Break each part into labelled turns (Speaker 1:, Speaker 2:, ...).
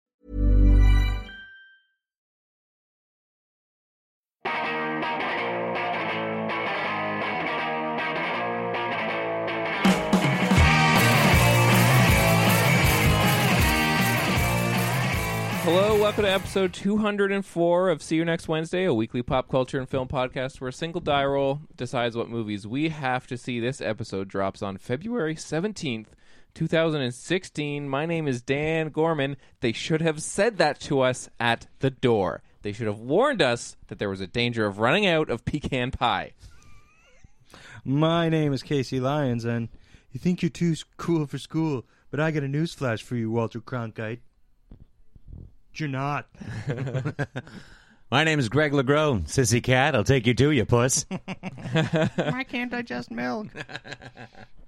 Speaker 1: Hello, welcome to episode 204 of See You Next Wednesday, a weekly pop culture and film podcast where a single die roll decides what movies we have to see. This episode drops on February 17th, 2016. My name is Dan Gorman. They should have said that to us at the door. They should have warned us that there was a danger of running out of pecan pie.
Speaker 2: My name is Casey Lyons, and you think you're too s- cool for school, but I got a newsflash for you, Walter Cronkite. You're not.
Speaker 3: My name is Greg LeGros, sissy cat. I'll take you too, you puss.
Speaker 2: Why can't I just milk?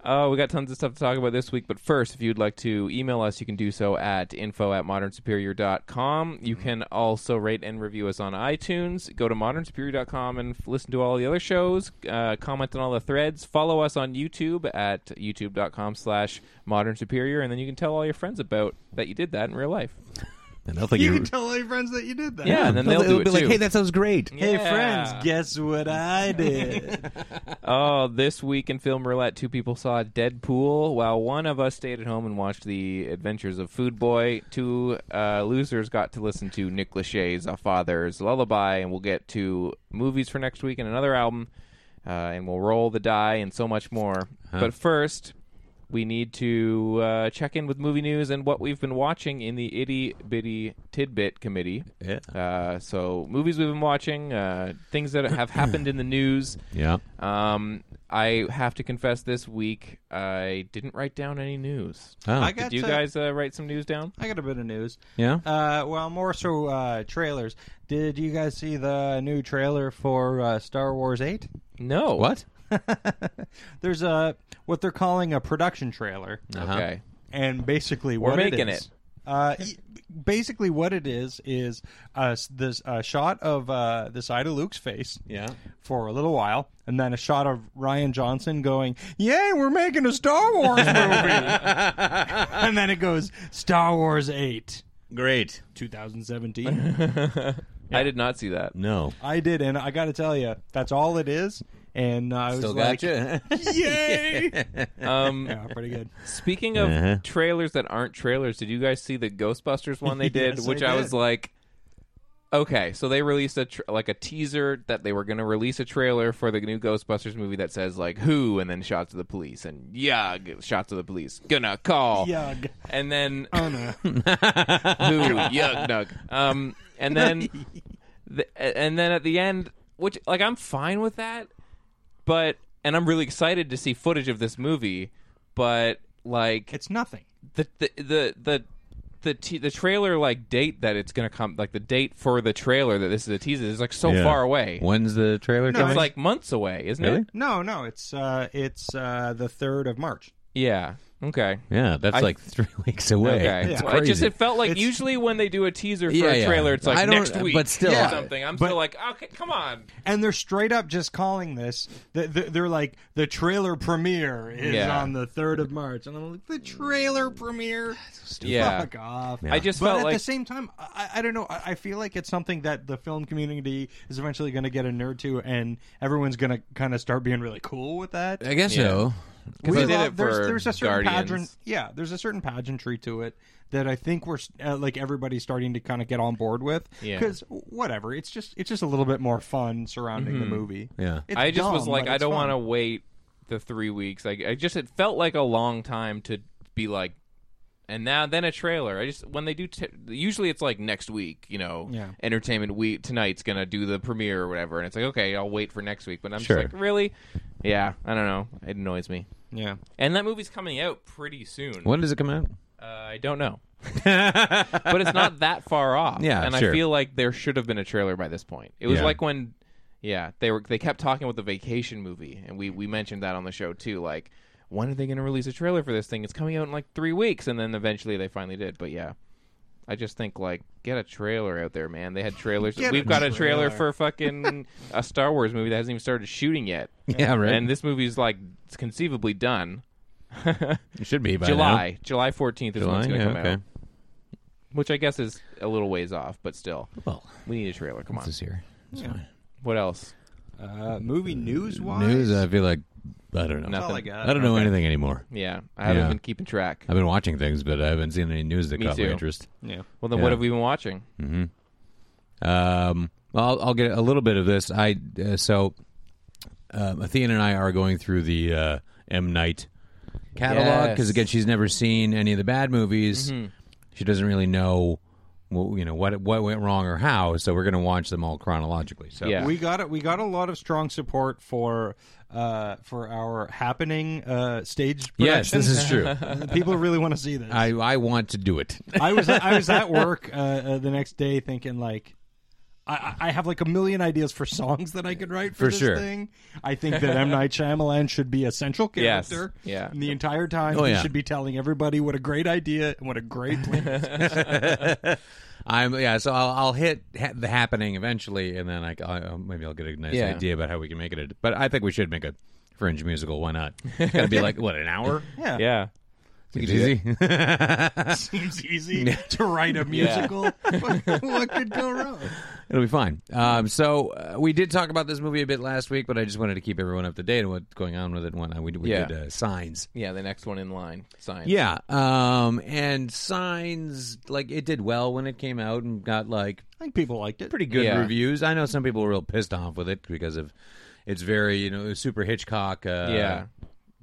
Speaker 1: Oh, we got tons of stuff to talk about this week, but first, if you'd like to email us, you can do so at info at modernsuperior.com. You can also rate and review us on iTunes. Go to modernsuperior.com and f- listen to all the other shows, uh, comment on all the threads, follow us on YouTube at youtube.com slash modernsuperior, and then you can tell all your friends about that you did that in real life.
Speaker 3: And they'll think
Speaker 2: You can tell all your friends that you did that.
Speaker 1: Yeah, and then they'll,
Speaker 3: they'll
Speaker 1: do it
Speaker 3: be like,
Speaker 1: too.
Speaker 3: "Hey, that sounds great."
Speaker 2: Hey,
Speaker 1: Yeah.
Speaker 2: friends, guess what I did?
Speaker 1: Oh, this week in Film Roulette, two people saw Deadpool, while one of us stayed at home and watched The Adventures of Food Boy. Two uh, losers got to listen to Nick Lachey's A Father's Lullaby, and we'll get to movies for next week and another album, uh, and we'll roll the die and so much more. But first, we need to uh, check in with movie news and what we've been watching in the itty bitty tidbit committee.
Speaker 3: Yeah.
Speaker 1: Uh, so, movies we've been watching, uh, things that have happened in the news.
Speaker 3: Yeah.
Speaker 1: Um, I have to confess, this week I didn't write down any news.
Speaker 3: Oh.
Speaker 2: I got
Speaker 1: Did you
Speaker 2: to-
Speaker 1: guys uh, write some news down?
Speaker 2: I got a bit of news.
Speaker 3: Yeah?
Speaker 2: Uh, well, more so uh, trailers. Did you guys see the new trailer for uh, Star Wars 8?
Speaker 1: No.
Speaker 3: What?
Speaker 2: There's a what they're calling a production trailer.
Speaker 1: Oh. Okay.
Speaker 3: Uh-huh.
Speaker 2: and basically
Speaker 1: We're
Speaker 2: what
Speaker 1: making
Speaker 2: it, is,
Speaker 1: it.
Speaker 2: Uh, y- basically, what it is is uh, s- this uh, shot of uh, the side of Luke's face,
Speaker 3: Yeah.
Speaker 2: for a little while, and then a shot of Ryan Johnson going, "Yay, we're making a Star Wars movie!" and then it goes Star Wars Eight,
Speaker 3: Great.
Speaker 2: 2017.
Speaker 1: I did not see that.
Speaker 3: No.
Speaker 2: I did, and I got to tell you, that's all it is. And uh, I was
Speaker 3: Still
Speaker 2: like,
Speaker 3: got you.
Speaker 2: "Yay!"
Speaker 1: Um,
Speaker 2: yeah, pretty good.
Speaker 1: Speaking of
Speaker 3: Uh-huh.
Speaker 1: trailers that aren't trailers, did you guys see the Ghostbusters one they did?
Speaker 2: Yes, I
Speaker 1: which I, was
Speaker 2: did.
Speaker 1: like, okay, so they released a tr like a teaser that they were going to release a trailer for the new Ghostbusters movie that says like who and then shots of the police and yug shots of the police gonna call
Speaker 2: Yug.
Speaker 1: and then
Speaker 2: Oh no.
Speaker 1: who yug nug um and then th- and then at the end which like i'm fine with that but and i'm really excited to see footage of this movie but like
Speaker 2: it's nothing.
Speaker 1: the the the the the, te- the trailer like date that it's gonna come like the date for the trailer that this is a teaser is like so
Speaker 3: Yeah.
Speaker 1: far away.
Speaker 3: When's the trailer
Speaker 1: It's
Speaker 2: No,
Speaker 3: coming?
Speaker 1: like months away, isn't
Speaker 3: Really?
Speaker 1: it?
Speaker 2: No, no, it's uh, it's uh, the third of March.
Speaker 1: Yeah. Okay.
Speaker 3: yeah, that's
Speaker 1: I-
Speaker 3: like three weeks away.
Speaker 1: Okay.
Speaker 3: It's
Speaker 1: Well, it just
Speaker 3: crazy.
Speaker 1: it felt like
Speaker 2: It's-
Speaker 1: usually when they do a teaser for
Speaker 3: Yeah,
Speaker 1: a
Speaker 3: yeah.
Speaker 1: trailer, it's
Speaker 3: I
Speaker 1: like
Speaker 3: don't-
Speaker 1: next week,
Speaker 3: but still,
Speaker 1: or
Speaker 3: Yeah.
Speaker 1: something. I'm
Speaker 2: but-
Speaker 1: still like, okay, come on.
Speaker 2: and they're straight up just calling this. th- th- They're like the trailer premiere is
Speaker 1: Yeah.
Speaker 2: on the third of March, and I'm like the trailer premiere.
Speaker 1: Yeah.
Speaker 2: Fuck off.
Speaker 1: I just
Speaker 2: But
Speaker 1: felt
Speaker 2: at
Speaker 1: like
Speaker 2: the same time, I, I don't know. I, I feel like it's something that the film community is eventually going to get a nerd to, and everyone's going to kind of start being really cool with that.
Speaker 3: I guess so.
Speaker 1: 'Cause
Speaker 4: we
Speaker 1: they did
Speaker 4: love-
Speaker 1: it
Speaker 4: there's,
Speaker 1: for
Speaker 4: there's a certain
Speaker 1: Guardians.
Speaker 4: pageant. Yeah, there's a certain pageantry to it that I think we're s- uh, like everybody's starting to kind of get on board with.
Speaker 1: Yeah.
Speaker 4: Because whatever, it's just it's just a little bit more fun surrounding the movie.
Speaker 3: Yeah.
Speaker 4: It's
Speaker 1: Mm-hmm. I just was
Speaker 4: dumb,
Speaker 1: like,
Speaker 4: but
Speaker 1: I
Speaker 4: it's
Speaker 1: don't
Speaker 4: fun.
Speaker 1: want to wait the three weeks. Like, I just it felt like a long time to be like, and now then a trailer. I just when they do, t- usually it's like next week. You know,
Speaker 4: Yeah.
Speaker 1: entertainment week tonight's gonna do the premiere or whatever, and it's like okay, I'll wait for next week. But I'm
Speaker 3: Sure.
Speaker 1: just like, really, yeah, I don't know. It annoys me.
Speaker 4: Yeah.
Speaker 1: And that movie's coming out pretty soon.
Speaker 3: When does it come out?
Speaker 1: Uh, I don't know. but it's not that far off.
Speaker 3: Yeah,
Speaker 1: and
Speaker 3: sure.
Speaker 1: I feel like there should have been a trailer by this point. It was
Speaker 3: Yeah.
Speaker 1: like when, yeah, they were they kept talking about the vacation movie, and we we mentioned that on the show too. Like, when are they going to release a trailer for this thing? It's coming out in like three weeks, and then eventually they finally did. But yeah. I just think like get a trailer out there, man. They had trailers.
Speaker 4: Get a
Speaker 1: We've got a trailer
Speaker 4: trailer.
Speaker 1: for fucking a Star Wars movie that hasn't even started shooting yet,
Speaker 3: Yeah, right.
Speaker 1: and this movie's like it's conceivably done.
Speaker 3: it should be by
Speaker 1: July, July fourteenth is
Speaker 3: Now.
Speaker 1: when
Speaker 3: July.
Speaker 1: it's going to
Speaker 3: Yeah,
Speaker 1: come
Speaker 3: okay.
Speaker 1: out which I guess is a little ways off, but still,
Speaker 3: Well,
Speaker 1: we need a trailer. Come on,
Speaker 3: this year.
Speaker 1: what else?
Speaker 4: Uh, movie news wise.
Speaker 3: News.
Speaker 1: uh,
Speaker 3: I feel like I don't know.
Speaker 1: Nothing.
Speaker 4: all I got.
Speaker 3: I don't know anything anymore.
Speaker 1: Yeah, Uh, I haven't
Speaker 3: Yeah.
Speaker 1: been keeping track.
Speaker 3: I've been watching things, but I haven't seen any news that
Speaker 1: Me
Speaker 3: caught
Speaker 1: too.
Speaker 3: my interest.
Speaker 4: Yeah.
Speaker 1: Well, then,
Speaker 3: Yeah.
Speaker 1: what have we been watching?
Speaker 3: Um, well, I'll, I'll get a little bit of this. I uh, so um, Athena and I are going through the uh, M Night catalog
Speaker 1: Yes.
Speaker 3: because
Speaker 1: Mm-hmm.
Speaker 3: again, she's never seen any of the bad movies. She doesn't really know, wh- you know, what what went wrong or how. So we're going to watch them all chronologically. So
Speaker 1: Yeah.
Speaker 4: We got it. We got a lot of strong support for uh, for our happening uh, stage.
Speaker 3: yes,
Speaker 4: production.
Speaker 3: this is true.
Speaker 4: People really want to see this.
Speaker 3: I I want to do it.
Speaker 4: I was I was at work uh, uh, the next day thinking like. I, I I have like a million ideas for songs that I could write for,
Speaker 3: For
Speaker 4: this
Speaker 3: sure.
Speaker 4: thing. I think that M Night Shyamalan should be a central
Speaker 1: Yes.
Speaker 4: character.
Speaker 1: Yeah.
Speaker 4: And the entire time
Speaker 3: Oh,
Speaker 4: he
Speaker 3: yeah.
Speaker 4: should be telling everybody what a great idea and what a great plan.
Speaker 3: I'm yeah. So I'll, I'll hit ha- the happening eventually, and then I, I maybe I'll get a nice
Speaker 1: Yeah.
Speaker 3: idea about how we can make it. A, but I think we should make a fringe musical. Why not? It's gotta be like what an hour.
Speaker 4: yeah.
Speaker 1: Yeah,
Speaker 3: It's easy.
Speaker 4: Seems easy to write a musical. what, what could go wrong?
Speaker 3: It'll be fine. Um, so uh, we did talk about this movie a bit last week, but I just wanted to keep everyone up to date on what's going on with it. and whatnot. we, we
Speaker 1: Yeah.
Speaker 3: did uh, signs.
Speaker 1: yeah. The next one in line, science.
Speaker 3: Yeah, um, and signs like it did well when it came out and got like
Speaker 4: I think people liked it.
Speaker 3: pretty good
Speaker 1: Yeah.
Speaker 3: reviews. I know some people were real pissed off with it because of it's very you know super Hitchcock. Uh,
Speaker 1: Yeah.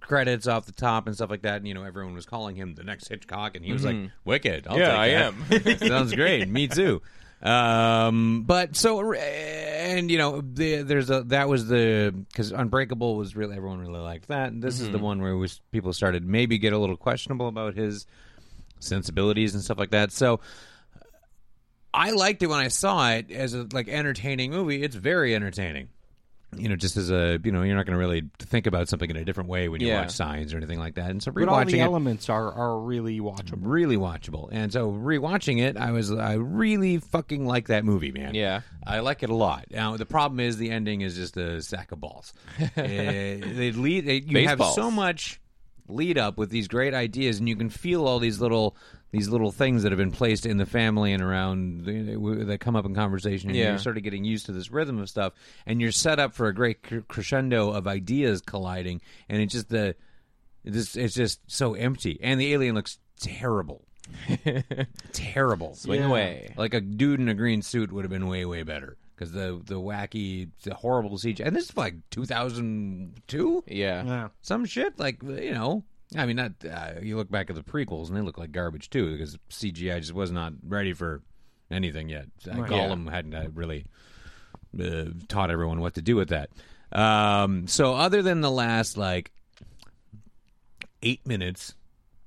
Speaker 3: Credits off the top and stuff like that, and you know everyone was calling him the next Hitchcock, and he was like, "Wicked, I'll
Speaker 1: Mm-hmm. Yeah,
Speaker 3: take
Speaker 1: I
Speaker 3: that. Sounds great. Me too." Um, but so and you know the, there's a that was the because Unbreakable was really everyone really liked that. And this is the
Speaker 1: Mm-hmm.
Speaker 3: one where it was people started maybe get a little questionable about his sensibilities and stuff like that. So I liked it when I saw it as a like entertaining movie. It's very entertaining. You know, just as a you know, you're not going to really think about something in a different way when you
Speaker 1: Yeah.
Speaker 3: watch Signs or anything like that. And so
Speaker 4: but all the
Speaker 3: rewatching it,
Speaker 4: elements are, are really watchable.
Speaker 3: really watchable. And so rewatching it, I was I really fucking like that movie, man.
Speaker 1: Yeah.
Speaker 3: I like it a lot. Now the problem is the ending is just a sack of balls. Uh, they lead. They, you have
Speaker 1: Baseballs.
Speaker 3: so much lead up with these great ideas, and you can feel all these little these little things that have been placed in the family and around the, that come up in conversation. And
Speaker 1: Yeah.
Speaker 3: you're sort of getting used to this rhythm of stuff, and you're set up for a great cr- crescendo of ideas colliding, and it's just the this it's just so empty, and the alien looks terrible. terrible
Speaker 1: swing away.
Speaker 3: like a dude in a green suit would have been way way better because the the wacky, the horrible CGI. And this is like 2002,
Speaker 1: Yeah,
Speaker 4: Yeah.
Speaker 3: some shit. Like you know, I mean, not uh, you look back at the prequels and they look like garbage too because CGI just was not ready for anything yet. Uh, Gollum hadn't uh, really uh, taught everyone what to do with that. Um, so other than the last like eight minutes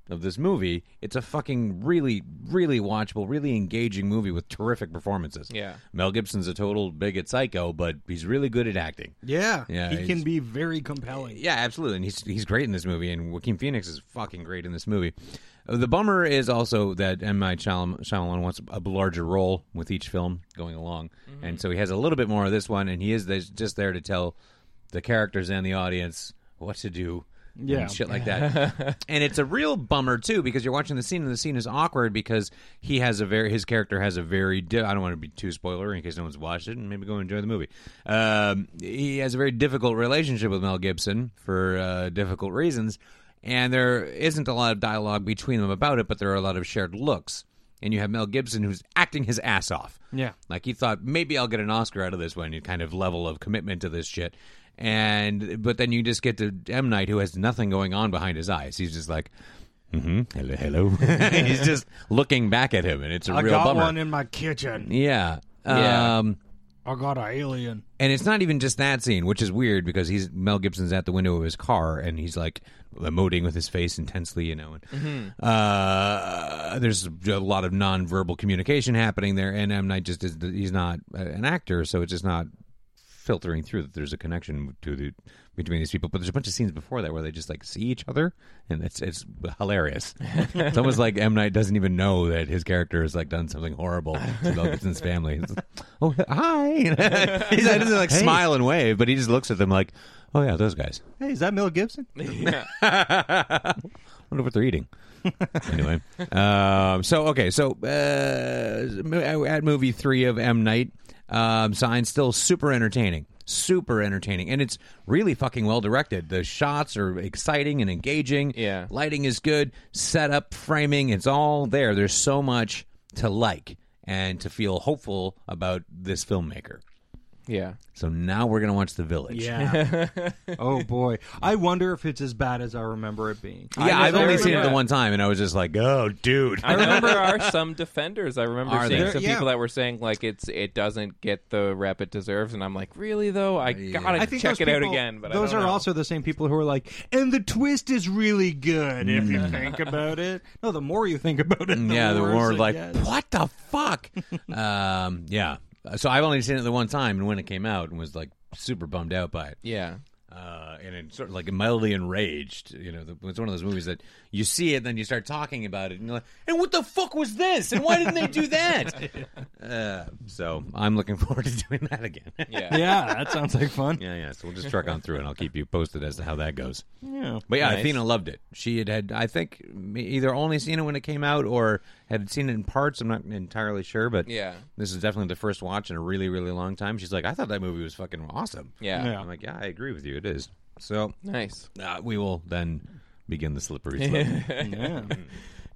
Speaker 3: of this movie, it's a fucking really, really watchable, really engaging movie with terrific performances.
Speaker 1: Yeah.
Speaker 3: Mel Gibson's a total bigot psycho, but he's really good at acting.
Speaker 4: Yeah.
Speaker 3: Yeah,
Speaker 4: He can
Speaker 3: he's-
Speaker 4: be very compelling.
Speaker 3: Yeah, absolutely, and he's he's great in this movie, and Joaquin Phoenix is fucking great in this movie. Uh, The bummer is also that M. Night Shyam- Shyamalan wants a larger role with each film going along, and so he has a little bit more of this one, and he is th- just there to tell the characters and the audience what to do
Speaker 4: Yeah.
Speaker 3: and shit like that. and it's a real bummer too because you're watching the scene and the scene is awkward because he has a very his character has a very di- I don't want to be too spoiler in case no one's watched it and maybe go enjoy the movie. Um, he has a very difficult relationship with Mel Gibson for uh, difficult reasons, and there isn't a lot of dialogue between them about it, but there are a lot of shared looks. And you have Mel Gibson who's acting his ass off.
Speaker 4: Yeah.
Speaker 3: Like he thought maybe I'll get an Oscar out of this one, kind of level of commitment to this shit. And but then you just get to M Night, who has nothing going on behind his eyes. He's just like, mm-hmm, hello, hello. He's just looking back at him, and it's a
Speaker 4: I
Speaker 3: real
Speaker 4: got
Speaker 3: bummer.
Speaker 4: one in my kitchen.
Speaker 3: yeah.
Speaker 1: Yeah.
Speaker 3: Um,
Speaker 4: I got an alien.
Speaker 3: and it's not even just that scene, which is weird because he's Mel Gibson's at the window of his car and he's like emoting with his face intensely, you know. And, uh, there's a lot of nonverbal communication happening there, and M Night just is he's not uh, an actor, so it's just not filtering through that there's a connection to the between these people. But there's a bunch of scenes before that where they just like see each other, and it's it's hilarious. it's almost like M Night doesn't even know that his character has like done something horrible to Mel Gibson's family. It's like, oh hi, he doesn't like smile and wave, but he just looks at them like, oh yeah, those guys.
Speaker 2: Hey, is that Mel Gibson?
Speaker 3: wonder what they're eating. anyway, um, so okay, so uh, at movie three of M Night, um, Signs still super entertaining, super entertaining, and it's really fucking well directed. The shots are exciting and engaging.
Speaker 1: Yeah.
Speaker 3: lighting is good, setup, framing, it's all there. There's so much to like and to feel hopeful about this filmmaker.
Speaker 1: Yeah.
Speaker 3: So now we're gonna watch The Village.
Speaker 4: Yeah. oh boy. I wonder if it's as bad as I remember it being.
Speaker 3: Yeah,
Speaker 1: I
Speaker 3: I've only
Speaker 1: remember-
Speaker 3: seen it the
Speaker 1: yeah.
Speaker 3: one time, and I was just like, "Oh, dude!"
Speaker 1: I remember are some defenders. I remember
Speaker 3: Are
Speaker 1: seeing
Speaker 3: there?
Speaker 1: some
Speaker 2: Yeah.
Speaker 1: people that were saying like it's it doesn't get the rep it deserves, and I'm like, really though? I gotta
Speaker 2: I think
Speaker 1: check
Speaker 2: those
Speaker 1: it out
Speaker 2: people-
Speaker 1: again. But I
Speaker 2: those
Speaker 1: don't
Speaker 2: are
Speaker 1: know.
Speaker 2: also the same people who are like, and the twist is really good if you think about it. No, the more you think about it, the
Speaker 3: Mm. yeah, the
Speaker 2: worse
Speaker 3: more
Speaker 2: it
Speaker 3: like,
Speaker 2: gets.
Speaker 3: what the fuck? um, yeah. So I've only seen it the one time, and when it came out, and was like super bummed out by it.
Speaker 1: yeah.
Speaker 3: Uh, and it sort of like mildly enraged. You know, the, it's one of those movies that you see it, then you start talking about it, and you're like, and what the fuck was this? And why didn't they do that? uh, so I'm looking forward to doing that again.
Speaker 1: Yeah.
Speaker 4: Yeah, that sounds like fun.
Speaker 3: yeah, yeah. So we'll just truck on through, and I'll keep you posted as to how that goes.
Speaker 4: Yeah.
Speaker 3: But yeah,
Speaker 1: Nice.
Speaker 3: Athena loved it. She had had, I think, m- either only seen it when it came out or had seen it in parts. I'm not entirely sure, but
Speaker 1: Yeah.
Speaker 3: this is definitely the first watch in a really, really long time. She's like, I thought that movie was fucking awesome.
Speaker 1: Yeah.
Speaker 3: I'm like, yeah, I agree with you. It is. So
Speaker 1: Nice.
Speaker 3: uh, we will then begin the slippery slope.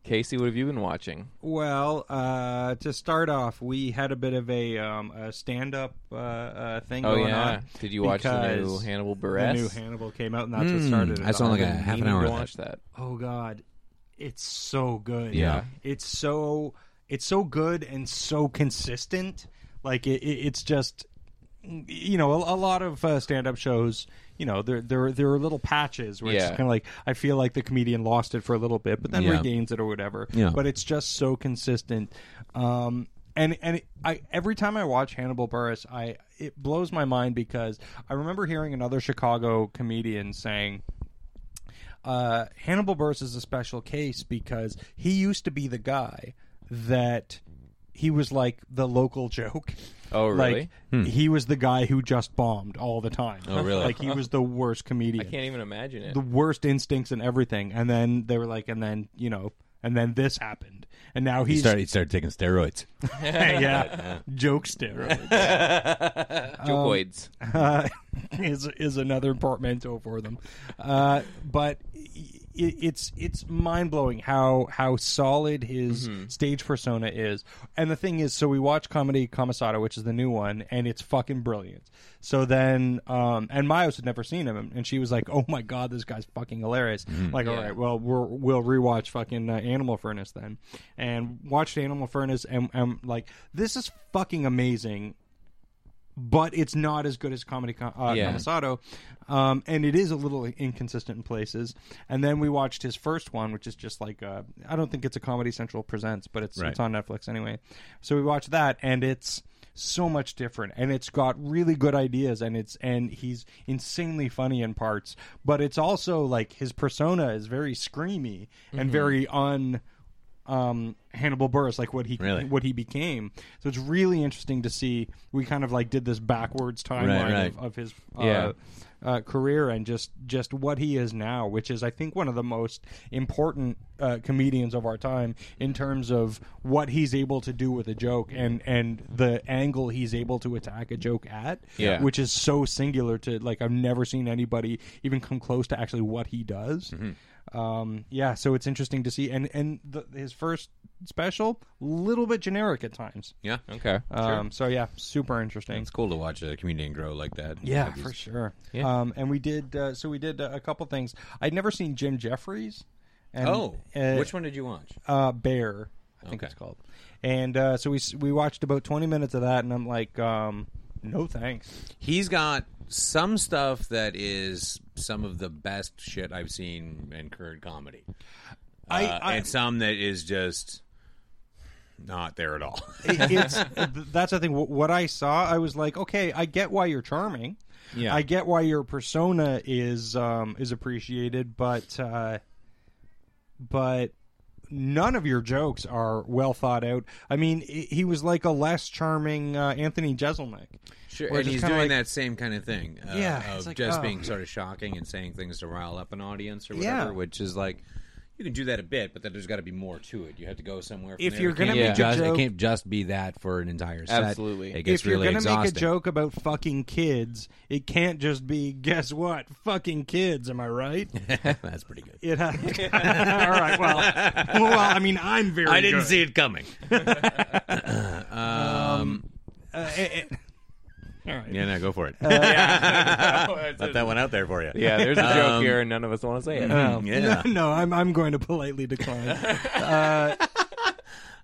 Speaker 1: Casey, what have you been watching?
Speaker 2: Well, uh, to start off, we had a bit of a, um, a stand-up uh, uh, thing
Speaker 1: Oh
Speaker 2: going
Speaker 1: yeah.
Speaker 2: on.
Speaker 1: Did you watch the new
Speaker 2: because
Speaker 1: Hannibal
Speaker 2: The
Speaker 1: Buress?
Speaker 2: new Hannibal came out, and that's what started. it
Speaker 3: Hmm, I saw
Speaker 2: all.
Speaker 3: like a
Speaker 2: I've been
Speaker 3: half an
Speaker 2: meaning
Speaker 3: hour
Speaker 2: to
Speaker 3: of
Speaker 2: watch
Speaker 1: Watch that.
Speaker 2: oh god it's so good
Speaker 3: Yeah.
Speaker 2: it's so it's so good and so consistent like it, it, it's just you know a, a lot of uh, stand-up shows you know there there there are little patches where it's
Speaker 1: Yeah.
Speaker 2: kind of like i feel like the comedian lost it for a little bit but then
Speaker 3: Yeah.
Speaker 2: regains it or whatever
Speaker 3: Yeah.
Speaker 2: but it's just so consistent um and and i every time i watch hannibal burris i it blows my mind because i remember hearing another chicago comedian saying uh, Hannibal Buress is a special case because he used to be the guy that he was like the local joke.
Speaker 1: Oh, really?
Speaker 2: Like
Speaker 3: Hmm.
Speaker 2: he was the guy who just bombed all the time.
Speaker 3: Oh, really?
Speaker 2: like he was the worst comedian.
Speaker 1: I can't even imagine it.
Speaker 2: the worst instincts and everything. And then they were like, and then you know, and then this happened, and now
Speaker 3: he
Speaker 2: he's
Speaker 3: started, he started taking steroids.
Speaker 2: yeah, joke steroids. Um,
Speaker 1: Joids.
Speaker 2: uh, is is another portmanteau for them. Uh, but i it's it's mind blowing how how solid his stage persona is. And the thing is, so we watch comedy Kamasada, which is the new one, and it's fucking brilliant. So then, um, and Myos had never seen him, and she was like, "Oh my god, this guy's fucking hilarious!" Like, all right, well, we're, we'll rewatch fucking uh, Animal Furnace then, and watched Animal Furnace, and, and like, this is fucking amazing but it's not as good as Comedy Con- uh,
Speaker 1: Yeah.
Speaker 2: Camasato, um, and it is a little inconsistent in places. And then we watched his first one, which is just like uh, I don't think it's a Comedy Central presents, but it's
Speaker 3: Right.
Speaker 2: it's on Netflix anyway. So we watched that, and it's so much different, and it's got really good ideas, and it's and he's insanely funny in parts, but it's also like his persona is very screamy and very un um, Hannibal Burris, like what he
Speaker 3: Really?
Speaker 2: what he became. So it's really interesting to see. We kind of like did this backwards timeline
Speaker 3: Right, right.
Speaker 2: Of, of his uh,
Speaker 1: Yeah.
Speaker 2: uh, career and just just what he is now, which is I think one of the most important uh, comedians of our time in terms of what he's able to do with a joke and and the angle he's able to attack a joke at,
Speaker 1: Yeah.
Speaker 2: which is so singular to like I've never seen anybody even come close to actually what he does.
Speaker 3: Mm-hmm.
Speaker 2: Um, yeah, so it's interesting to see and and the, his first special little bit generic at times.
Speaker 3: Yeah,
Speaker 1: Okay.
Speaker 2: Um, so yeah, super interesting.
Speaker 3: it's cool to watch a comedian grow like that.
Speaker 2: Yeah,
Speaker 3: Like he's-
Speaker 2: for sure. Um, and we did. Uh, so we did uh, a couple things. I'd never seen Jim Jeffries. And,
Speaker 3: Oh,
Speaker 2: uh,
Speaker 3: which one did you watch?
Speaker 2: Uh, Bear, I think
Speaker 3: Okay.
Speaker 2: it's called. And uh, so we s- we watched about twenty minutes of that, and I'm like, um, no thanks.
Speaker 3: He's got some stuff that is some of the best shit I've seen in current comedy,
Speaker 2: I,
Speaker 3: Uh, and some that is just not there at all.
Speaker 2: it's th- that's the thing. Wh- What I saw, I was like, okay, I get why you're charming.
Speaker 3: Yeah.
Speaker 2: I get why your persona is um, is appreciated, but uh, but none of your jokes are well thought out. I mean, i he was like a less charming uh, Anthony Jeselnik.
Speaker 3: Sure,
Speaker 2: Where
Speaker 3: and
Speaker 2: it's
Speaker 3: he's
Speaker 2: kinda
Speaker 3: doing
Speaker 2: like-
Speaker 3: that same kind of thing. Uh,
Speaker 2: Yeah, it's
Speaker 3: of
Speaker 2: like,
Speaker 3: just
Speaker 2: oh.
Speaker 3: being sort of shocking and saying things to rile up an audience or
Speaker 2: Yeah.
Speaker 3: whatever, which is like you can do that a bit, but then there's got to be more to it. You have to go somewhere. From
Speaker 2: If
Speaker 3: there.
Speaker 2: you're
Speaker 3: It
Speaker 2: gonna
Speaker 3: can't
Speaker 1: make
Speaker 3: be
Speaker 1: a
Speaker 3: just,
Speaker 2: joke-
Speaker 3: it can't just be that for an entire set.
Speaker 1: Absolutely.
Speaker 3: it gets
Speaker 2: if you're
Speaker 3: really
Speaker 2: gonna
Speaker 3: exhausting.
Speaker 2: make a joke about fucking kids, it can't just be guess what, fucking kids. Am I right?
Speaker 3: that's pretty good.
Speaker 2: It ha- all right. Well, well, I mean, I'm very.
Speaker 3: I didn't
Speaker 2: good.
Speaker 3: see it coming.
Speaker 2: Uh, eh, eh.
Speaker 3: yeah, no, go for it.
Speaker 2: Uh,
Speaker 1: Oh,
Speaker 3: Let that one out there for you.
Speaker 1: Yeah, there's a joke
Speaker 2: Um,
Speaker 1: here, and none of us want to say it.
Speaker 2: Oh,
Speaker 3: Yeah.
Speaker 2: No, no, I'm I'm going to politely decline. Uh,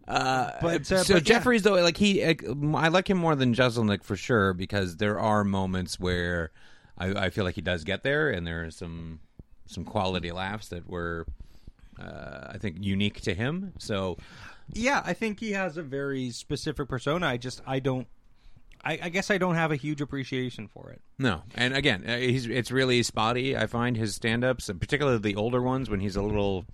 Speaker 2: but uh,
Speaker 3: so
Speaker 2: but yeah.
Speaker 3: Jeffries though, like he, like, m- I like him more than Jeselnik for sure because there are moments where I, I feel like he does get there, and there are some some quality laughs that were, uh, I think, unique to him. So
Speaker 2: yeah, I think he has a very specific persona. I just I don't. I, I guess I don't have a huge appreciation for it.
Speaker 3: no, and again, uh, he's it's really spotty. I find his stand-ups, and particularly the older ones, when he's a little,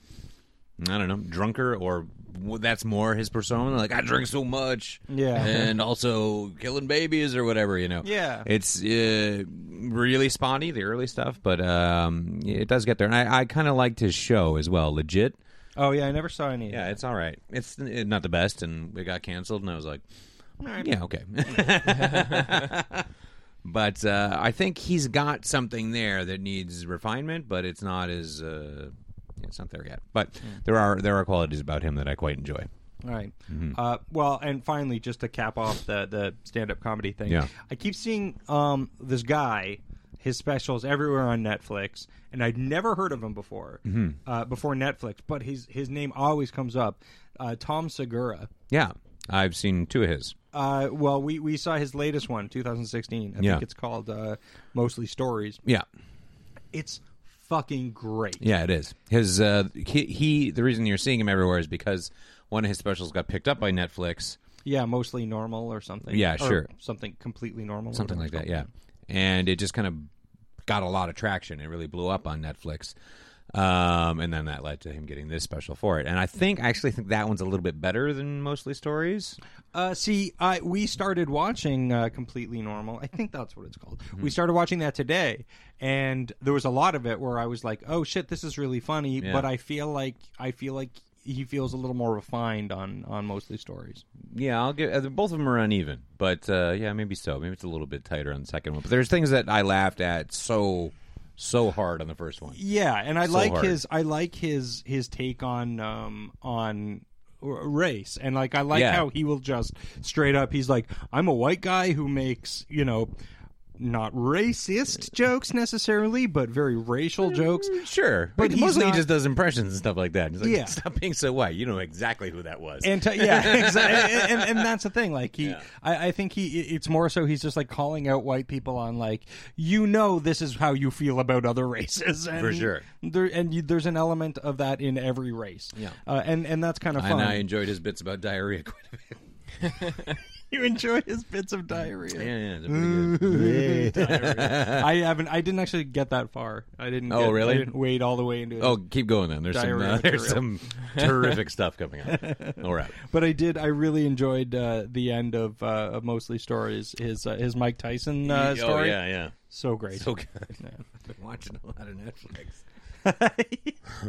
Speaker 3: I don't know, drunker or. w- That's more his persona. Like I drink so much,
Speaker 2: Yeah.
Speaker 3: and also killing babies or whatever, you know.
Speaker 2: Yeah.
Speaker 3: It's uh, really spotty, the early stuff, but um, it does get there. And I, I kind of liked his show as well, legit.
Speaker 2: Oh yeah, I never saw any. of
Speaker 3: Yeah, it's all right. It's uh, not the best, and it got canceled, and I was like, yeah, okay. but uh, I think he's got something there that needs refinement, but it's not as. Uh, it's not there yet, but there are there are qualities about him that I quite enjoy.
Speaker 2: All right.
Speaker 3: Mm-hmm.
Speaker 2: Uh, well, and finally, just to cap off the the stand up comedy thing,
Speaker 3: Yeah.
Speaker 2: I keep seeing um, this guy, his specials everywhere on Netflix, and I'd never heard of him before
Speaker 3: Mm-hmm.
Speaker 2: uh, before Netflix, but his his name always comes up, uh, Tom Segura.
Speaker 3: Yeah, I've seen two of his.
Speaker 2: Uh, well, we, we saw his latest one, 2016. I
Speaker 3: Yeah.
Speaker 2: think it's called uh, Mostly Stories.
Speaker 3: Yeah,
Speaker 2: It's fucking great.
Speaker 3: Yeah, it is. His uh, he, he the reason you're seeing him everywhere is because one of his specials got picked up by Netflix,
Speaker 2: Yeah, mostly normal or something.
Speaker 3: Yeah,
Speaker 2: Or
Speaker 3: sure.
Speaker 2: Something completely normal. or
Speaker 3: something
Speaker 2: whatever
Speaker 3: like
Speaker 2: it's
Speaker 3: that. Yeah, and it just kind of got a lot of traction. It really blew up on Netflix, um, and then that led to him getting this special for it. And I think I actually think that one's a little bit better than mostly stories.
Speaker 2: Uh, see, I we started watching uh, Completely Normal. I think that's what it's called.
Speaker 3: Mm-hmm.
Speaker 2: We started watching that today, and there was a lot of it where I was like, "Oh shit, this is really funny," but I feel like I feel like he feels a little more refined on on mostly stories.
Speaker 3: Yeah, I'll give uh, both of them are uneven, but uh, yeah, maybe so. Maybe it's a little bit tighter on the second one. But there's things that I laughed at so so hard on the first one.
Speaker 2: Yeah, and I
Speaker 3: So
Speaker 2: like
Speaker 3: hard.
Speaker 2: his I like his his take on um on r- race and like I like
Speaker 3: Yeah.
Speaker 2: how he will just straight up he's like I'm a white guy who makes, you know, not racist jokes necessarily, but very racial jokes.
Speaker 3: Sure,
Speaker 2: But
Speaker 3: but
Speaker 2: he's
Speaker 3: mostly
Speaker 2: not-
Speaker 3: he just does impressions and stuff like that. He's like,
Speaker 2: Yeah.
Speaker 3: stop being so white. You know exactly who that was.
Speaker 2: And t- yeah, exactly. and, and, and that's the thing. Like he, I, I think he. It's more so he's just like calling out white people on like, you know, this is how you feel about other races. And
Speaker 3: For sure.
Speaker 2: There and you, there's an element of that in every race.
Speaker 3: Yeah.
Speaker 2: Uh, and and that's kind of
Speaker 3: And
Speaker 2: fun.
Speaker 3: I enjoyed his bits about diarrhea quite a bit.
Speaker 2: you enjoy his bits of diarrhea.
Speaker 3: Yeah, yeah, it's pretty good.
Speaker 2: I haven't. I didn't actually get that far. I didn't.
Speaker 3: Oh,
Speaker 2: get-
Speaker 3: really?
Speaker 2: I didn't wade all the way into it.
Speaker 3: Oh, keep going then. There's some
Speaker 2: Diarrhea
Speaker 3: uh, there's
Speaker 2: material.
Speaker 3: some terrific stuff coming up. All right.
Speaker 2: but I did. I really enjoyed uh, the end of, uh, of mostly stories. His uh, his Mike Tyson uh,
Speaker 3: oh
Speaker 2: story. Oh,
Speaker 3: yeah, yeah.
Speaker 2: So great.
Speaker 3: So good. I've been watching a lot of Netflix.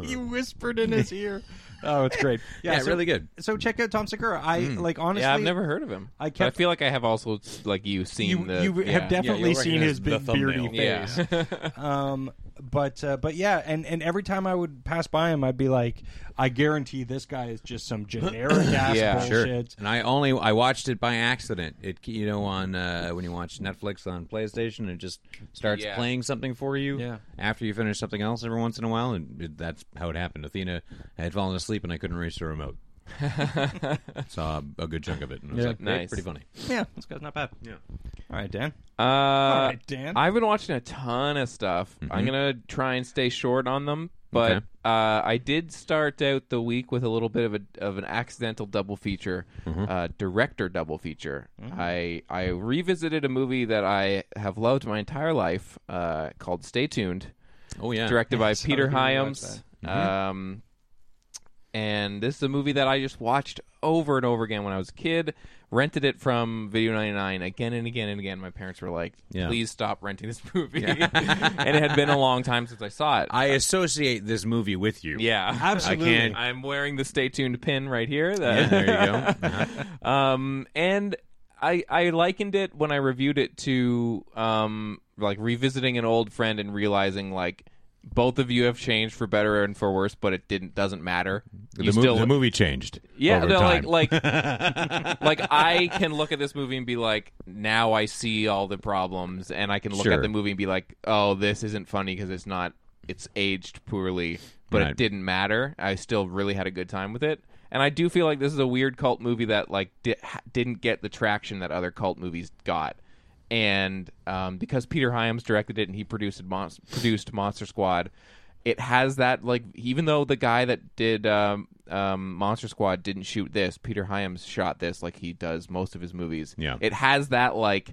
Speaker 2: he whispered in his ear. Oh, it's great.
Speaker 3: Yeah,
Speaker 2: so-
Speaker 3: really good.
Speaker 2: So check out Tom Segura. I like honestly.
Speaker 1: yeah, I've never heard of him. But
Speaker 2: I
Speaker 1: I
Speaker 2: kept-
Speaker 1: feel like I have also like you seen
Speaker 2: You,
Speaker 1: the
Speaker 2: you
Speaker 1: yeah.
Speaker 2: have definitely
Speaker 3: you'll
Speaker 2: seen his big
Speaker 3: recognize the
Speaker 2: beardy
Speaker 3: thumbnail.
Speaker 2: face.
Speaker 1: yeah.
Speaker 2: Um, but uh, but yeah, and and every time I would pass by him, I'd be like, I guarantee this guy is just some generic ass
Speaker 1: Yeah,
Speaker 3: Sure.
Speaker 2: bullshit.
Speaker 3: And I only I watched it by accident. It you know on uh, when you watch Netflix on PlayStation, it just starts
Speaker 1: Yeah.
Speaker 3: playing something for you
Speaker 2: Yeah.
Speaker 3: after you finish something else every once in a while, and it, that's how it happened. Athena had fallen asleep and I couldn't reach the remote. Saw a, a good chunk of it, and I was
Speaker 2: Yeah.
Speaker 3: like, "Great,
Speaker 1: Nice.
Speaker 3: pretty funny."
Speaker 2: Yeah, this guy's not bad. Yeah. All right, Dan.
Speaker 1: Uh,
Speaker 2: right, Dan.
Speaker 1: I've been watching a ton of stuff.
Speaker 2: Mm-hmm.
Speaker 1: I'm gonna try and stay short on them, but
Speaker 3: Okay.
Speaker 1: uh, I did start out the week with a little bit of a of an accidental double feature,
Speaker 2: Mm-hmm.
Speaker 1: uh, director double feature. I I revisited a movie that I have loved my entire life uh, called Stay Tuned,
Speaker 3: Oh yeah, Mm-hmm.
Speaker 1: directed by Peter
Speaker 2: we watched
Speaker 1: Hyams. Um, and this is a movie that I just watched over and over again when I was a kid. Rented it from Video 99 again and again and again. My parents were like,
Speaker 3: Yeah.
Speaker 1: please stop renting this movie. and it had been a long time since I saw it.
Speaker 3: I associate this movie with you.
Speaker 1: yeah.
Speaker 2: Absolutely.
Speaker 3: I can't-
Speaker 1: I'm wearing the stay tuned pin right here.
Speaker 3: Yeah,
Speaker 1: that-
Speaker 3: there you go. Uh-huh.
Speaker 1: um, and I I likened it when I reviewed it to um like revisiting an old friend and realizing like both of you have changed for better and for worse, but it didn't doesn't matter.
Speaker 3: The,
Speaker 1: you
Speaker 3: mo-
Speaker 1: still
Speaker 3: the movie changed.
Speaker 1: yeah,
Speaker 3: over
Speaker 1: no,
Speaker 3: time.
Speaker 1: like like like I can look at this movie and be like, now I see all the problems, and I can look
Speaker 3: Sure.
Speaker 1: at the movie and be like, oh, this isn't funny because it's not, it's aged poorly, but
Speaker 3: Right.
Speaker 1: it didn't matter. I still really had a good time with it, and I do feel like this is a weird cult movie that like di- ha- didn't get the traction that other cult movies got. And um, because Peter Hyams directed it and he produced mon- produced Monster Squad, it has that like even though the guy that did um, um, Monster Squad didn't shoot this, Peter Hyams shot this like he does most of his movies.
Speaker 3: Yeah.
Speaker 1: it has that like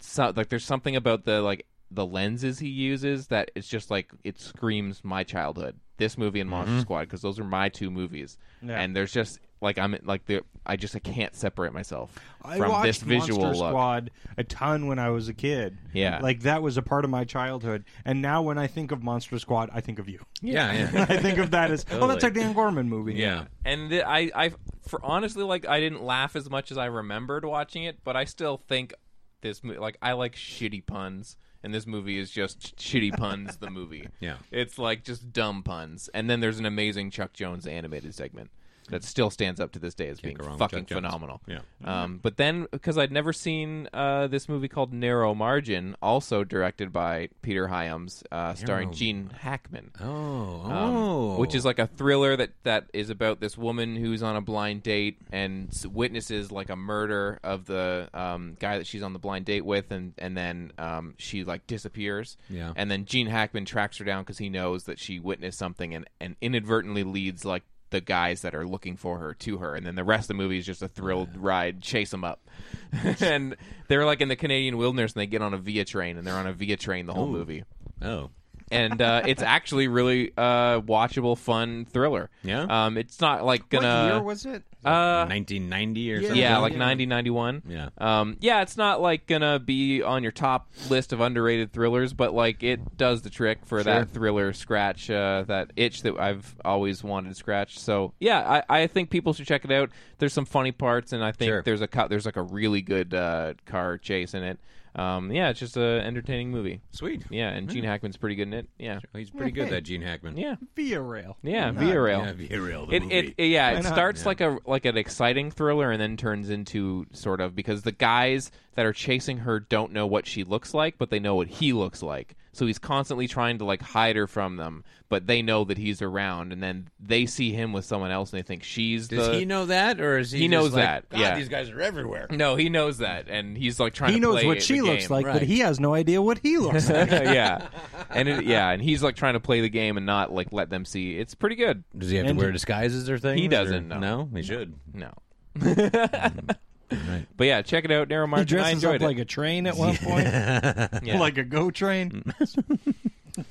Speaker 1: so, like there's something about the like the lenses he uses that it's just like it screams my childhood. This movie and Monster Squad because those are my two movies, and there's just like I'm like the I just I can't separate myself
Speaker 2: I
Speaker 1: from
Speaker 2: watched
Speaker 1: this visual
Speaker 2: Monster
Speaker 1: look.
Speaker 2: Squad a ton when I was a kid.
Speaker 1: Yeah.
Speaker 2: like that was a part of my childhood. And now when I think of Monster Squad, I think of you.
Speaker 3: yeah, yeah,
Speaker 2: I think of that as oh, that's a
Speaker 3: Totally.
Speaker 2: Dan Gorman movie.
Speaker 3: yeah.
Speaker 1: And th- I, I, for honestly, like I didn't laugh as much as I remembered watching it, but I still think this, mo- like, I like shitty puns, and this movie is just shitty puns. The movie,
Speaker 3: Yeah.
Speaker 1: it's like just dumb puns. And then there's an amazing Chuck Jones animated segment that still stands up to this day as
Speaker 3: go wrong
Speaker 1: being
Speaker 3: with
Speaker 1: fucking
Speaker 3: Chuck Jones.
Speaker 1: phenomenal.
Speaker 3: Yeah.
Speaker 1: Um, but then because I'd never seen uh, this movie called Narrow Margin, also directed by Peter Hyams, uh, starring Gene Hackman
Speaker 3: Oh,
Speaker 1: um,
Speaker 3: oh,
Speaker 1: which is like a thriller that that is about this woman who's on a blind date and s- witnesses like a murder of the um, guy that she's on the blind date with, and and then um, she like disappears.
Speaker 3: Yeah.
Speaker 1: And then Gene Hackman tracks her down because he knows that she witnessed something and and inadvertently leads like the guys that are looking for her to her and then the rest of the movie is just a thrilled ride chase them up and they're like in the canadian wilderness and they get on a via train and they're on a via train the whole movie
Speaker 3: oh.
Speaker 1: and uh, it's actually really uh, watchable, fun thriller.
Speaker 3: Yeah?
Speaker 1: Um, it's not like
Speaker 2: What
Speaker 1: gonna.
Speaker 2: year was it?
Speaker 1: uh,
Speaker 3: 1990 or something.
Speaker 1: yeah, like ninety ninety one.
Speaker 3: Yeah.
Speaker 1: Um, yeah, it's not like gonna be on your top list of underrated thrillers, but like it does the trick for that thriller scratch, uh, that itch that I've always wanted to scratch. So yeah, I, I think people should check it out. There's some funny parts, and I think
Speaker 3: Sure.
Speaker 1: there's a co- there's like a really good uh, car chase in it. Um, yeah, it's just a entertaining movie.
Speaker 3: Sweet.
Speaker 1: Yeah, and
Speaker 3: Hmm.
Speaker 1: Gene Hackman's pretty good in it. Yeah,
Speaker 3: He's pretty good, that Gene Hackman.
Speaker 1: yeah.
Speaker 2: Via rail.
Speaker 1: Yeah, Via Rail.
Speaker 3: Yeah, be real. The
Speaker 1: it,
Speaker 3: movie.
Speaker 1: it, it- yeah, it
Speaker 2: not?
Speaker 1: starts like a like an exciting thriller and then turns into sort of because the guys that are chasing her don't know what she looks like, but they know what he looks like. So he's constantly trying to like hide her from them, but they know that he's around, and then they see him with someone else and they think she's
Speaker 3: Does
Speaker 1: the.
Speaker 3: he know that, or is he?
Speaker 1: He
Speaker 3: just
Speaker 1: knows
Speaker 3: like,
Speaker 1: that,
Speaker 3: God,
Speaker 1: yeah.
Speaker 3: these guys are everywhere.
Speaker 1: no, he knows that, and he's like trying.
Speaker 2: He
Speaker 1: to
Speaker 2: knows
Speaker 1: play
Speaker 2: what she
Speaker 1: the
Speaker 2: looks
Speaker 1: game.
Speaker 2: like,
Speaker 3: right.
Speaker 2: but he has no idea what he looks like.
Speaker 1: yeah, and it, yeah, and he's like trying to play the game and not like let them see. It's pretty good.
Speaker 3: Does he have to
Speaker 2: And-
Speaker 3: wear disguises or things?
Speaker 1: He doesn't,
Speaker 3: Or,
Speaker 1: no.
Speaker 3: he should.
Speaker 1: No,
Speaker 3: Right.
Speaker 1: Mm-hmm. But yeah, check it out. Narrow
Speaker 4: He
Speaker 1: Margin. I
Speaker 4: dresses up
Speaker 1: enjoyed it.
Speaker 4: like a train at one point,
Speaker 1: Yeah. Mm.
Speaker 4: like a go train.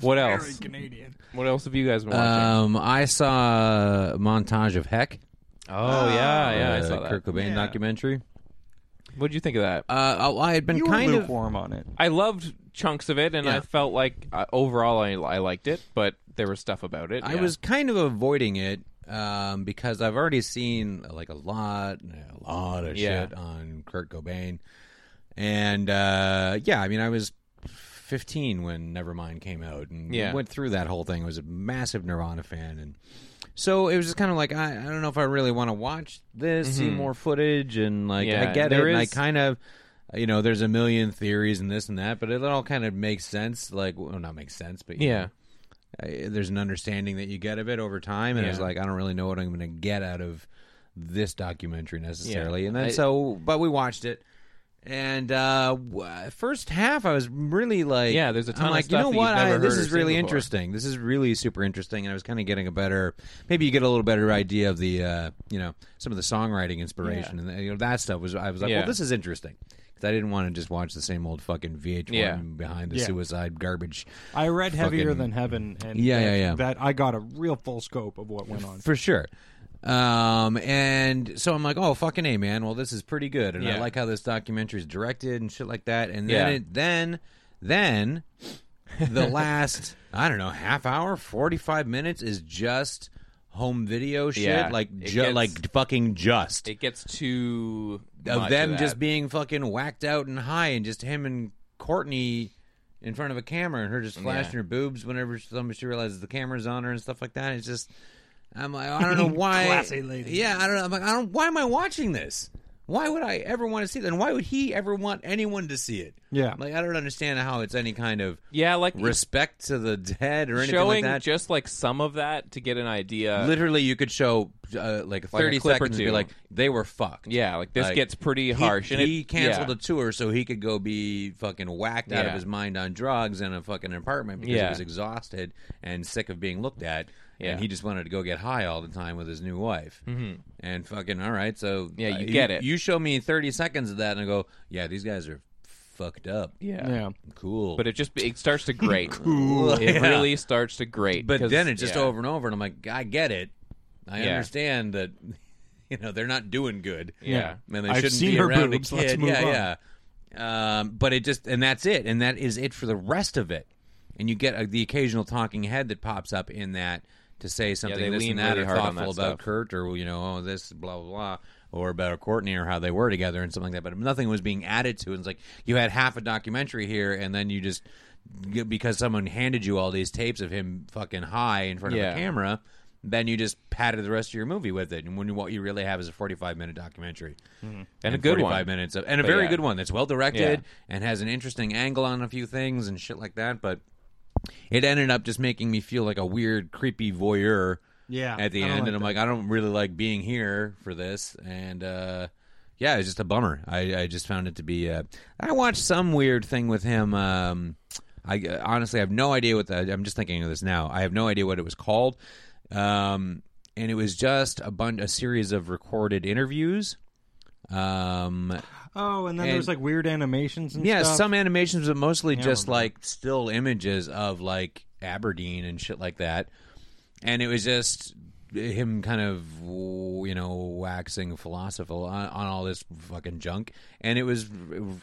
Speaker 1: what
Speaker 4: Very
Speaker 1: else?
Speaker 4: Canadian.
Speaker 1: What else have you guys been watching?
Speaker 3: Um, I saw a montage of Heck.
Speaker 1: oh yeah, yeah, I
Speaker 3: the
Speaker 1: saw that.
Speaker 3: Kurt Cobain documentary.
Speaker 1: What'd you think of that?
Speaker 3: Uh, oh, I had been
Speaker 4: You were
Speaker 3: kind of
Speaker 4: lukewarm on it.
Speaker 1: I loved chunks of it, and I felt like uh, overall I, I liked it, but there was stuff about it.
Speaker 3: I
Speaker 1: yeah.
Speaker 3: was kind of avoiding it um, because I've already seen like a lot, a lot of
Speaker 1: Yeah.
Speaker 3: shit on Kurt Cobain, and uh, yeah, I mean, I was 15 when Nevermind came out, and
Speaker 1: Yeah.
Speaker 3: went through that whole thing. I was a massive Nirvana fan, and so it was just kind of like I, I don't know if I really want to watch this, see more footage, and like
Speaker 1: Mm-hmm. Yeah,
Speaker 3: I get it,
Speaker 1: there
Speaker 3: and I
Speaker 1: is-
Speaker 3: kind of. You know, there's a million theories and this and that, but it all kind of makes sense. Like, well, not makes sense, but you
Speaker 1: yeah,
Speaker 3: I- there's an understanding that you get of it over time, and it's
Speaker 1: Yeah.
Speaker 3: like I don't really know what I'm going to get out of this documentary necessarily.
Speaker 1: Yeah.
Speaker 3: And then
Speaker 1: I-
Speaker 3: so, but we watched it, and uh w- first half I was really like,
Speaker 1: Yeah, there's a ton
Speaker 3: I'm
Speaker 1: of
Speaker 3: like,
Speaker 1: stuff
Speaker 3: you know
Speaker 1: that
Speaker 3: what?
Speaker 1: you've never
Speaker 3: I, this
Speaker 1: heard or
Speaker 3: is
Speaker 1: seen
Speaker 3: really
Speaker 1: before."
Speaker 3: interesting. This is really super interesting, and I was kind of getting a better, maybe you get a little better idea of the, uh you know, some of the songwriting inspiration and you know that stuff was. I was like,
Speaker 1: Yeah.
Speaker 3: well, this is interesting. 'Cause I didn't want to just watch the same old fucking VH1
Speaker 1: Yeah.
Speaker 3: behind the
Speaker 4: Yeah.
Speaker 3: suicide garbage.
Speaker 4: I read Heavier
Speaker 3: Fucking-
Speaker 4: Than Heaven, and
Speaker 3: Yeah,
Speaker 4: that,
Speaker 3: yeah, yeah.
Speaker 4: that I got a real full scope of what went on.
Speaker 3: for sure. Um, and so I'm like, oh fucking a man. Well, this is pretty good, and I
Speaker 1: Yeah.
Speaker 3: like how this documentary is directed and shit like that. And then
Speaker 1: Yeah.
Speaker 3: it, then then the last I don't know half hour, forty five minutes is just home video shit,
Speaker 1: Yeah,
Speaker 3: like
Speaker 1: it
Speaker 3: ju-
Speaker 1: gets-
Speaker 3: like fucking just
Speaker 1: it gets too much
Speaker 3: of them
Speaker 1: that.
Speaker 3: just being fucking whacked out and high, and just him and Courtney in front of a camera, and her just flashing her boobs whenever some she realizes the camera's on her and stuff like that. It's just, I'm like, I don't know why.
Speaker 4: Classy lady.
Speaker 3: Yeah, I don't know. I'm like, I don't. Why am I watching this? Why would I ever want to see that? And why would he ever want anyone to see it?
Speaker 4: Yeah.
Speaker 3: like I don't understand how it's any kind of
Speaker 1: yeah, like
Speaker 3: respect to the dead or anything
Speaker 1: showing
Speaker 3: like that.
Speaker 1: just uh, like some of that to get an idea.
Speaker 3: Literally, you could show uh,
Speaker 1: Like
Speaker 3: like
Speaker 1: a
Speaker 3: 30
Speaker 1: clip or
Speaker 3: seconds and
Speaker 1: two.
Speaker 3: be like, they were fucked.
Speaker 1: yeah, like this
Speaker 3: Like,
Speaker 1: gets pretty
Speaker 3: He-
Speaker 1: harsh.
Speaker 3: He,
Speaker 1: and it,
Speaker 3: canceled
Speaker 1: yeah.
Speaker 3: a tour so he could go be fucking whacked out of
Speaker 1: Yeah.
Speaker 3: his mind on drugs in a fucking apartment because
Speaker 1: Yeah.
Speaker 3: he was exhausted and sick of being looked at.
Speaker 1: Yeah.
Speaker 3: And he just wanted to go get high all the time with his new wife. Mm-hmm. And fucking, all right, so.
Speaker 1: Yeah, you get it.
Speaker 3: You show me 30 seconds of that and I go, yeah, these guys are fucked up.
Speaker 1: yeah.
Speaker 4: Yeah,
Speaker 3: Cool.
Speaker 1: but it just it starts to grate. cool. It
Speaker 3: Yeah.
Speaker 1: really starts to grate.
Speaker 3: but
Speaker 1: 'cause-
Speaker 3: then it's just
Speaker 1: yeah.
Speaker 3: over and over, and I'm like, I get it. I
Speaker 1: Yeah.
Speaker 3: understand that, you know, they're not doing good.
Speaker 1: Yeah.
Speaker 3: and they
Speaker 4: I've
Speaker 3: shouldn't
Speaker 4: seen
Speaker 3: be
Speaker 4: her
Speaker 3: around
Speaker 4: boobs,
Speaker 3: a
Speaker 4: let's
Speaker 3: kid.
Speaker 4: move
Speaker 3: yeah,
Speaker 4: on.
Speaker 3: yeah. Um, but it just and that's it, and that is it for the rest of it. And you get uh, the occasional talking head that pops up in that to say something
Speaker 1: they
Speaker 3: this
Speaker 1: lean
Speaker 3: and that
Speaker 1: really
Speaker 3: or
Speaker 1: hard on
Speaker 3: thoughtful
Speaker 1: that
Speaker 3: about
Speaker 1: stuff.
Speaker 3: Kurt or you know oh this blah blah blah or about Courtney or how they were together and something like that. But nothing was being added to. it. It's like you had half a documentary here, and then you just because someone handed you all these tapes of him fucking high in front
Speaker 1: Yeah.
Speaker 3: of a camera. Then you just padded the rest of your movie with it, and when you, what you really have is a forty-five minute documentary
Speaker 1: And a good
Speaker 3: 45
Speaker 1: one.
Speaker 3: minutes of, and a
Speaker 1: But
Speaker 3: very
Speaker 1: yeah.
Speaker 3: good one that's well directed
Speaker 1: Yeah.
Speaker 3: and has an interesting angle on a few things and shit like that but it ended up just making me feel like a weird creepy voyeur
Speaker 4: Yeah,
Speaker 3: at the
Speaker 4: I don't
Speaker 3: end
Speaker 4: like
Speaker 3: and i'm like i don't really like being here for this and uh yeah it's just a bummer i i just found it to be uh i watched some weird thing with him um i honestly have no idea what the, i'm just thinking of this now i have no idea what it was called um and it was just a bun- a series of recorded interviews um
Speaker 4: Oh, and then there's
Speaker 3: And-
Speaker 4: like weird animations and
Speaker 3: yeah
Speaker 4: stuff.
Speaker 3: some animations but mostly just like still images of like aberdeen and shit like that and it was just him kind of you know waxing philosophical on, on all this fucking junk and it was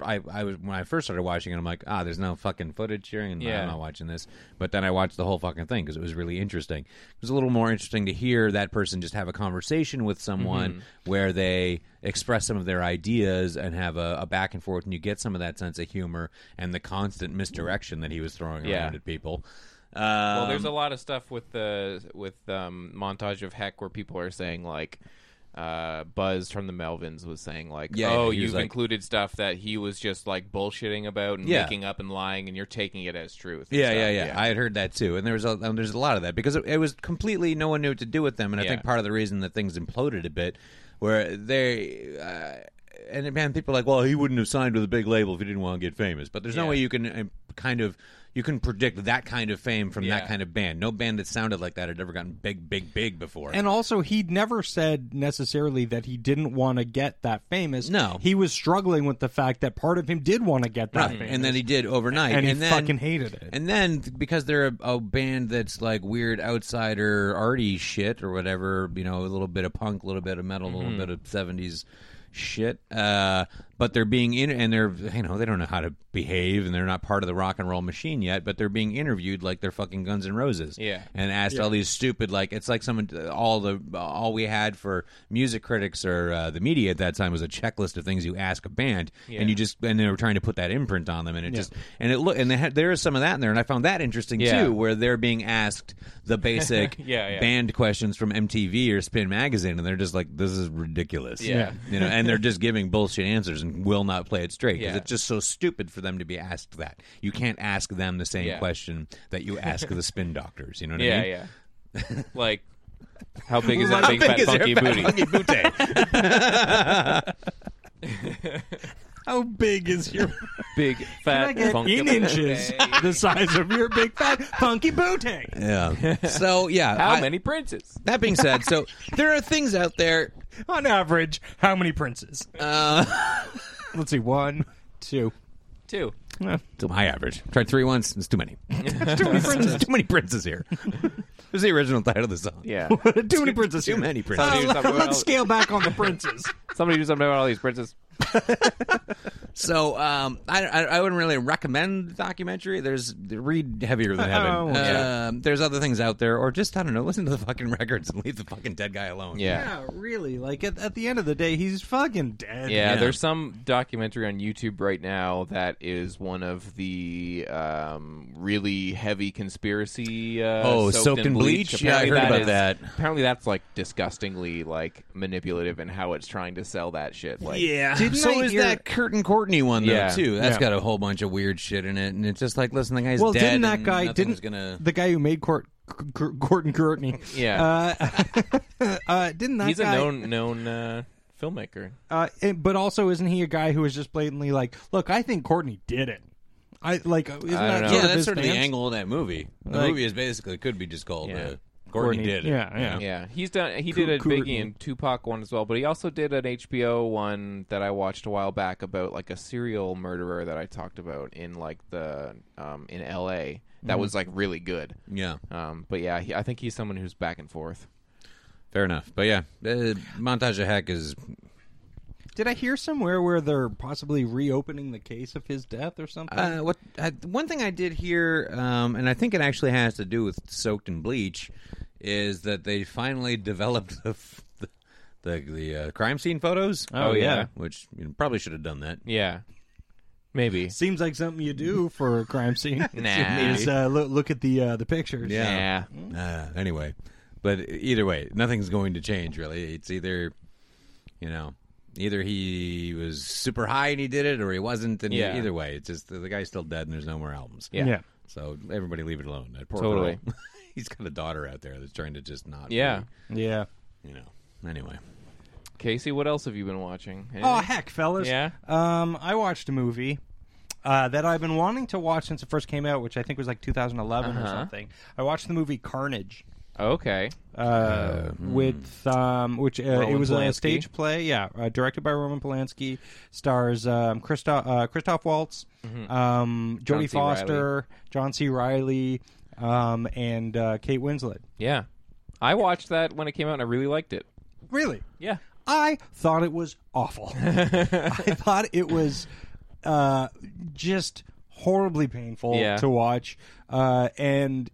Speaker 3: I, I was when i first started watching it i'm like ah there's no fucking footage here and
Speaker 1: Yeah.
Speaker 3: i'm not watching this but then i watched the whole fucking thing because it was really interesting it was a little more interesting to hear that person just have a conversation with someone
Speaker 1: Mm-hmm.
Speaker 3: where they express some of their ideas and have a, a back and forth and you get some of that sense of humor and the constant misdirection that he was throwing
Speaker 1: Yeah.
Speaker 3: around at people um,
Speaker 1: Well, there's a lot of stuff with the with um, montage of heck where people are saying like uh, Buzz from the Melvins was saying like,
Speaker 3: Yeah,
Speaker 1: "Oh,
Speaker 3: he was
Speaker 1: you've
Speaker 3: like-
Speaker 1: included stuff that he was just like bullshitting about and
Speaker 3: Yeah.
Speaker 1: making up and lying, and you're taking it as truth." and
Speaker 3: Yeah,
Speaker 1: stuff.
Speaker 3: yeah, yeah, I had heard that too, and there was a, um, there's a lot of that because it, it was completely no one knew what to do with them, and I
Speaker 1: Yeah.
Speaker 3: think part of the reason that things imploded a bit, where they uh, and man, people are like, well, he wouldn't have signed with a big label if he didn't want to get famous, but there's no
Speaker 1: Yeah.
Speaker 3: way you can um, kind of you can predict that kind of fame from
Speaker 1: Yeah.
Speaker 3: that kind of band. No band that sounded like that had ever gotten big, big, big before.
Speaker 2: And also, he'd never said necessarily that he didn't want to get that famous.
Speaker 3: No.
Speaker 2: he was struggling with the fact that part of him did want to get that
Speaker 3: Right.
Speaker 2: famous,
Speaker 3: And then he did overnight.
Speaker 2: Mm-hmm. and, he
Speaker 3: then,
Speaker 2: fucking hated it.
Speaker 3: And then because they're a, a band that's like weird outsider arty shit or whatever, you know, a little bit of punk, a little bit of metal, a little bit of seventies shit. Uh, but they're being in and they're you know they don't know how to behave and they're not part of the rock and roll machine yet. But they're being interviewed like they're fucking Guns N' Roses.
Speaker 1: Yeah.
Speaker 3: and asked all these stupid like it's like someone all the all we had for music critics or uh, the media at that time was a checklist of things you ask a band and you just and they were trying to put that imprint on them and it just and it look and they had, there is some of that in there and I found that interesting
Speaker 1: Yeah.
Speaker 3: too where they're being asked the basic
Speaker 1: Yeah, yeah.
Speaker 3: band questions from MTV or Spin magazine and they're just like this is ridiculous
Speaker 1: Yeah.
Speaker 3: you know and they're just giving bullshit answers and will not play it straight 'cause
Speaker 1: Yeah.
Speaker 3: it's just so stupid for them to be asked that you can't ask them the same
Speaker 1: Yeah.
Speaker 3: question that you ask the spin doctors you know what I
Speaker 1: Yeah,
Speaker 3: mean?
Speaker 1: yeah. like, how big is that big, fat funky booty?
Speaker 2: How big is your?
Speaker 1: Big fat
Speaker 2: I get
Speaker 1: funky
Speaker 2: in inches
Speaker 1: booty.
Speaker 2: the size of your big fat funky booty.
Speaker 3: yeah. So yeah,
Speaker 1: How
Speaker 3: I-
Speaker 1: many princes?
Speaker 3: That being said, so there are things out there.
Speaker 2: On average, how many princes?
Speaker 3: Uh,
Speaker 2: Let's see, one, two.
Speaker 1: Two.
Speaker 3: It's my average. Tried three once. It's too many. too many princes. too many princes here. This is the original title of the song.
Speaker 1: Yeah.
Speaker 2: too many princes.
Speaker 3: Too
Speaker 2: here.
Speaker 3: many
Speaker 2: Uh,
Speaker 3: princes.
Speaker 1: Somebody-
Speaker 2: let, let's scale back on the princes.
Speaker 1: Somebody do something about all these princes.
Speaker 3: So um, I, I I wouldn't really recommend the documentary. There's read heavier than heaven.
Speaker 2: Oh,
Speaker 3: um, there's other things out there, or just I don't know. Listen to the fucking records and leave the fucking dead guy alone.
Speaker 1: Yeah.
Speaker 2: yeah, really. Like at, at the end of the day, he's fucking dead.
Speaker 1: Yeah,
Speaker 3: Yeah.
Speaker 1: there's some documentary on YouTube right now that is one of the um, really heavy conspiracy. Uh,
Speaker 3: Oh, Soaked in Bleach? Yeah, I
Speaker 1: Apparently
Speaker 3: heard about
Speaker 1: is-
Speaker 3: that.
Speaker 1: Apparently, that's like disgustingly like manipulative in how it's trying to sell that shit. Like,
Speaker 3: Yeah.
Speaker 2: Didn't
Speaker 3: so
Speaker 2: I
Speaker 3: is
Speaker 2: hear-
Speaker 3: that Kurt and Courtney one though
Speaker 1: Yeah.
Speaker 3: too? That's
Speaker 2: Yeah.
Speaker 3: got a whole bunch of weird shit in it, and it's just like, listen, the guy's
Speaker 2: Well,
Speaker 3: dead.
Speaker 2: didn't that
Speaker 3: and
Speaker 2: guy?
Speaker 3: nothing's
Speaker 2: Didn't
Speaker 3: gonna
Speaker 2: the guy who made Court, Court, Court and Courtney?
Speaker 1: Yeah.
Speaker 2: Uh, uh, didn't that
Speaker 1: he's
Speaker 2: guy?
Speaker 1: a known known uh, filmmaker.
Speaker 2: uh, and- but also, isn't he a guy who was just blatantly like, "Look, I think Courtney did it." I like. uh, Isn't that
Speaker 1: don't know.
Speaker 2: Sort
Speaker 3: yeah,
Speaker 2: of
Speaker 3: that's
Speaker 2: his
Speaker 3: sort of the
Speaker 2: stance?
Speaker 3: angle of that movie. The
Speaker 2: Like-
Speaker 3: movie is basically could be just called
Speaker 1: Yeah.
Speaker 3: uh, Courtney,
Speaker 2: Courtney-
Speaker 3: did it.
Speaker 2: yeah, yeah.
Speaker 1: Yeah, he's done. He did a
Speaker 2: Coo-
Speaker 1: Biggie and Tupac one as well, but he also did an HBO one that I watched a while back about like a serial murderer that I talked about in like the um, in L.A. That
Speaker 2: Mm-hmm.
Speaker 1: was like really good.
Speaker 3: Yeah.
Speaker 1: Um, but yeah, he, I think he's someone who's back and forth.
Speaker 3: fair enough. But yeah, uh, montage of heck is
Speaker 2: Did I hear somewhere where they're possibly reopening the case of his death or something?
Speaker 3: uh, what I, one thing I did hear, um, and I think it actually has to do with soaked in bleach, is that they finally developed the f- the the, the uh, crime scene photos.
Speaker 1: Oh, yeah. yeah.
Speaker 3: which you know, probably should have done that.
Speaker 1: Yeah, maybe.
Speaker 2: Seems like something you do for a crime scene.
Speaker 1: Nah.
Speaker 2: Is uh, look, look at the uh, the pictures.
Speaker 1: Yeah.
Speaker 3: Uh, anyway, but either way, nothing's going to change really. It's either, you know, either he was super high and he did it, or he wasn't. And
Speaker 1: Yeah.
Speaker 3: either way, it's just the, the guy's still dead, and there's no more albums.
Speaker 1: Yeah.
Speaker 2: Yeah.
Speaker 3: So everybody leave it alone. That poor
Speaker 1: Totally.
Speaker 3: girl. He's got a daughter out there that's trying to just not. be,
Speaker 1: Yeah.
Speaker 2: Yeah.
Speaker 3: you know. Anyway.
Speaker 1: Casey, what else have you been watching?
Speaker 2: Oh
Speaker 1: Anything?
Speaker 2: heck, fellas.
Speaker 1: Yeah?
Speaker 2: Um, I watched a movie uh, that I've been wanting to watch since it first came out, which I think was like 2011 or
Speaker 1: Uh-huh.
Speaker 2: something. I watched the movie Carnage,
Speaker 1: okay.
Speaker 2: uh, with um, which uh, it
Speaker 1: Oh, hmm. Roman
Speaker 2: was
Speaker 1: Polanski?
Speaker 2: a stage play. Yeah, uh, directed by Roman Polanski, stars um, Christoph uh, Christoph Waltz, um,
Speaker 1: Mm-hmm.
Speaker 2: Jodie
Speaker 1: C. Reilly.
Speaker 2: Foster, John C. Riley, um, and uh, Kate Winslet.
Speaker 1: Yeah, I watched that when it came out, and I really liked it.
Speaker 2: Really?
Speaker 1: Yeah.
Speaker 2: I thought it was awful. I thought it was uh, just horribly painful
Speaker 1: Yeah.
Speaker 2: to watch, uh, and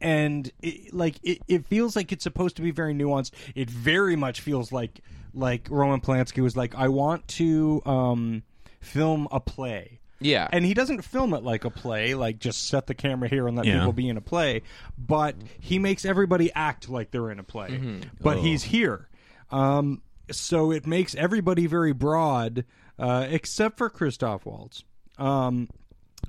Speaker 2: and it, like it, it feels like it's supposed to be very nuanced. It very much feels like like Roman Polanski was like, I want to um, film a play.
Speaker 1: Yeah.
Speaker 2: And he doesn't film it like a play, like just set the camera here and let
Speaker 3: Yeah.
Speaker 2: people be in a play, but he makes everybody act like they're in a play. But he's here. Um, so it makes everybody very broad, uh, except for Christoph Waltz. Um,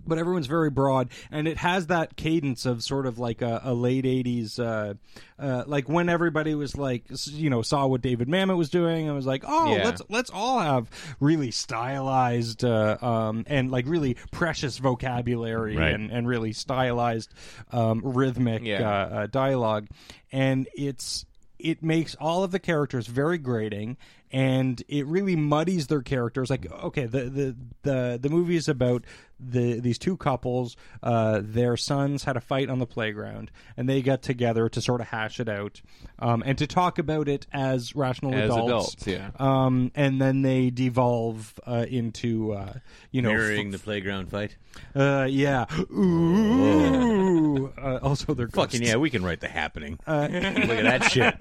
Speaker 2: but everyone's very broad and it has that cadence of sort of like a, a late 80s uh, uh, like when everybody was like s- you know saw what david mamet was doing and was like oh
Speaker 1: Yeah.
Speaker 2: let's let's all have really stylized uh, um, and like really precious vocabulary
Speaker 3: Right.
Speaker 2: and, and really stylized um, rhythmic
Speaker 1: Yeah.
Speaker 2: uh, uh, dialogue and it's it makes all of the characters very grating and it really muddies their characters like okay the the the, the movie is about the these two couples uh, their sons had a fight on the playground and they got together to sort of hash it out um, and to talk about it as rational
Speaker 1: As
Speaker 2: adults,
Speaker 1: adults, yeah.
Speaker 2: um, and then they devolve uh, into uh, you know
Speaker 3: Mirroring the playground fight.
Speaker 2: uh, yeah ooh uh, also they're
Speaker 3: Fucking
Speaker 2: ghosts.
Speaker 3: yeah, we can write the happening.
Speaker 2: Uh,
Speaker 3: Look at that shit.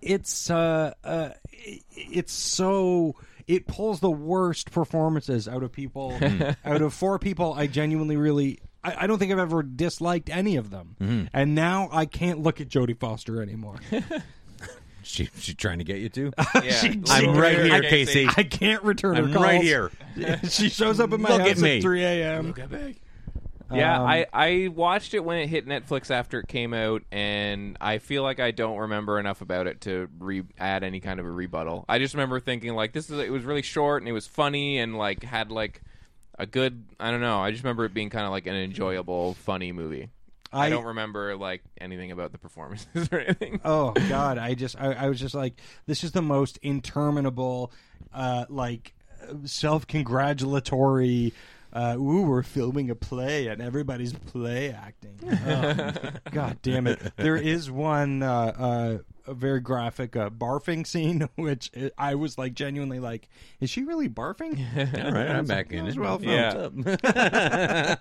Speaker 2: it's uh, uh i- it's so it pulls the worst performances out of people
Speaker 3: Hmm.
Speaker 2: out of four people i genuinely really I, I don't think i've ever disliked any of them
Speaker 3: Hmm.
Speaker 2: and now i can't look at jodie foster anymore
Speaker 3: she, she trying to get you to?
Speaker 1: Yeah.
Speaker 3: I'm right here, Casey.
Speaker 1: Casey.
Speaker 2: i can't return her
Speaker 3: I'm
Speaker 2: calls.
Speaker 3: right here.
Speaker 2: she shows up in my
Speaker 3: Look
Speaker 2: house
Speaker 3: at me.
Speaker 2: 3 a.m
Speaker 1: Yeah,
Speaker 2: Um,
Speaker 1: I, I watched it when it hit Netflix after it came out, and I feel like I don't remember enough about it to re- add any kind of a rebuttal. I just remember thinking like this is it was really short and it was funny and like had like a good I don't know. I just remember it being kind of like an enjoyable, funny movie. I,
Speaker 2: I-
Speaker 1: don't remember like anything about the performances or anything.
Speaker 2: oh god i just I, I was just like this is the most interminable uh like uh, self-congratulatory uh ooh we're filming a play and everybody's play acting Oh, god damn it there is one uh uh a very graphic uh, barfing scene, which i- I was like genuinely like, is she really barfing?
Speaker 3: All right, I'm back in it.
Speaker 2: well filmed.
Speaker 3: yeah.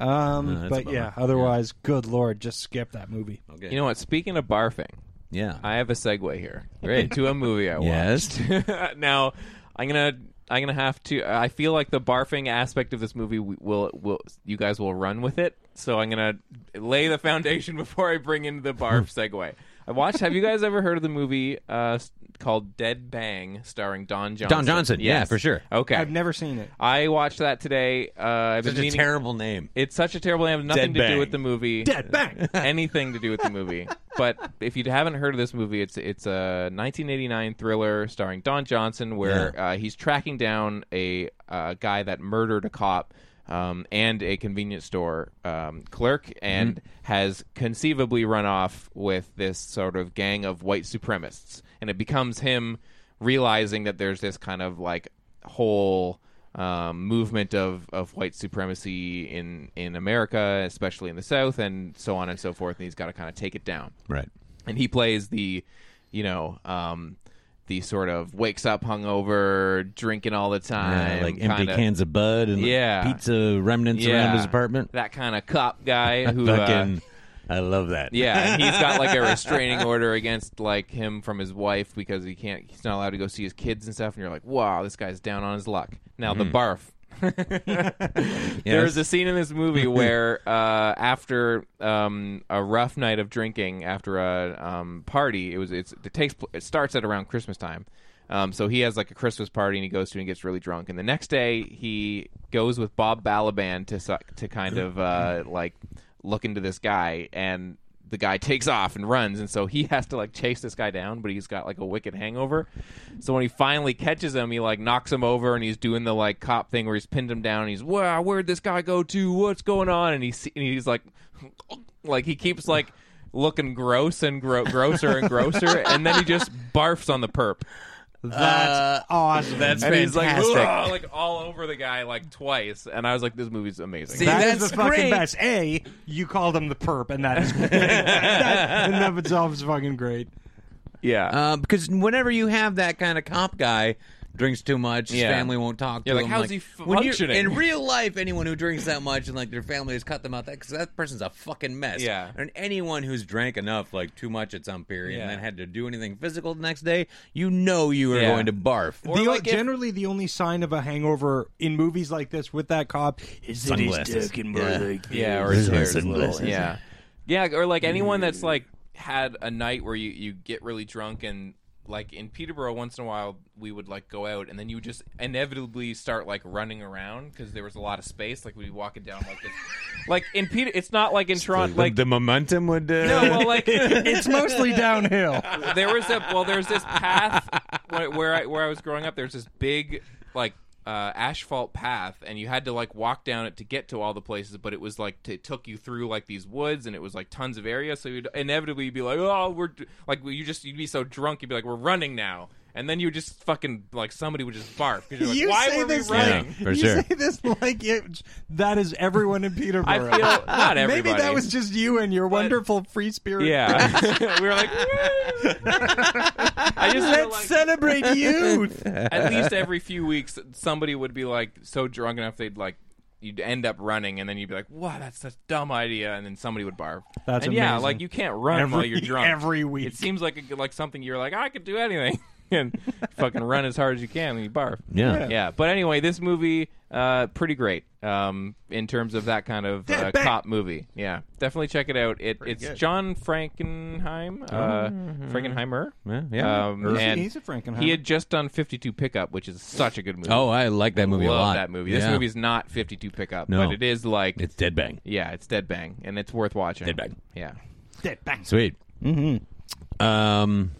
Speaker 2: Um,
Speaker 3: that's a
Speaker 2: but
Speaker 3: bummer.
Speaker 2: yeah, otherwise, good lord, just skip that movie.
Speaker 1: You know what? Speaking of barfing,
Speaker 3: yeah.
Speaker 1: I have a segue here to a movie I watched.
Speaker 3: yes.
Speaker 1: now i'm gonna i'm gonna have to i feel like the barfing aspect of this movie we- will will you guys will run with it so i'm gonna lay the foundation before i bring in the barf segue i watched have you guys ever heard of the movie uh s- called dead bang starring don johnson
Speaker 3: Don Johnson, yeah, for sure.
Speaker 1: okay
Speaker 2: I've never seen it.
Speaker 1: i watched that today uh i've
Speaker 3: Such
Speaker 1: been
Speaker 3: a
Speaker 1: meaning-
Speaker 3: terrible name.
Speaker 1: it's such a terrible name. Nothing
Speaker 3: Dead
Speaker 1: to
Speaker 3: Bang.
Speaker 1: do with the movie. Dead bang. Anything to do with the movie. but if you haven't heard of this movie, it's it's a 1989 thriller starring Don Johnson, where uh, he's tracking down a uh, guy that murdered a cop. Um, and a convenience store um, clerk, and has conceivably run off with this sort of gang of white supremacists. And it becomes him realizing that there's this kind of like whole um, movement of, of white supremacy in, in America, especially in the South, and so on and so forth. And he's got to kind of take it down.
Speaker 3: Right.
Speaker 1: And he plays the, you know, um, the sort of wakes up hungover, drinking all the time,
Speaker 3: Uh, like empty
Speaker 1: kinda-
Speaker 3: cans of Bud and like,
Speaker 1: Yeah.
Speaker 3: pizza remnants around his apartment.
Speaker 1: That kind of cop guy who uh,
Speaker 3: Fucking, I love that.
Speaker 1: yeah, and he's got like a restraining order against like him from his wife because he can't. He's not allowed to go see his kids and stuff. And you're like, wow, this guy's down on his luck. Now the barf. There's a scene in this movie where uh, after um, a rough night of drinking, after a um, party, it was it's, it takes pl- it starts at around Christmas time. Um, so he has like a Christmas party and he goes to and gets really drunk. And the next day he goes with Bob Balaban to su- to kind of uh, like look into this guy and the guy takes off and runs and so he has to like chase this guy down but he's got like a wicked hangover so when he finally catches him he like knocks him over and he's doing the like cop thing where he's pinned him down and he's wow where'd this guy go to what's going on and, he, se- and he's like like he keeps like looking gross and gro- grosser and grosser and then he just barfs on the perp
Speaker 2: That's awesome.
Speaker 3: Uh, That's
Speaker 1: and he's like,
Speaker 3: fantastic.
Speaker 1: "Ugh," like all over the guy like twice and i was like this movie's amazing
Speaker 3: See,
Speaker 2: That is
Speaker 3: That's
Speaker 2: the fucking
Speaker 3: great.
Speaker 2: best. A, you called him the perp, and that is great. that in and of itself is fucking great.
Speaker 1: yeah
Speaker 3: Uh, because whenever you have that kind of cop guy drinks too much, his
Speaker 1: Yeah.
Speaker 3: family won't talk to
Speaker 1: You're like,
Speaker 3: him.
Speaker 1: "How's he f-
Speaker 3: when you-
Speaker 1: functioning?"
Speaker 3: In real life, anyone who drinks that much and like their family has cut them out, that because that person's a fucking mess.
Speaker 1: Yeah.
Speaker 3: And anyone who's drank enough, like too much at some period, and
Speaker 1: Yeah.
Speaker 3: then had to do anything physical the next day, you know you are
Speaker 1: Yeah.
Speaker 3: going to barf.
Speaker 1: Or
Speaker 2: The,
Speaker 1: like if-
Speaker 2: generally, the only sign of a hangover in movies like this with that cop is that he's
Speaker 3: Sunglasses.
Speaker 2: talking more
Speaker 3: Yeah.
Speaker 2: like
Speaker 1: Yeah, or
Speaker 3: Those
Speaker 1: his
Speaker 3: are
Speaker 1: hair's
Speaker 3: sunglasses.
Speaker 1: little, Yeah, yeah, or like anyone that's like had a night where you you get really drunk and like in Peterborough once in a while we would like go out and then you would just inevitably start like running around because there was a lot of space like we'd be walking down like this like in Peter it's not like in Toronto like
Speaker 3: the momentum would. Uh,
Speaker 1: no well like
Speaker 2: it's mostly downhill.
Speaker 1: there was a well there's this path where, where I where I was growing up there's this big like uh, asphalt path and you had to like walk down it to get to all the places but it was like t- it took you through like these woods and it was like tons of area so you'd inevitably be like oh we're d-" like you just you'd be so drunk you'd be like we're running now and then you would just fucking like somebody would just barf 'cause you're like
Speaker 2: You
Speaker 1: why
Speaker 2: say
Speaker 1: were we
Speaker 2: this
Speaker 1: running
Speaker 3: Yeah, for
Speaker 2: you
Speaker 3: sure.
Speaker 2: say this like it, that is everyone in Peterborough.
Speaker 1: I feel not everybody
Speaker 2: Maybe that was just you and your wonderful free spirit.
Speaker 1: yeah we were like "Woo." I just feel
Speaker 2: Let's
Speaker 1: like-
Speaker 2: celebrate youth.
Speaker 1: at least every few weeks somebody would be like so drunk enough they'd like you'd end up running and then you'd be like wow that's such a dumb idea and then somebody would barf
Speaker 2: That's
Speaker 1: and yeah
Speaker 2: amazing.
Speaker 1: like you can't run
Speaker 2: Every-
Speaker 1: while you're drunk
Speaker 2: every week.
Speaker 1: it seems like a, like something you're like i could do anything and fucking run as hard as you can and you barf
Speaker 3: Yeah.
Speaker 1: yeah, but anyway this movie uh pretty great um in terms of that kind of uh, cop movie yeah definitely check it out it it's john frankenheim uh frankenheimer
Speaker 3: Yeah, yeah.
Speaker 1: um,
Speaker 3: He's-
Speaker 1: and
Speaker 2: Oh. Mm-hmm. he's a Frankenheimer.
Speaker 1: He had just done 52 Pickup, which is such a good movie.
Speaker 3: Oh, I like that movie
Speaker 1: love
Speaker 3: a lot.
Speaker 1: that movie. This
Speaker 3: Yeah.
Speaker 1: movie's not 52 Pickup,
Speaker 3: No.
Speaker 1: but it is like
Speaker 3: It's dead bang.
Speaker 1: yeah, it's dead bang, and it's worth watching.
Speaker 3: Dead bang.
Speaker 1: Yeah.
Speaker 3: Sweet. Mm-hmm. Um,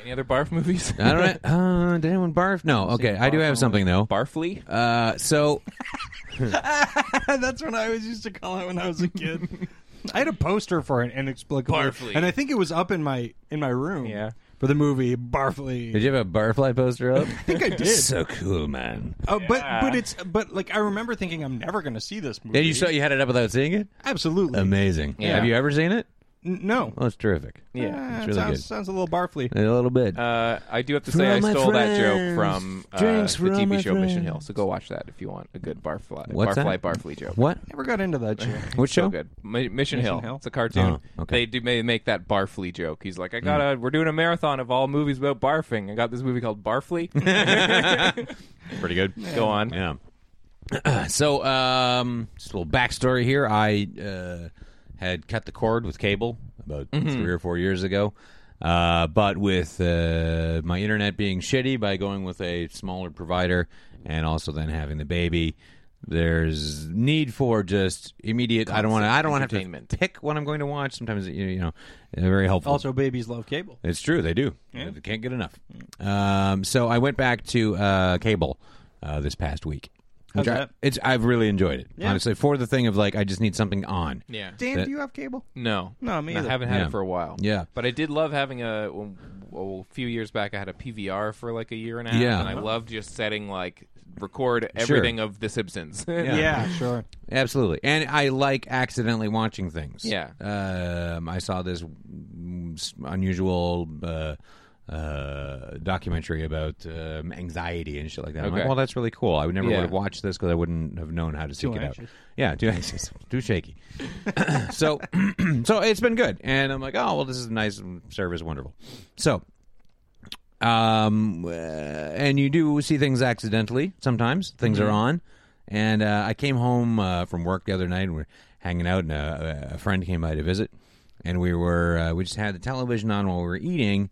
Speaker 1: Any other barf movies?
Speaker 3: I don't. know. Uh, did anyone barf? No. Okay, I do have something though.
Speaker 1: Barfly.
Speaker 3: Uh, so
Speaker 2: That's what I always used to call it when I was a kid. I had a poster for an inexplicable,
Speaker 1: Barfly.
Speaker 2: and I think it was up in my in my room.
Speaker 1: Yeah.
Speaker 2: for the movie Barfly.
Speaker 3: did you have a barfly poster up?
Speaker 2: I think I did.
Speaker 3: so cool, man.
Speaker 2: Oh, but but it's but like I remember thinking I'm never going to see this movie.
Speaker 3: Yeah, you saw you had it up without seeing it.
Speaker 2: absolutely
Speaker 3: Amazing.
Speaker 1: Yeah.
Speaker 3: Have you ever seen it?
Speaker 2: N- no.
Speaker 3: Oh, it's terrific.
Speaker 1: Yeah.
Speaker 2: Ah,
Speaker 3: really
Speaker 2: sounds,
Speaker 3: good.
Speaker 2: sounds a little barfly.
Speaker 3: A little bit.
Speaker 1: Uh, I do have to say I
Speaker 3: all my
Speaker 1: stole that joke
Speaker 3: friends.
Speaker 1: from uh,
Speaker 3: Drinks
Speaker 1: the
Speaker 3: for all
Speaker 1: TV
Speaker 3: my
Speaker 1: show Mission
Speaker 3: friends.
Speaker 1: Hill, so go watch that if you want a good barfly
Speaker 3: What's
Speaker 1: barfly
Speaker 3: that?
Speaker 1: barfly joke.
Speaker 3: what?
Speaker 2: Never got into that shit.
Speaker 3: Which show?
Speaker 1: So good. Mi- Mission, Hill.
Speaker 2: Hill.
Speaker 1: It's a cartoon.
Speaker 3: Oh, okay. Mm.
Speaker 1: They do may make that Barfly joke. He's like, I got to We're doing a marathon of all movies about barfing. I got this movie called Barfly.
Speaker 3: Pretty good.
Speaker 1: Go on.
Speaker 3: Yeah. so, um, just a little backstory here. I uh, had cut the cord with cable about three or four years ago. Uh, but with uh, my internet being shitty by going with a smaller provider and also then having the baby, there's need for just immediate. I don't want to. I don't want to have
Speaker 1: Entertainment.
Speaker 3: to pick what I'm going to watch. Sometimes you, you know, very helpful.
Speaker 2: Also, babies love cable.
Speaker 3: It's true. They do. They can't get enough. Um, so I went back to uh, cable uh, this past week. Which
Speaker 2: How's
Speaker 3: I,
Speaker 2: that?
Speaker 3: It's I've really enjoyed it. Honestly, for the thing of like I just need something on.
Speaker 1: Yeah.
Speaker 2: Dan,
Speaker 3: That-
Speaker 2: do you have cable?
Speaker 1: No.
Speaker 2: No, me
Speaker 1: I
Speaker 2: either.
Speaker 1: haven't had
Speaker 3: Yeah.
Speaker 1: it for a while.
Speaker 3: Yeah.
Speaker 1: But I did love having a, a few years back, I had a PVR for like a year and a half.
Speaker 3: Yeah.
Speaker 2: Uh-huh.
Speaker 1: And I loved just setting like record everything of The Simpsons.
Speaker 3: Yeah.
Speaker 2: sure.
Speaker 3: Absolutely. And I like accidentally watching things.
Speaker 1: Yeah.
Speaker 3: Um, I saw this mm, s- unusual uh, uh, documentary about um, anxiety and shit like that. I'm like,
Speaker 1: Okay.
Speaker 3: well, that's really cool. I would never
Speaker 1: Yeah.
Speaker 3: would have watched this because I wouldn't have known how to seek it out.
Speaker 2: anxious.
Speaker 3: Yeah, too anxious, too shaky. so, so it's been good, and I'm like, oh well, this is nice service, wonderful. So, um, uh, and you do see things accidentally sometimes. Things
Speaker 1: Mm-hmm.
Speaker 3: are on, and uh, I came home uh, from work the other night, and we're hanging out, and uh, a, a friend came by to visit, and we were uh, we just had the television on while we were eating.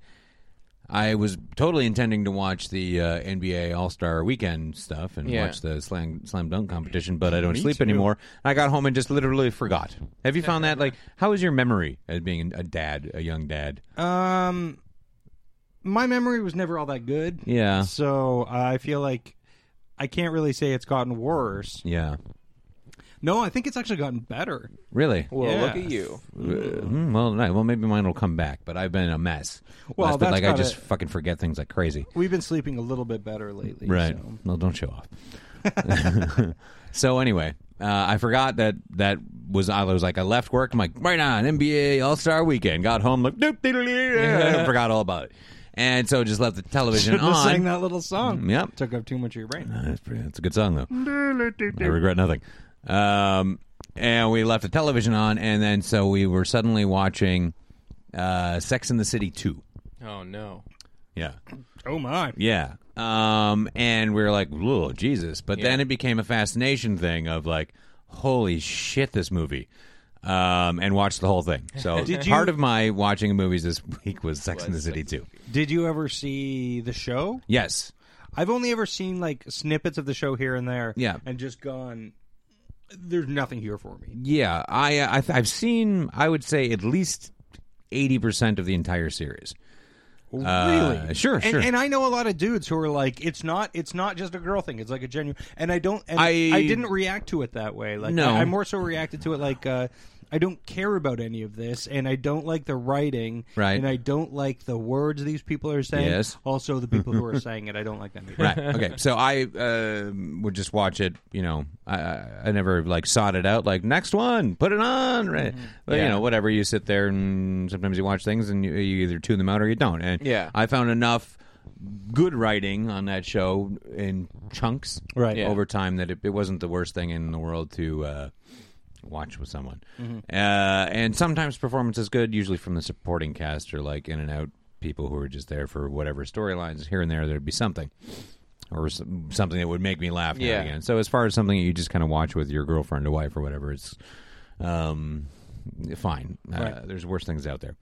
Speaker 3: I was totally intending to watch the uh, NBA All Star Weekend stuff and
Speaker 1: Yeah.
Speaker 3: watch the slam, slam dunk competition, but I don't sleep anymore. I got home and just literally forgot. Have you found that? Like, how is your memory as being a dad, a young dad?
Speaker 1: Uh,
Speaker 2: Um, my memory was never all that good.
Speaker 3: Yeah,
Speaker 2: So I feel like I can't really say it's gotten worse.
Speaker 3: yeah,
Speaker 2: No, I think it's actually gotten better.
Speaker 3: really.
Speaker 1: Well,
Speaker 2: Yeah.
Speaker 1: look at you.
Speaker 3: Mm, well, right. Well, maybe mine will come back, but I've been a mess.
Speaker 2: Well,
Speaker 3: That's been,
Speaker 2: that's
Speaker 3: like I
Speaker 2: gotta-
Speaker 3: just fucking forget things like crazy.
Speaker 2: We've been sleeping a little bit better lately. so-
Speaker 3: Well, don't show off. so anyway, uh, I forgot that that was I was like I left work. I'm like right on NBA All Star Weekend. Got home like doop diddly, yeah, forgot all about it, and so just left the television
Speaker 2: Shouldn't have
Speaker 3: on.
Speaker 2: sang that little song.
Speaker 3: Mm, yep.
Speaker 2: Took up too much of your brain.
Speaker 3: Uh, That's pretty. That's a good song though. I regret nothing. Um, and we left the television on, and then so we were suddenly watching uh, Sex in the City two.
Speaker 1: Oh, no.
Speaker 3: Yeah,
Speaker 2: Oh my.
Speaker 3: yeah. Um, and we were like, "Whoa, Jesus!" But then
Speaker 1: Yeah.
Speaker 3: it became a fascination thing of like, "Holy shit, this movie!" um, and watched the whole thing. So
Speaker 2: Did you-
Speaker 3: part of my watching movies this week was Sex and the City too.
Speaker 2: Did you ever see the show?
Speaker 3: Yes.
Speaker 2: I've only ever seen like snippets of the show here and there.
Speaker 3: Yeah.
Speaker 2: And just gone, there's nothing here for me.
Speaker 3: Yeah, I, uh, I I've seen I would say at least eighty percent of the entire series.
Speaker 2: really?
Speaker 3: Uh, sure,
Speaker 2: and,
Speaker 3: sure.
Speaker 2: And I know a lot of dudes who are like, it's not, it's not just a girl thing. It's like a genuine. And I don't, and
Speaker 3: I-
Speaker 2: I, didn't react to it that way. Like,
Speaker 3: No.
Speaker 2: I, I more so reacted to it like, uh, I don't care about any of this, and I don't like the writing,
Speaker 3: Right.
Speaker 2: And I don't like the words these people are saying.
Speaker 3: Yes.
Speaker 2: Also, the people who are saying it, I don't like them. Either.
Speaker 3: Right. Okay. So I uh, would just watch it. You know, I- I I never like sought it out. Like next one, put it on. Right.
Speaker 1: Mm-hmm.
Speaker 3: But, You know, whatever. You sit there and sometimes you watch things and you, you either tune them out or you don't. And
Speaker 1: Yeah.
Speaker 3: I found enough good writing on that show in chunks
Speaker 2: Right.
Speaker 1: Yeah.
Speaker 3: over time that it, it wasn't the worst thing in the world to uh, watch with someone. Uh, and sometimes performance is good, usually from the supporting cast or like in and out people who are just there for whatever storylines. Here and there, there'd be something or some, something that would make me laugh. now
Speaker 1: Yeah.
Speaker 3: and Again. So as far as something that you just kind of watch with your girlfriend or wife or whatever, it's um, fine. Uh, there's worse things out there.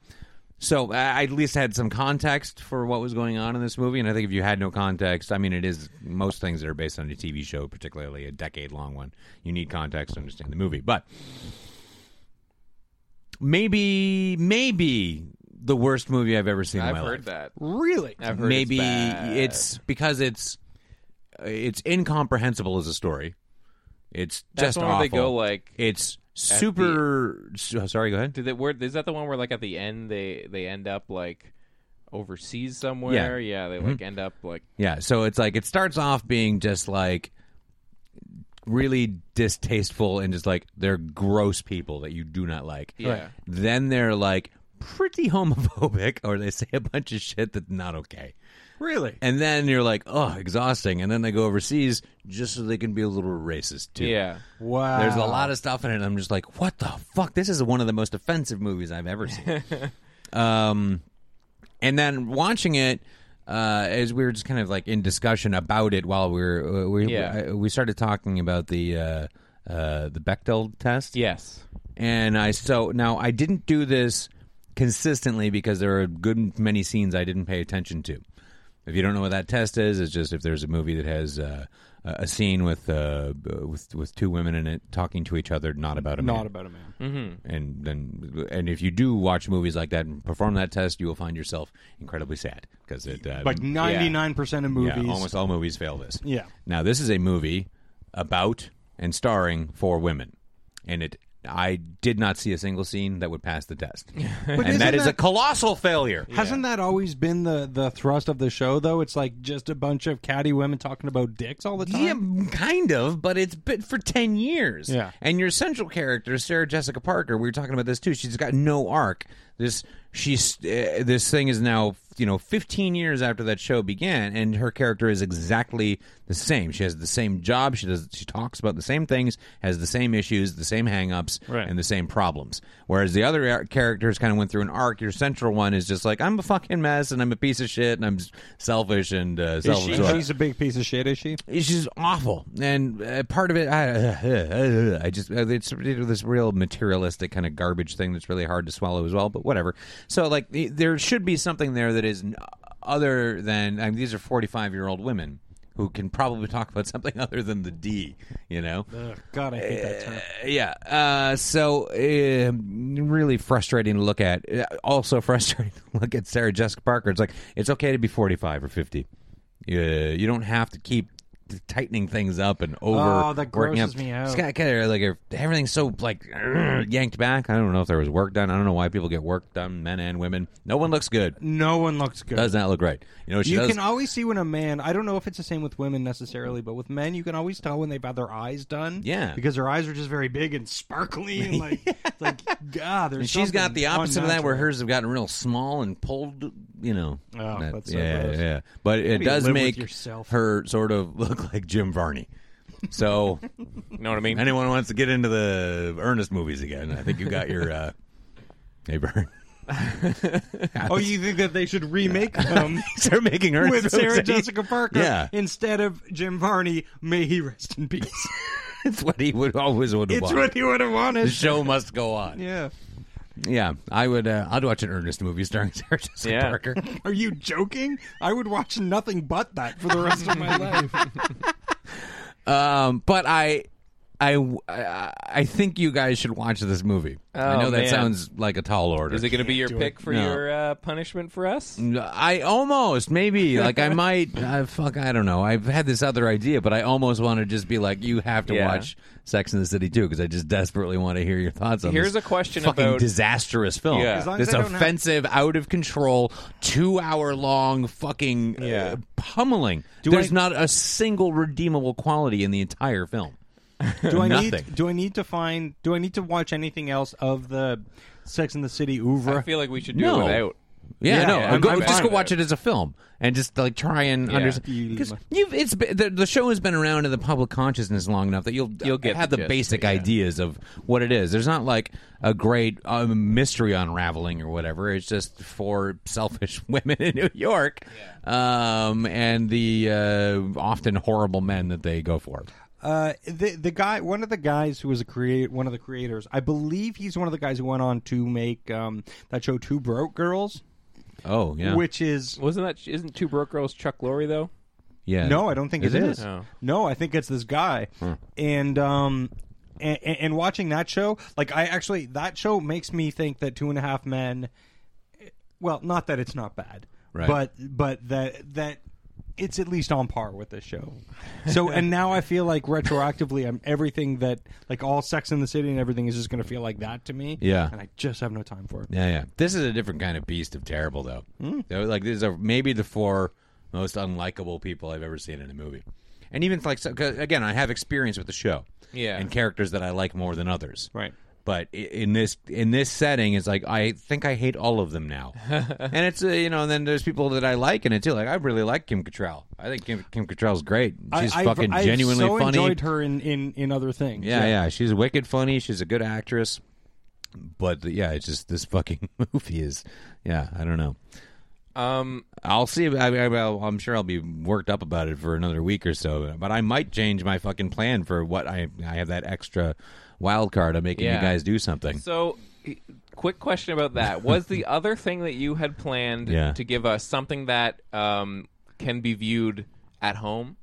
Speaker 3: So I I at least had some context for what was going on in this movie, and I think if you had no context, I mean, it is most things that are based on a TV show, particularly a decade-long one, you need context to understand the movie. But maybe, maybe the worst movie I've ever seen. in
Speaker 1: I've
Speaker 3: my life
Speaker 1: heard that.
Speaker 2: Really?
Speaker 1: I've heard
Speaker 3: maybe
Speaker 1: it's, bad.
Speaker 3: it's, because it's it's incomprehensible as a story. It's
Speaker 1: That's
Speaker 3: just
Speaker 1: the one where they
Speaker 3: awful.
Speaker 1: go, like,
Speaker 3: it's super. so- sorry, go ahead.
Speaker 1: Do they, where, is that the one where like at the end they they end up like overseas somewhere? Yeah,
Speaker 3: Mm-hmm.
Speaker 1: they like end up like
Speaker 3: Yeah, so it's like it starts off being just like really distasteful and just like they're gross people that you do not like.
Speaker 1: Yeah. Right.
Speaker 3: Then they're like pretty homophobic or they say a bunch of shit that's not okay.
Speaker 2: Really?
Speaker 3: And then you're like, oh, exhausting. And then they go overseas just so they can be a little racist too.
Speaker 1: yeah.
Speaker 2: Wow.
Speaker 3: There's a lot of stuff in it. and I'm just like, what the fuck? This is one of the most offensive movies I've ever seen. um, and then watching it, uh, as we were just kind of like in discussion about it while we were, uh, we,
Speaker 1: Yeah.
Speaker 3: uh, we started talking about the, uh, uh, the Bechdel test.
Speaker 1: Yes.
Speaker 3: And I, so now I didn't do this consistently because there are a good many scenes I didn't pay attention to. If you don't know what that test is, it's just if there's a movie that has uh, a a scene with uh, with with two women in it talking to each other, not about a man.
Speaker 2: Not about a man.
Speaker 3: Mm-hmm. and then and if you do watch movies like that and perform that test, you will find yourself incredibly sad because it uh,
Speaker 2: Like ninety nine percent of movies.
Speaker 3: yeah, almost all movies fail this.
Speaker 2: Yeah.
Speaker 3: Now this is a movie about and starring four women, and it. I did not see a single scene that would pass the test, and
Speaker 2: isn't
Speaker 3: that is a
Speaker 2: that-
Speaker 3: colossal failure.
Speaker 2: Hasn't that always been the the thrust of the show though? It's like just a bunch of catty women talking about dicks all the time.
Speaker 3: Yeah, kind of, but it's been for 10 years.
Speaker 2: Yeah.
Speaker 3: And your central character, Sarah Jessica Parker, we were talking about this too. She's got no arc. This she's uh, this thing is now, you know, 15 years after that show began and her character is exactly the same. She has the same job, she does she talks about the same things, has the same issues, the same hangups
Speaker 2: Right.
Speaker 3: and the same problems. Whereas the other ar- characters kind of went through an arc. Your central one is just like I'm a fucking mess and I'm a piece of shit and I'm s- selfish and uh,
Speaker 2: Is she,
Speaker 3: self-absorbed
Speaker 2: she's a big piece of shit, is she?
Speaker 3: it's just awful and uh, part of it i, I just uh, it's this real materialistic kind of garbage thing that's really hard to swallow as well but whatever so like the- there should be something there that is n- other than I mean, these are 45 year old women who can probably talk about something other than the d you know
Speaker 2: Oh, God, I hate that term.
Speaker 3: yeah. Uh, so uh, really frustrating to look at. Uh, Also frustrating to look at Sarah Jessica Parker. It's like it's okay to be forty-five or fifty. You, you don't have to keep tightening things up and over.
Speaker 2: Oh, that
Speaker 3: working
Speaker 2: grosses
Speaker 3: up.
Speaker 2: me out.
Speaker 3: It's kind of, kind of like a, everything's so like yanked back. I don't know if there was work done. I don't know why people get work done, men and women. No one looks good.
Speaker 2: No one looks good.
Speaker 3: Does not look right. You know she
Speaker 2: you
Speaker 3: does.
Speaker 2: can always see when a man. I don't know if it's the same with women necessarily, but with men, you can always tell when they've had their eyes done.
Speaker 3: Yeah.
Speaker 2: because their eyes are just very big and sparkly, and like, it's like God, there's.
Speaker 3: and she's got the
Speaker 2: something
Speaker 3: opposite of that, where
Speaker 2: unnatural.
Speaker 3: hers have gotten real small and pulled. You know,
Speaker 2: Oh,
Speaker 3: that-
Speaker 2: that's so
Speaker 3: yeah,
Speaker 2: gross.
Speaker 3: yeah. But it
Speaker 2: do you
Speaker 3: does
Speaker 2: live with
Speaker 3: make
Speaker 2: yourself?
Speaker 3: her sort of look like Jim Varney. So,
Speaker 1: You know what I mean?
Speaker 3: anyone wants to get into the Ernest movies again? I think you got your. Uh... Hey, Vern.
Speaker 2: Oh, you think that they should remake them?
Speaker 3: They're making Ernest
Speaker 2: with Sarah
Speaker 3: movies.
Speaker 2: Jessica Parker
Speaker 3: Yeah.
Speaker 2: instead of Jim Varney. May he rest in peace.
Speaker 3: it's what he would always would have
Speaker 2: It's
Speaker 3: wanted.
Speaker 2: what you would have
Speaker 3: the
Speaker 2: wanted.
Speaker 3: show must go on. Yeah,
Speaker 2: Yeah.
Speaker 3: I would. Uh, I'd watch an Ernest movie starring Sarah Jessica
Speaker 1: Yeah.
Speaker 3: Parker.
Speaker 2: Are you joking? I would watch nothing but that for the rest of my life.
Speaker 3: Um, but I, I, I I think you guys should watch this movie. I
Speaker 1: Oh,
Speaker 3: know that
Speaker 1: man.
Speaker 3: sounds like a tall order.
Speaker 1: Is it going to be your pick for
Speaker 3: No.
Speaker 1: your uh, punishment for us?
Speaker 3: I almost maybe like I might uh, fuck I don't know I've had this other idea but I almost want to just be like you have to
Speaker 1: Yeah.
Speaker 3: watch Sex in the City too because I just desperately want to hear your thoughts on
Speaker 1: Here's
Speaker 3: this
Speaker 1: a question
Speaker 3: fucking
Speaker 1: about-
Speaker 3: disastrous film
Speaker 1: Yeah. As
Speaker 2: long as
Speaker 3: this
Speaker 2: I don't have-
Speaker 3: offensive out of control two hour long fucking
Speaker 1: Yeah.
Speaker 3: uh, pummeling there's not a single redeemable quality in the entire film
Speaker 2: Do I
Speaker 3: Nothing.
Speaker 2: need? Do I need to find? Do I need to watch anything else of the Sex in the City oeuvre?
Speaker 1: I feel like we should do
Speaker 3: No.
Speaker 1: it without.
Speaker 3: Yeah,
Speaker 2: Yeah,
Speaker 3: no,
Speaker 2: I'm-
Speaker 3: go,
Speaker 2: I'm
Speaker 3: just
Speaker 2: fine
Speaker 3: go
Speaker 2: with
Speaker 3: watch it. as a film and just like try and
Speaker 1: Yeah.
Speaker 3: understand because you've it's been, the, the show has been around in the public consciousness long enough that you'll
Speaker 1: You'll get
Speaker 3: have
Speaker 1: the
Speaker 3: the,
Speaker 1: gist,
Speaker 3: basic
Speaker 1: yeah.
Speaker 3: ideas of what it is. There's not like a great um, mystery unraveling or whatever. It's just four selfish women in New York, um, and the uh, often horrible men that they go for.
Speaker 2: Uh, the the guy, one of the guys who was a create, one of the creators, I believe he's one of the guys who went on to make um, that show Two Broke Girls,
Speaker 3: Oh yeah,
Speaker 2: which is
Speaker 1: Wasn't that? Isn't Two Broke Girls Chuck Lorre though?
Speaker 3: yeah.
Speaker 2: no, I don't think
Speaker 3: Is
Speaker 2: it
Speaker 3: it? Hmm.
Speaker 2: is.
Speaker 1: Oh.
Speaker 2: No, I think it's this guy, and um, and, and watching that show, like I actually that show makes me think that Two and a Half Men, well, not that it's not bad,
Speaker 3: Right.
Speaker 2: But but that that. It's at least on par with this show, so and now I feel like retroactively, I'm everything that like all Sex in the City and everything is just going to feel like that to me.
Speaker 3: Yeah.
Speaker 2: and I just have no time for it.
Speaker 3: Yeah, yeah. This is a different kind of beast of terrible, though.
Speaker 2: Hmm.
Speaker 3: Though, Like these are maybe the four most unlikable people I've ever seen in a movie, and even like so, 'cause, again, I have experience with the show,
Speaker 1: Yeah.
Speaker 3: and characters that I like more than others,
Speaker 2: Right.
Speaker 3: But i- in this in this setting, it's like I think I hate all of them now, and it's uh, you know, and then there's people that I like in it too. Like I really like Kim Cattrall. I think Kim, Kim Cattrall's great. She's
Speaker 2: I, I've-
Speaker 3: fucking
Speaker 2: I've
Speaker 3: genuinely
Speaker 2: so
Speaker 3: funny.
Speaker 2: Enjoyed her in in in other things.
Speaker 3: Yeah, yeah, She's wicked funny. She's a good actress. But the- yeah, it's just this fucking movie is. Yeah, I don't know.
Speaker 1: Um,
Speaker 3: I'll see. I, I, I'll- I'm sure I'll be worked up about it for another week or so. But I might change my fucking plan for what I I have that extra wild card. I'm making
Speaker 1: Yeah.
Speaker 3: you guys do something.
Speaker 1: so, e- quick question about that: Was the other thing that you had planned
Speaker 3: Yeah.
Speaker 1: to give us something that um, can be viewed at home?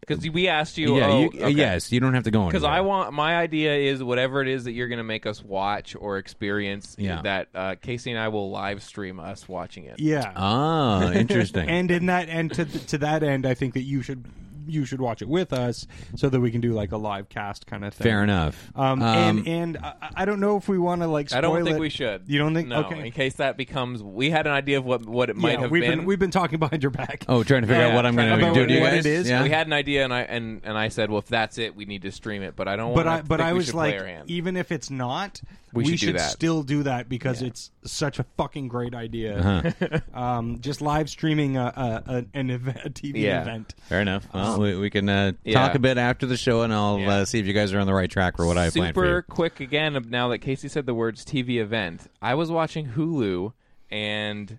Speaker 1: Because we asked you,
Speaker 3: yeah.
Speaker 1: oh,
Speaker 3: you,
Speaker 1: okay.
Speaker 3: Yes. You don't have to go anywhere.
Speaker 1: Because I want my idea is whatever it is that you're going to make us watch or experience
Speaker 3: Yeah.
Speaker 1: that uh, Casey and I will live stream us watching it.
Speaker 2: yeah.
Speaker 3: Ah, interesth-
Speaker 2: and in that and to to that end, I think that you should you should watch it with us so that we can do like a live cast kind of thing.
Speaker 3: Fair enough.
Speaker 2: Um, and and I, I don't know if we want to like. Spoil
Speaker 1: I don't think
Speaker 2: it.
Speaker 1: we should.
Speaker 2: You don't think?
Speaker 1: No,
Speaker 2: okay.
Speaker 1: in case that becomes, we had an idea of what what it
Speaker 2: yeah,
Speaker 1: might have
Speaker 2: we've
Speaker 1: been.
Speaker 2: we've been talking behind your back.
Speaker 3: oh, trying to figure out
Speaker 1: Yeah,
Speaker 3: what I'm
Speaker 1: trying
Speaker 3: going
Speaker 1: to
Speaker 3: to
Speaker 1: figure
Speaker 3: do to you
Speaker 1: out
Speaker 2: what
Speaker 3: guys?
Speaker 2: it is.
Speaker 3: Yeah.
Speaker 1: We had an idea, and I and, and I said, well, if that's it, we need to stream it. But I don't.
Speaker 2: But
Speaker 1: wanna
Speaker 2: I but
Speaker 1: think
Speaker 2: I
Speaker 1: we
Speaker 2: was
Speaker 1: should
Speaker 2: like,
Speaker 1: play our hand.
Speaker 2: even if it's not,
Speaker 1: We should do that.
Speaker 2: still do that because it's such a fucking great idea.
Speaker 3: Uh-huh.
Speaker 2: um, just live streaming a, a, a an event, a TV
Speaker 1: Yeah.
Speaker 2: event.
Speaker 3: Fair enough. Well, we, we can uh,
Speaker 1: yeah.
Speaker 3: talk a bit after the show, and I'll
Speaker 1: Yeah.
Speaker 3: uh, see if you guys are on the right track for what I planned for you.
Speaker 1: super quick again. of- Now that Casey said the words TV event, I was watching Hulu and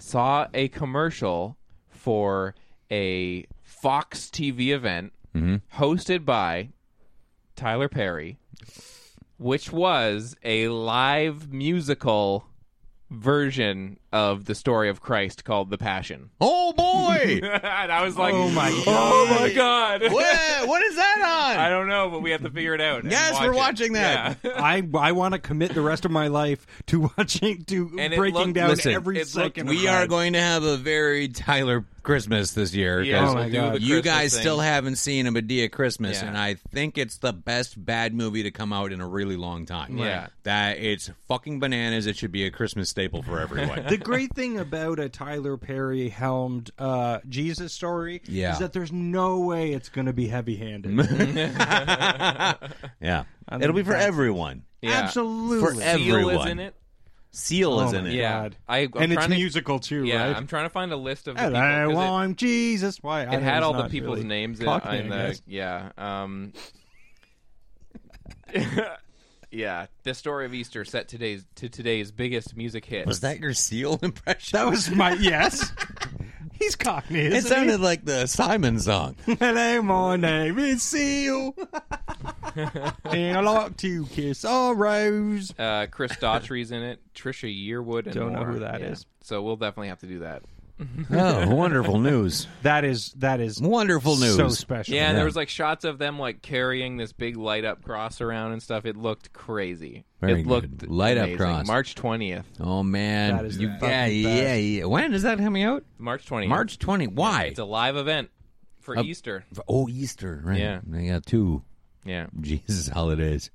Speaker 1: saw a commercial for a Fox TV event
Speaker 3: Mm-hmm.
Speaker 1: hosted by Tyler Perry, which was a live musical version of the story of Christ called The Passion.
Speaker 3: Oh boy!
Speaker 1: and I was like,
Speaker 2: Oh my
Speaker 1: Oh
Speaker 2: God.
Speaker 1: my god!
Speaker 3: what, what is that on?
Speaker 1: I don't know, but we have to figure it out. and
Speaker 3: Yes,
Speaker 1: watch
Speaker 3: we're
Speaker 1: it.
Speaker 3: watching that.
Speaker 1: Yeah.
Speaker 2: I I want to commit the rest of my life to watching to
Speaker 1: And it
Speaker 2: breaking
Speaker 1: looked-
Speaker 2: down
Speaker 3: listen,
Speaker 2: every
Speaker 1: it
Speaker 2: second.
Speaker 1: looked-
Speaker 2: of
Speaker 3: We
Speaker 2: that.
Speaker 3: are going to have a very Tyler Christmas this year. 'cause
Speaker 1: Yes,
Speaker 2: Oh my
Speaker 1: we'll do
Speaker 2: God.
Speaker 1: the
Speaker 3: you
Speaker 1: Christmas
Speaker 3: guys
Speaker 1: thing.
Speaker 3: still haven't seen a Medea Christmas,
Speaker 1: Yeah.
Speaker 3: and I think it's the best bad movie to come out in a really long time.
Speaker 1: Yeah.
Speaker 3: that it's fucking bananas. It should be a Christmas staple for everyone.
Speaker 2: the great thing about a Tyler Perry helmed uh, Jesus story
Speaker 3: Yeah.
Speaker 2: is that there's no way it's going to be heavy handed.
Speaker 3: yeah, it'll be for everyone.
Speaker 1: Yeah.
Speaker 2: Absolutely.
Speaker 1: Seal
Speaker 3: For
Speaker 1: is
Speaker 3: everyone.
Speaker 1: in it.
Speaker 3: Seal
Speaker 2: Oh
Speaker 3: is in
Speaker 2: my
Speaker 3: it.
Speaker 1: Yeah,
Speaker 2: God.
Speaker 1: I, I'm
Speaker 2: and it's
Speaker 1: trying to-
Speaker 2: musical too,
Speaker 1: Yeah,
Speaker 2: right?
Speaker 1: I'm trying to find a list of the people.
Speaker 2: Hello,
Speaker 1: 'cause
Speaker 2: I'm Jesus. Why?
Speaker 1: It, it had all the people's names in,
Speaker 2: Cockney,
Speaker 1: in
Speaker 2: I
Speaker 1: the
Speaker 2: guess.
Speaker 1: yeah. Um, yeah, the story of Easter set today's to today's biggest music hit.
Speaker 3: Was that your seal impression?
Speaker 2: That was my yes. He's Cockney.
Speaker 3: It
Speaker 2: Isn't
Speaker 3: sounded like the Simon song.
Speaker 2: he? Hello, my name is Seal, and I like to kiss our rose.
Speaker 1: Uh, Chris Daughtry's in it. Trisha Yearwood. And
Speaker 2: Don't know
Speaker 1: more.
Speaker 2: who that is.
Speaker 1: So we'll definitely have to do that.
Speaker 3: Oh, wonderful news!
Speaker 2: That is that is
Speaker 3: Wonderful news.
Speaker 2: So special.
Speaker 1: Yeah, and there was like shots of them like carrying this big light up cross around and stuff. It looked crazy.
Speaker 3: Very
Speaker 1: it
Speaker 3: good.
Speaker 1: looked
Speaker 3: Light up
Speaker 1: amazing.
Speaker 3: cross.
Speaker 1: March twentieth.
Speaker 3: Oh man,
Speaker 2: That is
Speaker 3: you,
Speaker 2: the fucking
Speaker 3: yeah, yeah,
Speaker 2: best.
Speaker 3: yeah. When is that coming out?
Speaker 1: March twentieth.
Speaker 3: March twenty. Why?
Speaker 1: It's a live event for Easter.
Speaker 3: oh, Easter. Right.
Speaker 1: Yeah.
Speaker 3: I got two
Speaker 1: Yeah.
Speaker 3: Jesus holidays.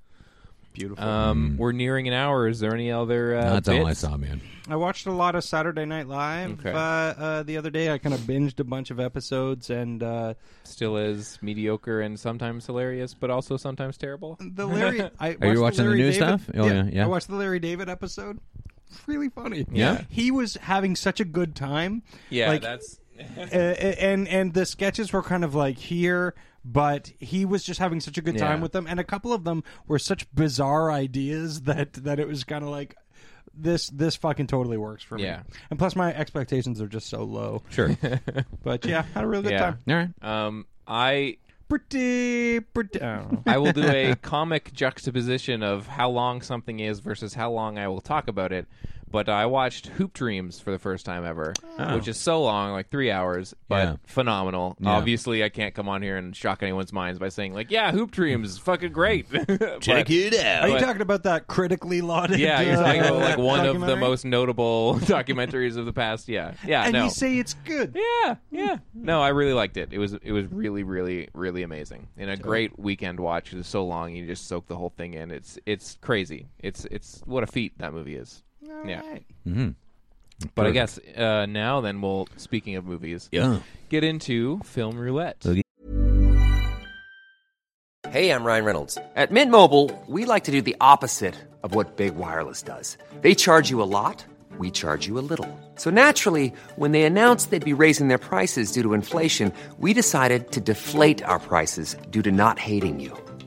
Speaker 2: beautiful.
Speaker 1: Um, we're nearing an hour. Is there any other? Uh,
Speaker 3: That's Mm. all I
Speaker 1: bits?
Speaker 3: saw, man.
Speaker 2: I watched a lot of Saturday Night Live
Speaker 1: Okay.
Speaker 2: uh, uh, the other day. I kind of binged a bunch of episodes, and uh,
Speaker 1: Still is mediocre and sometimes hilarious, but also sometimes terrible.
Speaker 2: the Larry. I watched
Speaker 3: watching the
Speaker 2: Larry
Speaker 3: new
Speaker 2: David-
Speaker 3: stuff? Oh, yeah, yeah.
Speaker 2: I watched the Larry David episode. Really funny.
Speaker 3: Yeah?
Speaker 2: he was having such a good time.
Speaker 1: Yeah,
Speaker 2: like,
Speaker 1: that's
Speaker 2: uh, and and the sketches were kind of like here. But he was just having such a good time
Speaker 1: Yeah.
Speaker 2: with them, and a couple of them were such bizarre ideas that that it was kind of like, this this fucking totally works for
Speaker 1: Yeah.
Speaker 2: me. And plus, my expectations are just so low.
Speaker 3: Sure.
Speaker 2: But yeah, had a real good
Speaker 1: Yeah.
Speaker 2: time.
Speaker 3: all right.
Speaker 1: um I
Speaker 2: pretty pretty oh.
Speaker 1: I will do a comic juxtaposition of how long something is versus how long I will talk about it. But I watched Hoop Dreams for the first time ever, which is so long, like three hours, but
Speaker 3: Oh. Yeah.
Speaker 1: phenomenal. Obviously, I can't come on here and shock anyone's minds by saying like, "Yeah, Hoop Dreams, is fucking great." Check
Speaker 3: it out.
Speaker 2: Are you
Speaker 1: But-
Speaker 2: talking about that critically lauded?
Speaker 1: Yeah, you're
Speaker 2: uh,
Speaker 1: talking about like one of the
Speaker 2: documentary?
Speaker 1: most notable documentaries of the past. Yeah, yeah,
Speaker 2: And
Speaker 1: no,
Speaker 2: you say it's good.
Speaker 1: yeah, yeah. Hmm. No, I really liked it. It was it was really, really, really amazing and a great weekend watch. It was so long, you just soak the whole thing in. It's it's crazy. It's it's what a feat that movie is. yeah,
Speaker 2: Alright.
Speaker 1: but I guess uh, now then we'll speaking of movies,
Speaker 3: Yeah.
Speaker 1: get into film roulette.
Speaker 3: Okay.
Speaker 5: Hey, I'm Ryan Reynolds. At Mint Mobile, we like to do the opposite of what Big Wireless does. They charge you a lot, we charge you a little. So naturally, when they announced they'd be raising their prices due to inflation, we decided to deflate our prices due to not hating you.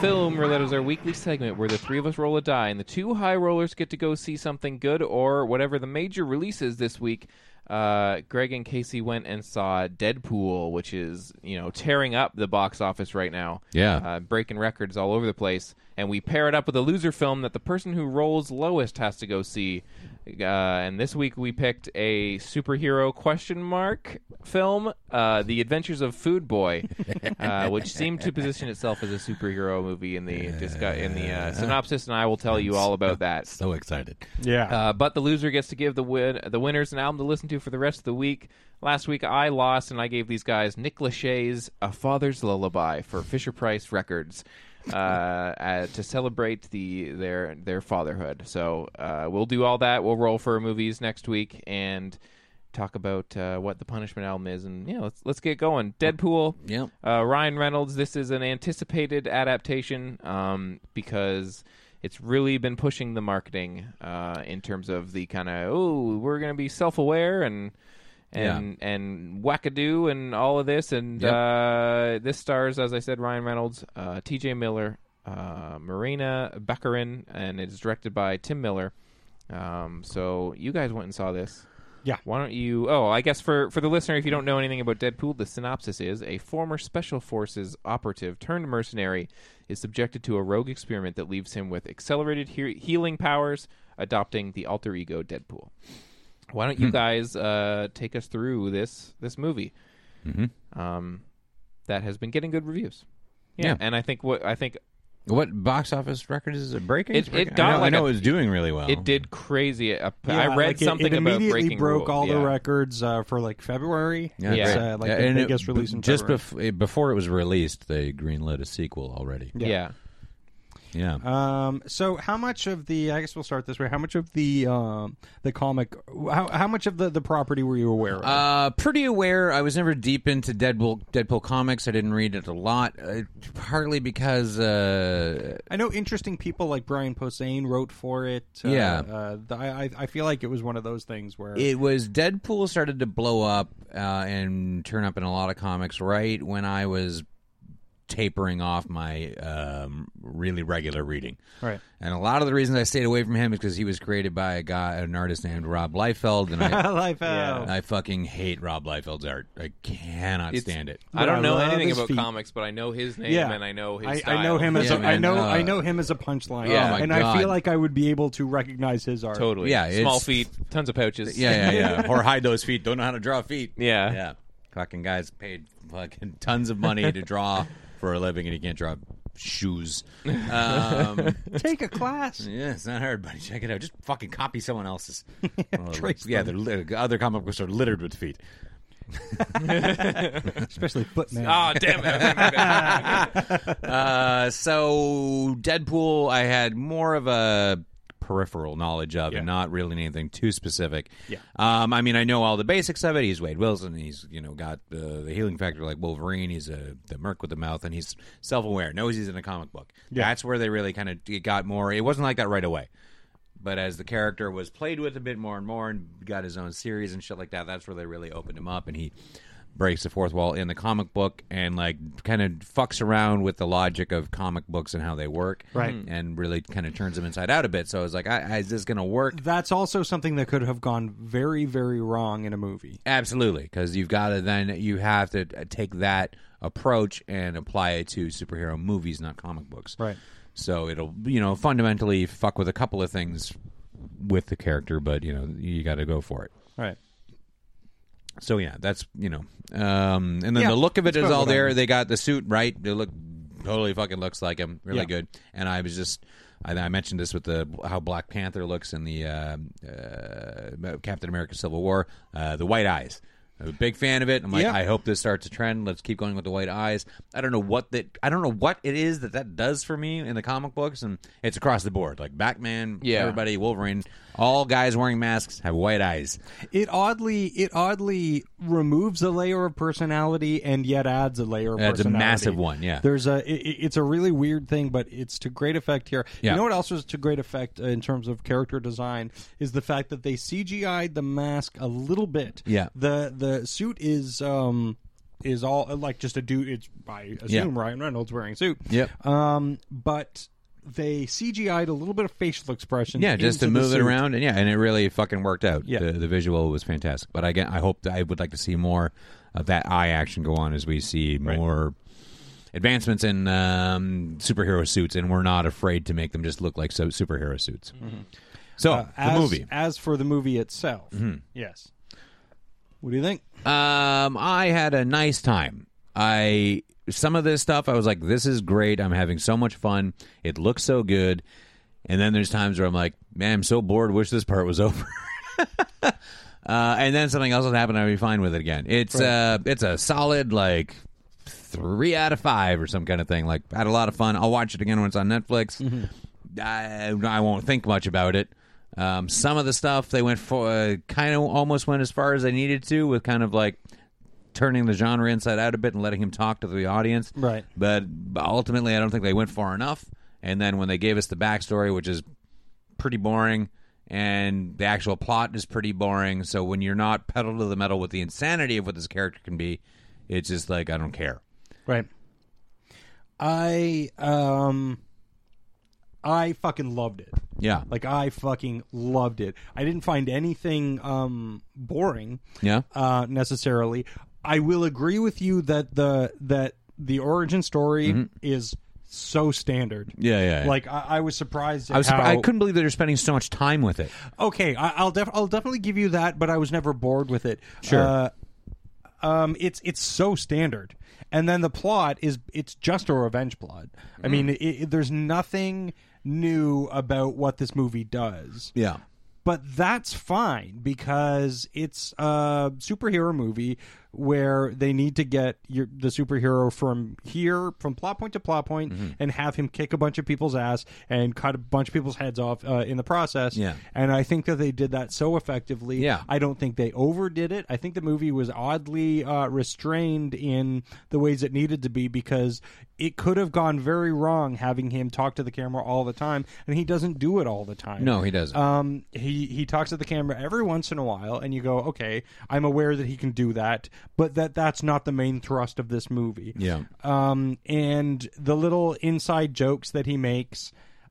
Speaker 1: Film Roulette is our weekly segment where the three of us roll a die, and the two high rollers get to go see something good or whatever the major release is this week. Uh, Greg and Casey went and saw Deadpool, which is you know tearing up the box office right now.
Speaker 3: Yeah.
Speaker 1: uh, breaking records all over the place. And we pair it up with a loser film that the person who rolls lowest has to go see. Uh, and this week we picked a superhero question mark film, uh, The Adventures of Food Boy, uh, which seemed to position itself as a superhero movie in the discu- in the uh, synopsis. And I will tell you all about that.
Speaker 3: So excited.
Speaker 2: Yeah.
Speaker 1: Uh, but the loser gets to give the win- the winners an album to listen to for the rest of the week. Last week I lost, and I gave these guys Nick Lachey's "A Father's Lullaby" for Fisher Price Records uh, uh, to celebrate the their their fatherhood. So uh, we'll do all that. We'll roll for movies next week and talk about uh, what the punishment album is, and yeah, let's let's get going. Deadpool.
Speaker 3: Yep.
Speaker 1: Uh, Ryan Reynolds, this is an anticipated adaptation um, because it's really been pushing the marketing uh, in terms of the kind of oh we're going to be self aware and and and wackadoo and all of this and
Speaker 3: Yep.
Speaker 1: uh, this stars as I said Ryan Reynolds, uh, T.J. Miller, uh, Marina Baccarin, and it's directed by Tim Miller. Um, so you guys went and saw this.
Speaker 2: Yeah.
Speaker 1: Why don't you? Oh, I guess for for the listener, if you don't know anything about Deadpool, the synopsis is a former special forces operative turned mercenary is subjected to a rogue experiment that leaves him with accelerated he- healing powers, adopting the alter ego Deadpool. Why
Speaker 3: Hmm.
Speaker 1: don't you guys uh, take us through this this movie um, that has been getting good reviews?
Speaker 3: Mm-hmm. Yeah.
Speaker 1: and I think what I think
Speaker 3: What box office record is it breaking?
Speaker 1: It-
Speaker 3: It's breaking-
Speaker 1: it got
Speaker 3: I know,
Speaker 1: like
Speaker 3: I know
Speaker 1: a-
Speaker 3: it was doing really well.
Speaker 1: it did crazy. uh, p-
Speaker 2: Yeah,
Speaker 1: I read
Speaker 2: like, it-
Speaker 1: something
Speaker 2: it,
Speaker 1: about
Speaker 2: immediately
Speaker 1: breaking
Speaker 2: broke
Speaker 1: rules.
Speaker 2: all
Speaker 1: Yeah.
Speaker 2: the records uh, for like February.
Speaker 3: Yeah,
Speaker 2: It's,
Speaker 3: right.
Speaker 2: uh, like
Speaker 3: Yeah,
Speaker 2: the
Speaker 3: and it-
Speaker 2: biggest release in
Speaker 3: just
Speaker 2: February.
Speaker 3: bef- eh, before it was released, they greenlit a sequel already.
Speaker 1: Yeah.
Speaker 3: Yeah,
Speaker 2: Um, so how much of the? I guess we'll start this way. How much of the um, the comic? How, how much of the, the property were you aware of?
Speaker 3: Uh, pretty aware. I was never deep into Deadpool Deadpool comics. I didn't read it a lot, uh, partly because uh,
Speaker 2: I know interesting people like Brian Posehn wrote for it. Uh,
Speaker 3: Yeah.
Speaker 2: uh, the, I I- I feel like it was one of those things where
Speaker 3: it was Deadpool started to blow up uh, and turn up in a lot of comics right when I was tapering off my um, really regular reading.
Speaker 2: Right.
Speaker 3: And a lot of the reasons I stayed away from him is because he was created by a guy, an artist named Rob Liefeld, and I.
Speaker 2: life out.
Speaker 3: I fucking hate Rob Liefeld's art. I cannot
Speaker 1: It's-
Speaker 3: stand it.
Speaker 1: I don't
Speaker 2: I
Speaker 1: know
Speaker 2: love
Speaker 1: anything
Speaker 2: his
Speaker 1: about
Speaker 2: feet.
Speaker 1: comics, but I know his name
Speaker 2: Yeah.
Speaker 1: and I know his.
Speaker 2: I, I
Speaker 1: style.
Speaker 2: know him as
Speaker 3: Yeah,
Speaker 2: a, I
Speaker 3: man,
Speaker 2: know
Speaker 3: uh,
Speaker 2: I know him as a punchline.
Speaker 3: Yeah. Oh my
Speaker 2: and I feel
Speaker 3: God.
Speaker 2: like I would be able to recognize his art.
Speaker 1: totally.
Speaker 3: Yeah, it's-
Speaker 1: small feet, tons of pouches.
Speaker 3: Yeah, yeah, yeah. or hide those feet. Don't know how to draw feet.
Speaker 1: Yeah.
Speaker 3: Yeah. Fucking guys paid fucking tons of money to draw for a living and he can't draw shoes. Um,
Speaker 2: Take a class.
Speaker 3: yeah, it's not hard, buddy. Check it out. Just fucking copy someone else's. Well,
Speaker 2: Trace
Speaker 3: yeah, the lit- other comic books are littered with feet.
Speaker 2: Especially Footman.
Speaker 1: Ah, damn it! I remembered it.
Speaker 3: Uh, so Deadpool, I had more of a peripheral knowledge of, and not really anything too specific. Yeah. Um, I mean, I know all the basics of it. He's Wade Wilson. He's you know got uh, the healing factor like Wolverine. He's a the merc with the mouth, and he's self aware. Knows he's in a comic book. That's where they really kind of it got more. It wasn't like that right away. But as the character was played with a bit more and more and got his own series and shit like that, that's where they really opened him up and he breaks the fourth wall in the comic book and like kind of fucks around with the logic of comic books and how they work. Right. And really kind of turns them inside out a bit. So I was like, I, I, is this going to work?
Speaker 2: That's also something that could have gone very, very wrong in a movie.
Speaker 3: Absolutely, because you've got to then you have to uh, take that approach and apply it to superhero movies, not comic books.
Speaker 2: Right.
Speaker 3: So it'll you know fundamentally fuck with a couple of things with the character, but you know you got to go for it.
Speaker 2: Right.
Speaker 3: So yeah, that's you know, um, and then
Speaker 2: Yeah,
Speaker 3: the look of
Speaker 2: it's
Speaker 3: it is
Speaker 2: about
Speaker 3: all
Speaker 2: what I
Speaker 3: there.
Speaker 2: mean.
Speaker 3: They got the suit right. They look totally fucking looks like him, really
Speaker 2: Yeah.
Speaker 3: good. And I was just, I, I mentioned this with the how Black Panther looks in the uh, uh, Captain America: Civil War, uh, the white eyes. I'm a big fan of it. I'm like,
Speaker 2: Yeah.
Speaker 3: I hope this starts a trend. Let's keep going with the white eyes. I don't know what that. I don't know what it is that that does for me in the comic books, and it's across the board. Like Batman,
Speaker 1: Yeah.
Speaker 3: everybody, Wolverine, all guys wearing masks have white eyes.
Speaker 2: It oddly it oddly removes a layer of personality and yet adds a layer of
Speaker 3: Adds a
Speaker 2: personality.
Speaker 3: massive one, yeah.
Speaker 2: There's a it, it- it's a really weird thing, but it's to great effect here.
Speaker 3: Yeah.
Speaker 2: You know what else was to great effect uh, in terms of character design is the fact that they CGI'd the mask a little bit.
Speaker 3: Yeah.
Speaker 2: The the suit is um is all uh, like just a dude it's I assume Ryan Reynolds wearing a suit.
Speaker 3: Yep.
Speaker 2: Um but they CGI'd a little bit of facial expression.
Speaker 3: Yeah, just to move it around, and yeah, and it really fucking worked out.
Speaker 2: Yeah.
Speaker 3: the, the visual was fantastic. But again, I hope I would like to see more of that eye action go on as we see more advancements in um, superhero suits, and we're not afraid to make them just look like so superhero suits. So
Speaker 2: Mm-hmm. uh, as,
Speaker 3: the movie, Mm-hmm.
Speaker 2: As for the movie itself, yes. What do you think?
Speaker 3: um, I had a nice time. I some of this stuff, I was like, this is great. I'm having so much fun. It looks so good. And then there's times where I'm like, man, I'm so bored. Wish this part was over. Uh, and then something else will happen. I'll be fine with it again. It's uh, it's a solid like three out of five or some kind of thing. Like I had a lot of fun. I'll watch it again when it's on Netflix. I, I won't think much about it. Um, some of the stuff they went for uh, kind of almost went as far as they needed to with kind of like turning the genre inside out a bit and letting him talk to the audience.
Speaker 2: Right.
Speaker 3: But ultimately, I don't think they went far enough. And then when they gave us the backstory, which is pretty boring and the actual plot is pretty boring so when you're not pedal to the metal with the insanity of what this character can be it's just like i don't care
Speaker 2: Right. I um I fucking loved it.
Speaker 3: yeah
Speaker 2: Like I fucking loved it. I didn't find anything um boring
Speaker 3: yeah
Speaker 2: uh necessarily. I will agree with you that the that the origin story is so standard.
Speaker 3: Mm-hmm. Yeah, yeah, yeah.
Speaker 2: Like I, I was surprised. At
Speaker 3: I was
Speaker 2: how,
Speaker 3: surpri- I couldn't believe they were spending so much time with it.
Speaker 2: Okay, I, I'll def- I'll definitely give you that, but I was never bored with it. Sure. Uh, um, it's it's so standard, and then the plot is it's just a revenge plot.
Speaker 3: Mm-hmm.
Speaker 2: I mean, it, it, there's nothing new about what this movie does.
Speaker 3: Yeah.
Speaker 2: but that's fine because it's a superhero movie where they need to get your, the superhero from here from plot point to plot point
Speaker 3: Mm-hmm.
Speaker 2: and have him kick a bunch of people's ass and cut a bunch of people's heads off uh, in the process
Speaker 3: Yeah.
Speaker 2: and i think that they did that so effectively
Speaker 3: Yeah.
Speaker 2: i don't think they overdid it i think the movie was oddly uh, restrained in the ways it needed to be because it could have gone very wrong having him talk to the camera all the time and he doesn't do it all the time
Speaker 3: No, he doesn't.
Speaker 2: um, he he talks at the camera every once in a while, and you go, okay, I'm aware that he can do that, but that that's not the main thrust of this movie.
Speaker 3: yeah.
Speaker 2: Um, and the little inside jokes that he makes,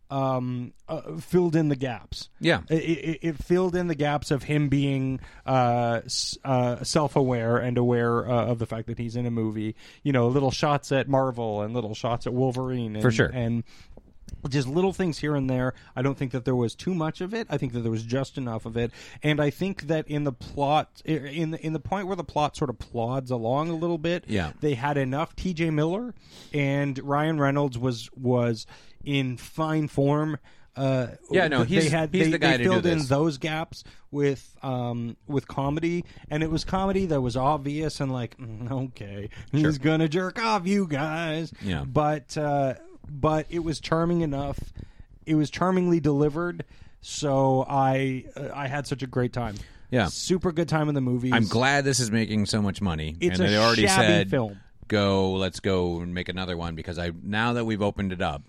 Speaker 2: um, uh, filled in the gaps.
Speaker 3: Yeah.
Speaker 2: It, it, it filled in the gaps of him being uh, s- uh, self-aware and aware uh, of the fact that he's in a movie. You know, little shots at Marvel and little shots at Wolverine. And,
Speaker 3: For sure.
Speaker 2: And just little things here and there. I don't think that there was too much of it. I think that there was just enough of it, and I think that in the plot, in the, in the point where the plot sort of plods along a little bit,
Speaker 3: Yeah.
Speaker 2: they had enough. T.J. Miller and Ryan Reynolds was was in fine form. Uh,
Speaker 3: Yeah, no,
Speaker 2: they
Speaker 3: he's-
Speaker 2: had
Speaker 3: he's
Speaker 2: they,
Speaker 3: the guy
Speaker 2: they
Speaker 3: to do
Speaker 2: filled in
Speaker 3: this.
Speaker 2: those gaps with um with comedy, and it was comedy that was obvious and like mm, okay, he's gonna jerk off you guys,
Speaker 3: Yeah.
Speaker 2: but uh, but it was charming enough. It was charmingly delivered, so I uh, I had such a great time.
Speaker 3: Yeah.
Speaker 2: super good time in the movie.
Speaker 3: I'm glad this is making so much money.
Speaker 2: It's
Speaker 3: and
Speaker 2: a
Speaker 3: they already
Speaker 2: shabby
Speaker 3: said,
Speaker 2: film.
Speaker 3: "Go, let's go and make another one." Because I now that we've opened it up,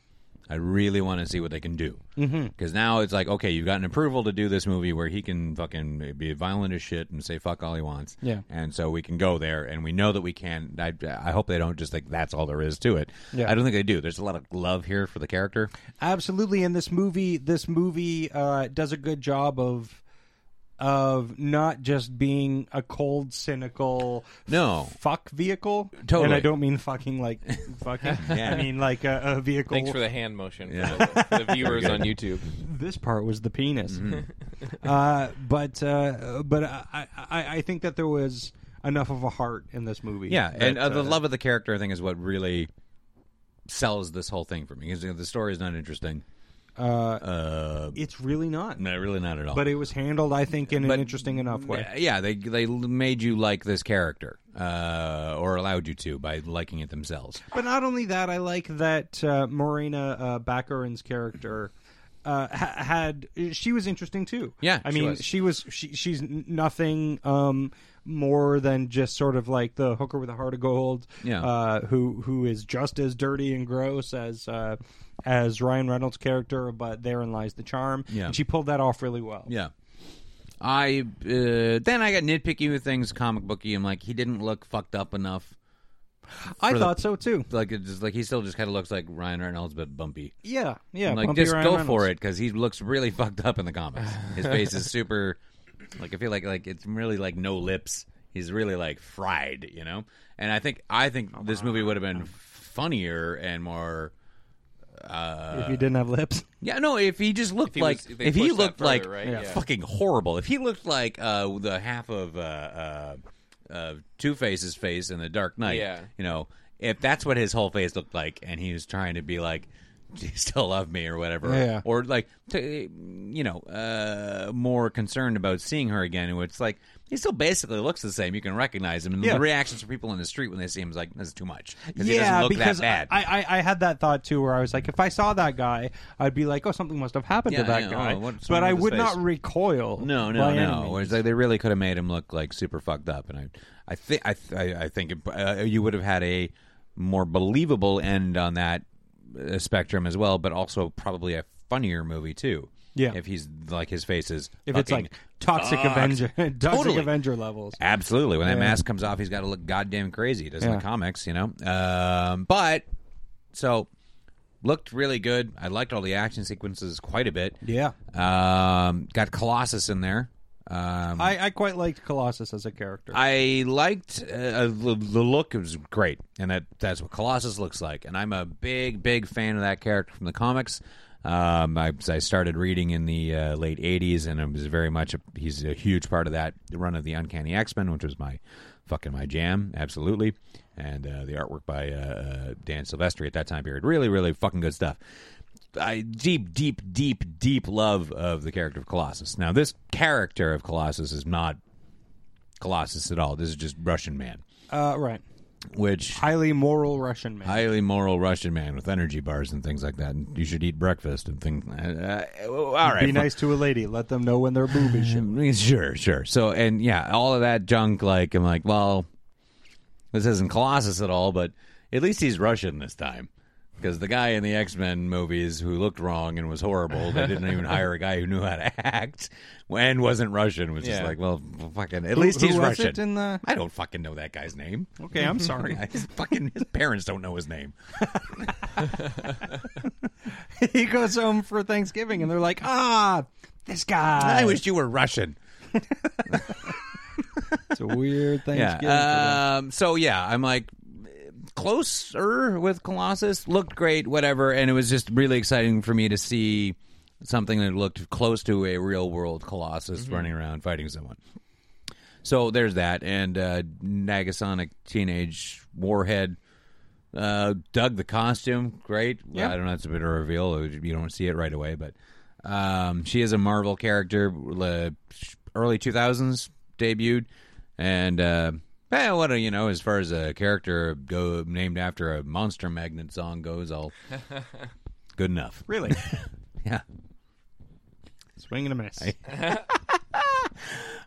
Speaker 3: I really want to see what they can do. Because now it's like, okay, you've gotten approval to do this movie where he can fucking be violent as shit and say fuck all he wants.
Speaker 2: Yeah.
Speaker 3: and so we can go there, and we know that we can. I, I hope they don't just think that's all there is to it.
Speaker 2: Yeah.
Speaker 3: I don't think they do. There's a lot of love here for the character.
Speaker 2: Absolutely, and this movie, this movie uh, does a good job of of not just being a cold, cynical
Speaker 3: No.
Speaker 2: fuck vehicle.
Speaker 3: Totally.
Speaker 2: and I don't mean fucking like fucking. I mean like a, a vehicle.
Speaker 1: Thanks for the hand motion for the, for the viewers on YouTube.
Speaker 2: this part was the penis.
Speaker 3: Mm-hmm.
Speaker 2: uh, but uh, but I, I I think that there was enough of a heart in this movie.
Speaker 3: Yeah, and
Speaker 2: that,
Speaker 3: uh, the love of the character, I think, is what really sells this whole thing for me. Because the story is not interesting.
Speaker 2: it's really not.
Speaker 3: No, really not at all.
Speaker 2: But it was handled, I think, in
Speaker 3: But-
Speaker 2: an interesting enough way.
Speaker 3: Uh, yeah, they they made you like this character, uh, or allowed you to by liking it themselves.
Speaker 2: But not only that, I like that uh, Marina uh, Baccarin's character uh, ha- had she was interesting too.
Speaker 3: Yeah,
Speaker 2: I
Speaker 3: she
Speaker 2: mean,
Speaker 3: was.
Speaker 2: she was she, she's n- nothing um, more than just sort of like the hooker with a heart of gold.
Speaker 3: Yeah.
Speaker 2: uh, who who is just as dirty and gross as. Uh, as Ryan Reynolds' character, but therein lies the charm.
Speaker 3: Yeah.
Speaker 2: And she pulled that off really well.
Speaker 3: Yeah. I uh, then I got nitpicky with things, comic booky. I'm like, he didn't look fucked up enough.
Speaker 2: I
Speaker 3: For the-
Speaker 2: thought so too.
Speaker 3: Like it just like he still just kind of looks like Ryan Reynolds, but bumpy.
Speaker 2: Yeah, yeah.
Speaker 3: I'm like
Speaker 2: Bumpy
Speaker 3: just
Speaker 2: Ryan
Speaker 3: go
Speaker 2: Reynolds.
Speaker 3: for it because he looks really fucked up in the comics. His face is super. Like I feel like like it's really like no lips. He's really like fried, you know. And I think I think this movie would have been funnier and more.
Speaker 2: if you didn't have lips.
Speaker 3: Yeah, no. If he just looked
Speaker 1: he
Speaker 3: like
Speaker 1: was- if they
Speaker 3: if he
Speaker 1: pushed that
Speaker 3: looked
Speaker 1: further,
Speaker 3: like
Speaker 1: right? Yeah.
Speaker 3: fucking horrible. If he looked like uh, the half of uh, uh, uh, Two Face's face in the Dark Knight.
Speaker 1: Yeah.
Speaker 3: you know. If that's what his whole face looked like, and he was trying to be like, "Do you still love me?" or whatever,
Speaker 2: Yeah.
Speaker 3: or like, t- you know, uh, more concerned about seeing her again. And it's like he still basically looks the same. You can recognize him, and
Speaker 2: Yeah.
Speaker 3: the reactions from people in the street when they see him is like, "This is too much." 'Cause he
Speaker 2: Yeah,
Speaker 3: doesn't look
Speaker 2: because
Speaker 3: that bad.
Speaker 2: I, I I had that thought too, where I was like, if I saw that guy, I'd be like, oh, something must have happened
Speaker 3: Yeah,
Speaker 2: to
Speaker 3: I
Speaker 2: that
Speaker 3: know.
Speaker 2: guy.
Speaker 3: Oh, what's
Speaker 2: but
Speaker 3: wrong
Speaker 2: I
Speaker 3: with his
Speaker 2: would not
Speaker 3: face?
Speaker 2: recoil.
Speaker 3: No, no,
Speaker 2: by
Speaker 3: no.
Speaker 2: any
Speaker 3: Whereas
Speaker 2: means.
Speaker 3: like, they really could have made him look like super fucked up, and I, I think I, th- I, I think it, uh, you would have had a more believable end on that uh, spectrum as well, but also probably a funnier movie too.
Speaker 2: Yeah.
Speaker 3: if he's like his face is
Speaker 2: if it's
Speaker 3: fucking
Speaker 2: like toxic
Speaker 3: fucked.
Speaker 2: Avenger, toxic
Speaker 3: Totally.
Speaker 2: Avenger levels.
Speaker 3: Absolutely. When that mask comes off, he's got to look goddamn crazy. He does in
Speaker 2: Yeah.
Speaker 3: the comics, you know. Um, but so looked really good. I liked all the action sequences quite a bit.
Speaker 2: Yeah.
Speaker 3: Um, got Colossus in there. Um,
Speaker 2: I, I quite liked Colossus as a character.
Speaker 3: I liked uh, the, the look; it was great, and that that's what Colossus looks like. And I'm a big, big fan of that character from the comics. Um, I, I started reading in the uh, late '80s, and I was very much a, he's a huge part of that run of the Uncanny X-Men, which was my fucking my jam, absolutely. And uh, the artwork by uh, uh, Dan Silvestri at that time period, really, really fucking good stuff. I deep, deep, deep, deep love of the character of Colossus. Now, this character of Colossus is not Colossus at all. This is just Russian man,
Speaker 2: Uh, right.
Speaker 3: which
Speaker 2: Highly moral Russian man.
Speaker 3: highly moral Russian man with energy bars and things like that. And you should eat breakfast and things. Uh, uh, all right,
Speaker 2: Be nice to a lady. Let them know when their boob is showing.
Speaker 3: Mm, Sure, sure. So, and yeah, all of that junk. Like, I'm like, well, this isn't Colossus at all, but at least he's Russian this time. Because the guy in the X Men movies who looked wrong and was horrible, they didn't even hire a guy who knew how to act and wasn't Russian. Was just
Speaker 1: Yeah.
Speaker 3: like, well, fucking. At least
Speaker 2: who
Speaker 3: he's
Speaker 2: was
Speaker 3: Russian.
Speaker 2: it in the-
Speaker 3: I don't fucking know that guy's name.
Speaker 2: Okay, I'm sorry.
Speaker 3: His fucking his parents don't know his name.
Speaker 2: he goes home for Thanksgiving, and they're like, ah, this guy.
Speaker 3: I wish you were Russian.
Speaker 2: It's a weird Thanksgiving. for them.
Speaker 3: Yeah. Um, so yeah, I'm like closer with Colossus. Looked great, whatever, and it was just really exciting for me to see something that looked close to a real world Colossus
Speaker 2: Mm-hmm.
Speaker 3: running around fighting someone. So there's that, and uh, Nagasonic Teenage Warhead. Uh, dug the costume, great. I don't know, it's a bit of a reveal. You don't see it right away, but um, she is a Marvel character, uh, early 2000s debuted, and uh, eh, what do you know as far as a character go named after a Monster Magnet song goes? All good enough.
Speaker 2: Really?
Speaker 3: Yeah.
Speaker 2: Swing and a miss.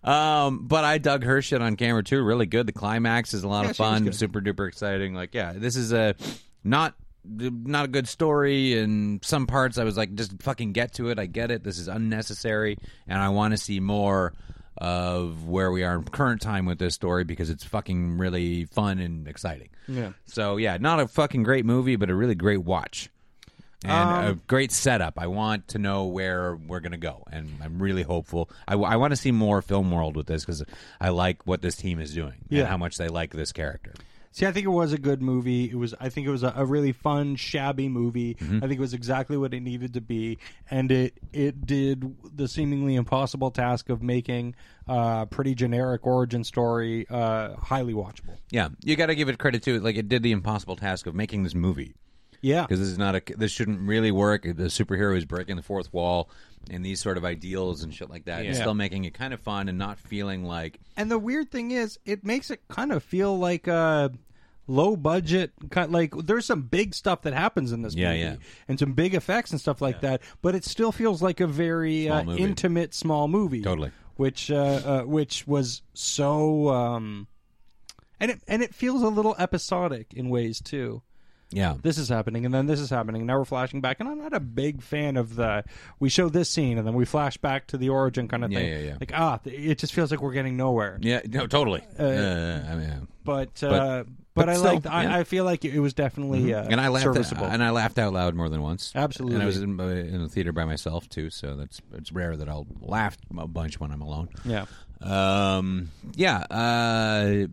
Speaker 3: Um, but I dug her shit on camera too. Really good. The climax is a lot
Speaker 2: Yeah,
Speaker 3: of
Speaker 2: she was
Speaker 3: fun.
Speaker 2: good.
Speaker 3: Super duper exciting. Like, yeah, this is a not not a good story. In some parts, I was like, just fucking get to it. I get it. This is unnecessary, and I want to see more of where we are in current time with this story because it's fucking really fun and exciting.
Speaker 2: Yeah.
Speaker 3: So yeah, not a fucking great movie, but a really great watch. And a great setup. I want to know where we're going to go, and I'm really hopeful. I, want to see more film world with this because I like what this team is doing
Speaker 2: Yeah.
Speaker 3: and how much they like this character.
Speaker 2: See, I think it was a good movie. It was, I think it was a, a really fun, shabby movie. I think it was exactly what it needed to be, and it it did the seemingly impossible task of making a pretty generic origin story uh, highly watchable.
Speaker 3: Yeah, you got to give it credit too. Like it did the impossible task of making this movie
Speaker 2: Yeah,
Speaker 3: because this is not a this shouldn't really work. The superhero is breaking the fourth wall and these sort of ideals and shit like that. And
Speaker 1: Yeah.
Speaker 3: still making it kind of fun and not feeling like
Speaker 2: and the weird thing is, it makes it kind of feel like a low budget kind. Like there's some big stuff that happens in this
Speaker 3: Yeah,
Speaker 2: movie,
Speaker 3: yeah.
Speaker 2: and some big effects and stuff like that. But it still feels like a very
Speaker 3: Small
Speaker 2: uh,
Speaker 3: movie.
Speaker 2: intimate small movie.
Speaker 3: Totally.
Speaker 2: which uh, uh, which was so. Um, and it, and it feels a little episodic in ways too
Speaker 3: yeah.
Speaker 2: this is happening and then this is happening and now we're flashing back and i'm not a big fan of the we show this scene and then we flash back to the origin kind of
Speaker 3: Yeah,
Speaker 2: thing
Speaker 3: yeah, yeah.
Speaker 2: like ah th- it just feels like we're getting nowhere
Speaker 3: Yeah, no, totally. Uh, I mean, yeah.
Speaker 2: but uh
Speaker 3: But-
Speaker 2: but,
Speaker 3: but
Speaker 2: i
Speaker 3: still,
Speaker 2: like
Speaker 3: yeah. Mm-hmm.
Speaker 2: I, I feel like it was definitely uh,
Speaker 3: and I laughed
Speaker 2: serviceable
Speaker 3: and I laughed out loud more than once.
Speaker 2: Absolutely.
Speaker 3: And I was in, uh, in the theater by myself too, so that's it's rare that I'll laugh a bunch when I'm alone.
Speaker 2: yeah
Speaker 3: Um. Yeah. Uh.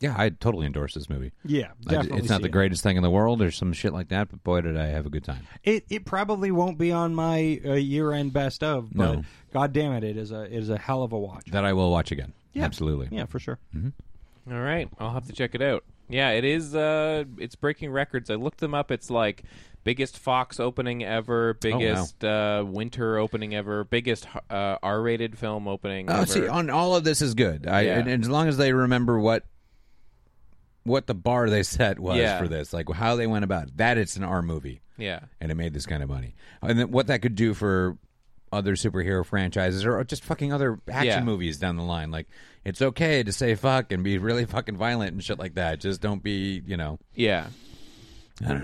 Speaker 3: Yeah, I totally endorse this movie.
Speaker 2: yeah
Speaker 3: I-
Speaker 2: definitely
Speaker 3: it's not
Speaker 2: see
Speaker 3: the
Speaker 2: it.
Speaker 3: greatest thing in the world or some shit like that, but boy, did I have a good time.
Speaker 2: It it probably won't be on my uh, year end best of, but
Speaker 3: No.
Speaker 2: god damn it, it is a it is a hell of a watch.
Speaker 3: That I will watch again. Absolutely.
Speaker 2: Yeah, for sure.
Speaker 3: mm-hmm.
Speaker 1: All right, I'll have to check it out. Yeah, it is. Uh, it's breaking records. I looked them up. It's like biggest Fox opening ever,
Speaker 3: Oh, wow.
Speaker 1: biggest uh, winter opening ever, biggest uh, R-rated film opening.
Speaker 3: Oh,
Speaker 1: ever.
Speaker 3: see, on all of this is good. I,
Speaker 1: Yeah.
Speaker 3: and, and as long as they remember what what the bar they set was
Speaker 1: Yeah.
Speaker 3: for this, like how they went about it, that it's an R movie.
Speaker 1: yeah,
Speaker 3: and it made this kind of money. And then what that could do for other superhero franchises or just fucking other action
Speaker 1: Yeah.
Speaker 3: movies down the line. Like it's okay to say fuck and be really fucking violent and shit like that. Just don't be, you know.
Speaker 1: yeah.
Speaker 3: You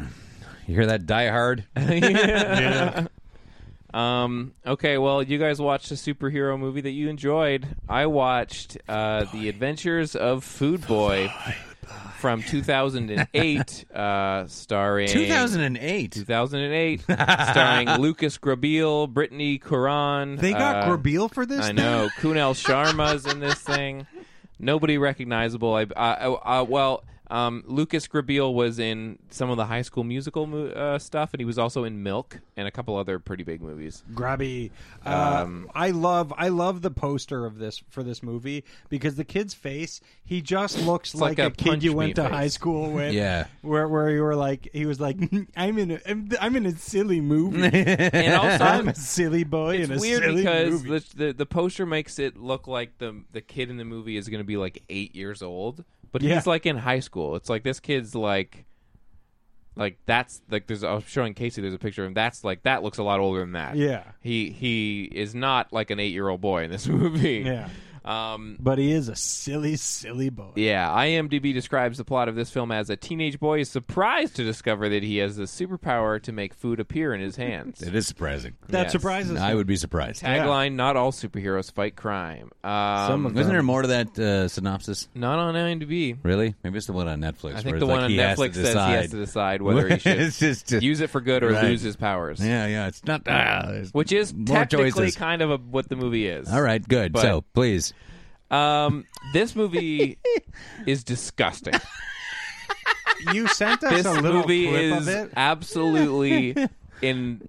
Speaker 3: hear that Die Hard?
Speaker 1: Um. Okay. Well, you guys watched a superhero movie that you enjoyed. I watched uh, the Adventures of Food Boy, from 2008, uh, starring
Speaker 3: 2008.
Speaker 1: 2008, starring Lucas Grabeel, Brittany Curran.
Speaker 4: They got
Speaker 1: uh,
Speaker 4: Grabeel for this.
Speaker 1: I
Speaker 4: thing?
Speaker 1: know Kunal Sharma's in this thing. Nobody recognizable. I, I, I- uh, well, um, Lucas Grabeel was in some of the High School Musical mo- uh, stuff, and he was also in Milk and a couple other pretty big movies.
Speaker 4: grabby. Uh,
Speaker 1: Um,
Speaker 4: I love I love the poster of this for this movie because the kid's face he just looks like,
Speaker 1: like a
Speaker 4: a, kid you
Speaker 1: punch me
Speaker 4: went to
Speaker 1: face.
Speaker 4: high school with.
Speaker 3: Yeah.
Speaker 4: where where you were like he was like I'm in a, I'm, I'm in a silly movie.
Speaker 1: And also,
Speaker 4: I'm a silly boy in a
Speaker 1: it's weird
Speaker 4: silly
Speaker 1: because
Speaker 4: movie.
Speaker 1: the, the the poster makes it look like the the kid in the movie is going to be like eight years old, but
Speaker 4: Yeah.
Speaker 1: he's like in high school. It's like this kid's like. Like that's like there's I was showing Casey there's a picture of him that's like that looks a lot older than that
Speaker 4: Yeah.
Speaker 1: he he is not like an eight year old boy in this movie
Speaker 4: yeah,
Speaker 1: um
Speaker 4: but he is a silly silly boy.
Speaker 1: yeah IMDb describes the plot of this film as a teenage boy is surprised to discover that he has the superpower to make food appear in his hands
Speaker 3: It is surprising.
Speaker 4: That
Speaker 1: Yes.
Speaker 4: surprises
Speaker 3: I
Speaker 4: me.
Speaker 3: would be surprised.
Speaker 1: tagline not all superheroes fight crime um,
Speaker 3: Um, Isn't there more to that uh, synopsis?
Speaker 1: not on IMDb
Speaker 3: Really? Maybe it's the one on Netflix.
Speaker 1: I
Speaker 3: where
Speaker 1: think
Speaker 3: it's
Speaker 1: the
Speaker 3: like
Speaker 1: one on
Speaker 3: he has to
Speaker 1: Netflix says he has
Speaker 3: decide.
Speaker 1: to decide whether he should
Speaker 3: It's just to-
Speaker 1: use it for good or
Speaker 3: Right.
Speaker 1: lose his powers.
Speaker 3: Yeah, yeah. It's not. ah, there's
Speaker 1: Which is
Speaker 3: more
Speaker 1: technically
Speaker 3: choices.
Speaker 1: kind of a, what the movie is.
Speaker 3: All right, good.
Speaker 1: But-
Speaker 3: so please,
Speaker 1: Um, this movie is disgusting.
Speaker 4: You sent us
Speaker 1: This
Speaker 4: a little
Speaker 1: movie
Speaker 4: clip
Speaker 1: is
Speaker 4: of it.
Speaker 1: absolutely in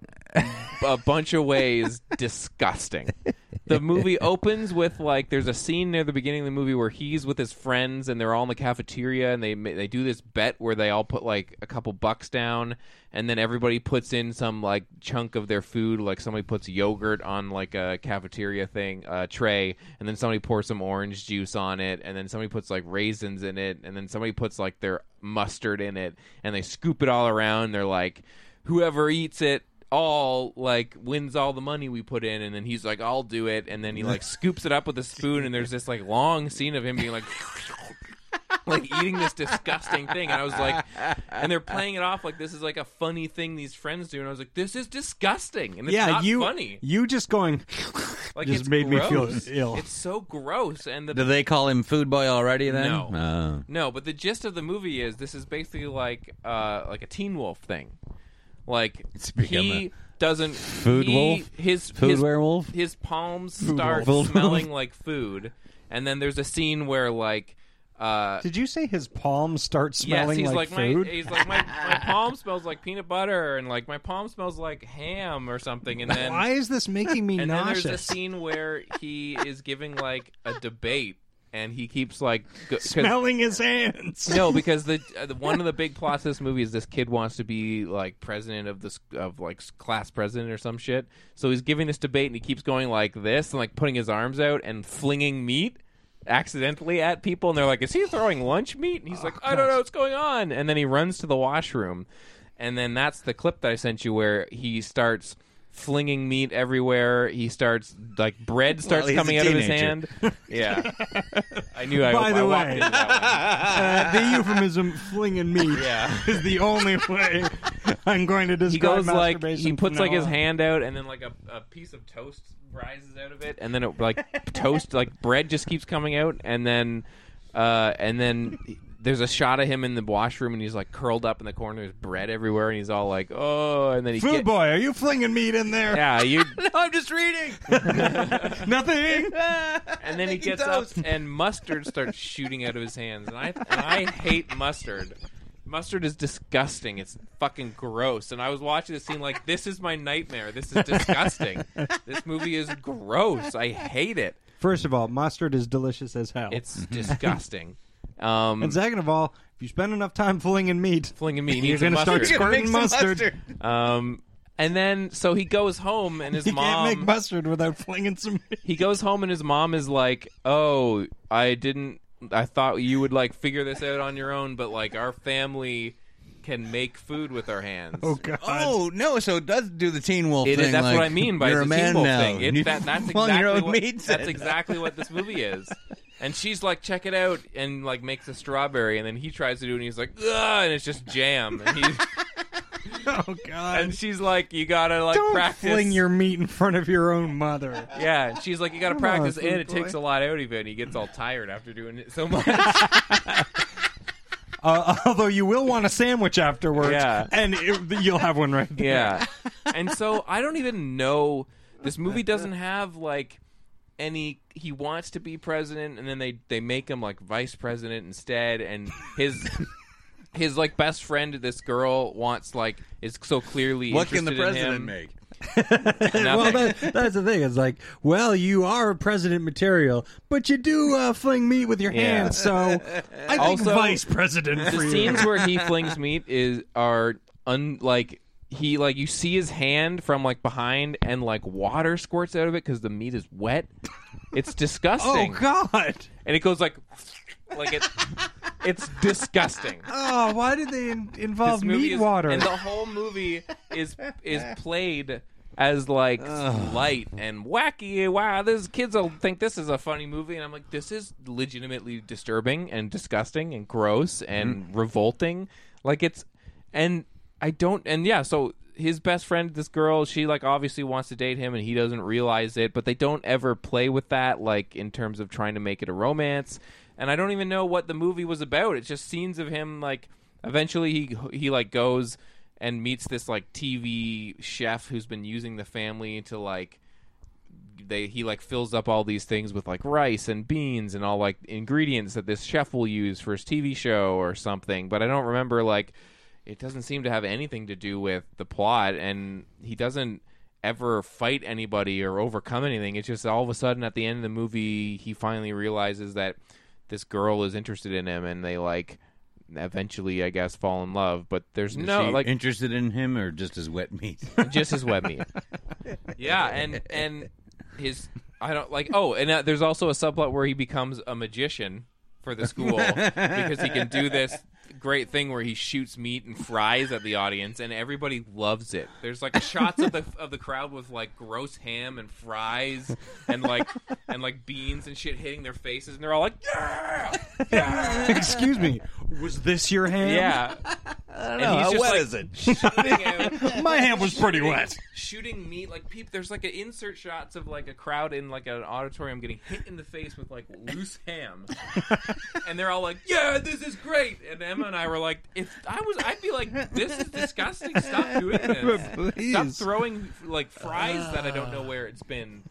Speaker 1: a bunch of ways disgusting. The movie opens with like there's a scene near the beginning of the movie where he's with his friends and they're all in the cafeteria and they ma- they do this bet where they all put like a couple bucks down and then everybody puts in some like chunk of their food like somebody puts yogurt on like a cafeteria thing uh, tray and then somebody pours some orange juice on it and then somebody puts like raisins in it and then somebody puts like their mustard in it and they scoop it all around they're like whoever eats it all like wins all the money we put in and then he's like I'll do it and then he like scoops it up with a spoon and there's this like long scene of him being like like eating this disgusting thing and I was like and they're playing it off like this is like a funny thing these friends do and I was like this is disgusting and it's
Speaker 4: yeah,
Speaker 1: not
Speaker 4: you
Speaker 1: funny
Speaker 4: you just going
Speaker 1: like
Speaker 4: just
Speaker 1: it's
Speaker 4: made me feel
Speaker 1: gross.
Speaker 4: ill.
Speaker 1: it's so gross and the
Speaker 3: do they call him Food Boy already? Then
Speaker 1: No.
Speaker 3: Oh.
Speaker 1: No, but the gist of the movie is this is basically like uh, like a Teen Wolf thing. Like
Speaker 3: It's become
Speaker 1: he doesn't
Speaker 3: food
Speaker 1: he-
Speaker 3: wolf?
Speaker 1: His
Speaker 3: Food
Speaker 1: his,
Speaker 3: werewolf?
Speaker 1: His palms start
Speaker 3: wolf.
Speaker 1: smelling like food, and then there's a scene where like. Uh,
Speaker 4: Did you say his palms start
Speaker 1: Yes,
Speaker 4: smelling
Speaker 1: he's
Speaker 4: like,
Speaker 1: like,
Speaker 4: food?
Speaker 1: my. He's like my. My palm smells like peanut butter, and like my palm smells like ham or something. And then
Speaker 4: Why is this making me
Speaker 1: and
Speaker 4: nauseous?
Speaker 1: then there's a scene where he is giving like a debate, and he keeps like go- 'cause-
Speaker 4: smelling his hands.
Speaker 1: no, because the, uh, the one of the big plots of this movie is this kid wants to be like president of this of like s- class president or some shit. So he's giving this debate and he keeps going like this and like putting his arms out and flinging meat accidentally at people and they're like, "Is he throwing lunch meat?" And he's
Speaker 3: Oh,
Speaker 1: like, "I don't know what's going on." And then he runs to the washroom. And then that's the clip that I sent you where he starts flinging meat everywhere. He starts like bread starts
Speaker 3: Well, he's a
Speaker 1: coming out of his
Speaker 3: teenager.
Speaker 1: hand. Yeah. I knew I
Speaker 4: By
Speaker 1: I
Speaker 4: the
Speaker 1: walked
Speaker 4: way.
Speaker 1: into that one.
Speaker 4: Uh, the euphemism "flinging meat" is the only way I'm going to describe
Speaker 1: he goes like
Speaker 4: masturbation.
Speaker 1: he puts
Speaker 4: from
Speaker 1: like
Speaker 4: now
Speaker 1: his
Speaker 4: on.
Speaker 1: hand out and then like a, a piece of toast rises out of it and then it like toast like bread just keeps coming out and then uh and then there's a shot of him in the washroom and he's like curled up in the corner there's bread everywhere and he's all like oh and then he
Speaker 4: Food
Speaker 1: get-
Speaker 4: boy, are you flinging meat in there?
Speaker 1: yeah you
Speaker 3: I'm just reading.
Speaker 4: Nothing.
Speaker 1: and then he gets up and mustard starts shooting out of his hands and I and I hate mustard Mustard is disgusting. It's fucking gross. And I was watching this scene like, this is my nightmare. This is disgusting. this movie is gross. I hate it.
Speaker 4: First of all, mustard is delicious as hell.
Speaker 1: It's disgusting. Um,
Speaker 4: and second of all, if you spend enough time flinging meat,
Speaker 1: flinging me.
Speaker 4: you're
Speaker 1: Needs a
Speaker 4: gonna start
Speaker 1: mustard.
Speaker 4: squirting mustard.
Speaker 1: Um, and then so he goes home and his
Speaker 4: You
Speaker 1: mom.
Speaker 4: can't make mustard without flinging some. meat.
Speaker 1: he goes home and his mom is like, "Oh, I didn't. I thought you would like figure this out on your own, but like our family can make food with our hands."
Speaker 4: Oh god.
Speaker 3: Oh no! So it does do the Teen Wolf
Speaker 1: It is-
Speaker 3: thing.
Speaker 1: that's what
Speaker 3: like,
Speaker 1: I mean by
Speaker 3: you're
Speaker 1: it's
Speaker 3: a
Speaker 1: a
Speaker 3: man
Speaker 1: Teen Wolf
Speaker 3: now.
Speaker 1: thing. It,
Speaker 3: and you
Speaker 1: that, that's
Speaker 3: flung
Speaker 1: exactly
Speaker 3: your own
Speaker 1: what,
Speaker 3: meats
Speaker 1: that's
Speaker 3: in.
Speaker 1: exactly what this movie is. And she's like, check it out, and like makes a strawberry, and then he tries to do, it, and he's like, Ugh, and it's just jam. And, he,
Speaker 4: Oh god.
Speaker 1: and she's like, you gotta like
Speaker 4: Don't
Speaker 1: practice
Speaker 4: fling your meat in front of your own mother.
Speaker 1: Yeah, and she's like, you got to
Speaker 4: Come
Speaker 1: practice,
Speaker 4: on,
Speaker 1: and
Speaker 4: food
Speaker 1: it takes
Speaker 4: boy.
Speaker 1: a lot out of you, and he gets all tired after doing it so much.
Speaker 4: Uh, although you will want a sandwich afterwards,
Speaker 1: Yeah.
Speaker 4: and it, you'll have one right there.
Speaker 1: Yeah. and so I don't even know. This movie doesn't have like any. He wants to be president, and then they they make him like vice president instead, and his. His like best friend, this girl wants like is so clearly
Speaker 3: What can the
Speaker 1: interested in him.
Speaker 3: president make?
Speaker 1: Nothing.
Speaker 4: Well, that, that's the thing. It's like, well, you are president material, but you do uh, fling meat with your
Speaker 1: Yeah.
Speaker 4: hands. So I think
Speaker 1: Also,
Speaker 4: vice president for
Speaker 1: the
Speaker 4: you.
Speaker 1: scenes where he flings meat is are un like he like you see his hand from like behind and like water squirts out of it because the meat is wet. It's
Speaker 4: oh
Speaker 1: disgusting.
Speaker 4: God!
Speaker 1: And it goes like like it. It's disgusting.
Speaker 4: Oh, why did they in-
Speaker 1: This
Speaker 4: involve
Speaker 1: movie
Speaker 4: meat
Speaker 1: is-
Speaker 4: water?
Speaker 1: and the whole movie is is played as like light and wacky. Wow, this kids will think this is a funny movie, and I'm like, this is legitimately disturbing and disgusting and gross and revolting. Like it's and I don't and yeah, so his best friend, this girl, she like obviously wants to date him, and he doesn't realize it. But they don't ever play with that, like in terms of trying to make it a romance. And I don't even know what the movie was about. It's just scenes of him like eventually he he like goes and meets this like TV chef who's been using the family to like they he like fills up all these things with like rice and beans and all like ingredients that this chef will use for his TV show or something but I don't remember like it doesn't seem to have anything to do with the plot and he doesn't ever fight anybody or overcome anything it's just all of a sudden at the end of the movie he finally realizes that this girl is interested in him and they like eventually I guess fall in love but there's no
Speaker 3: She
Speaker 1: like
Speaker 3: interested in him or just his wet meat?
Speaker 1: just his web meat. yeah, and and his I don't like. Oh, and uh, there's also a subplot where he becomes a magician for the school because he can do this great thing where he shoots meat and fries at the audience, and everybody loves it. There's like shots of the of the crowd with like gross ham and fries and like and like beans and shit hitting their faces, and they're all like, yeah,
Speaker 4: Excuse me. Was this your hand?
Speaker 1: yeah. I don't know.
Speaker 3: How wet is it?
Speaker 4: My hand was pretty wet.
Speaker 1: shooting meat like peep there's like a insert shots of like a crowd in like an auditorium getting hit in the face with like loose ham and they're all like yeah this is great and emma and i were like if i was i'd be like this is disgusting stop doing this stop throwing like fries that i don't know where it's been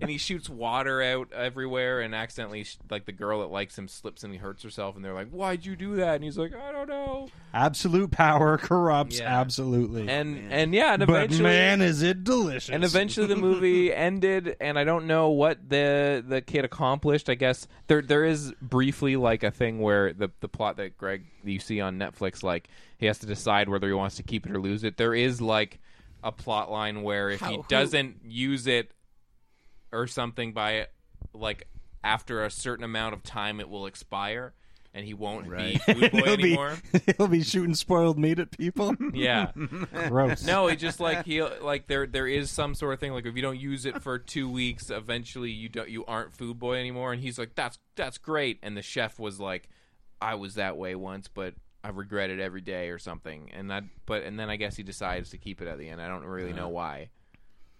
Speaker 1: and he shoots water out everywhere and accidentally sh- like the girl that likes him slips and he hurts herself and they're like why'd you do that and he's like i don't know
Speaker 4: Absolute power corrupts.
Speaker 1: Yeah.
Speaker 2: Oh,
Speaker 4: Absolutely.
Speaker 1: and and yeah and
Speaker 4: but
Speaker 1: eventually
Speaker 4: man, is it delicious!
Speaker 1: And eventually, the movie ended, and I don't know what the the kid accomplished. I guess there there is briefly like a thing where the the plot that Greg that you see on Netflix, like he has to decide whether he wants to keep it or lose it. There is like a plot line where if he doesn't use it or something by like after a certain amount of time, it will expire, and he won't be food boy
Speaker 4: he'll be,
Speaker 1: anymore.
Speaker 4: he'll be shooting spoiled meat at people.
Speaker 1: Yeah.
Speaker 4: Gross.
Speaker 1: No, it just like he like there there is some sort of thing like if you don't use it for two weeks, eventually you don't you aren't food boy anymore. And he's like, that's that's great. And the chef was like, I was that way once, but I regret it every day or something. And that but and then I guess he decides to keep it at the end. I don't really know why.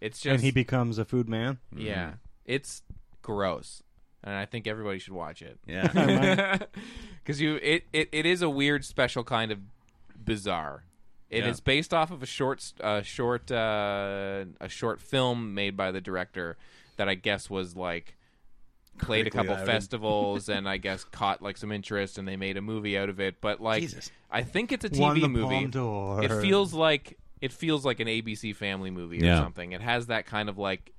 Speaker 1: It's just
Speaker 4: and he Mm-hmm. becomes a food man.
Speaker 1: yeah, it's gross, and I think everybody should watch it.
Speaker 3: Yeah.
Speaker 1: because you it, it it is a weird special kind of bizarre It is
Speaker 3: Yeah.
Speaker 1: based off of a short s- uh, short uh, a short film made by the director that i guess was like played a
Speaker 3: Critically
Speaker 1: couple
Speaker 3: lauded.
Speaker 1: festivals and i guess caught like some interest and they made a movie out of it but like i think it's a tv
Speaker 4: Won the
Speaker 1: movie
Speaker 4: Palme d'Or.
Speaker 1: it feels like it feels like an abc family movie or
Speaker 3: Yeah.
Speaker 1: something it has that kind of like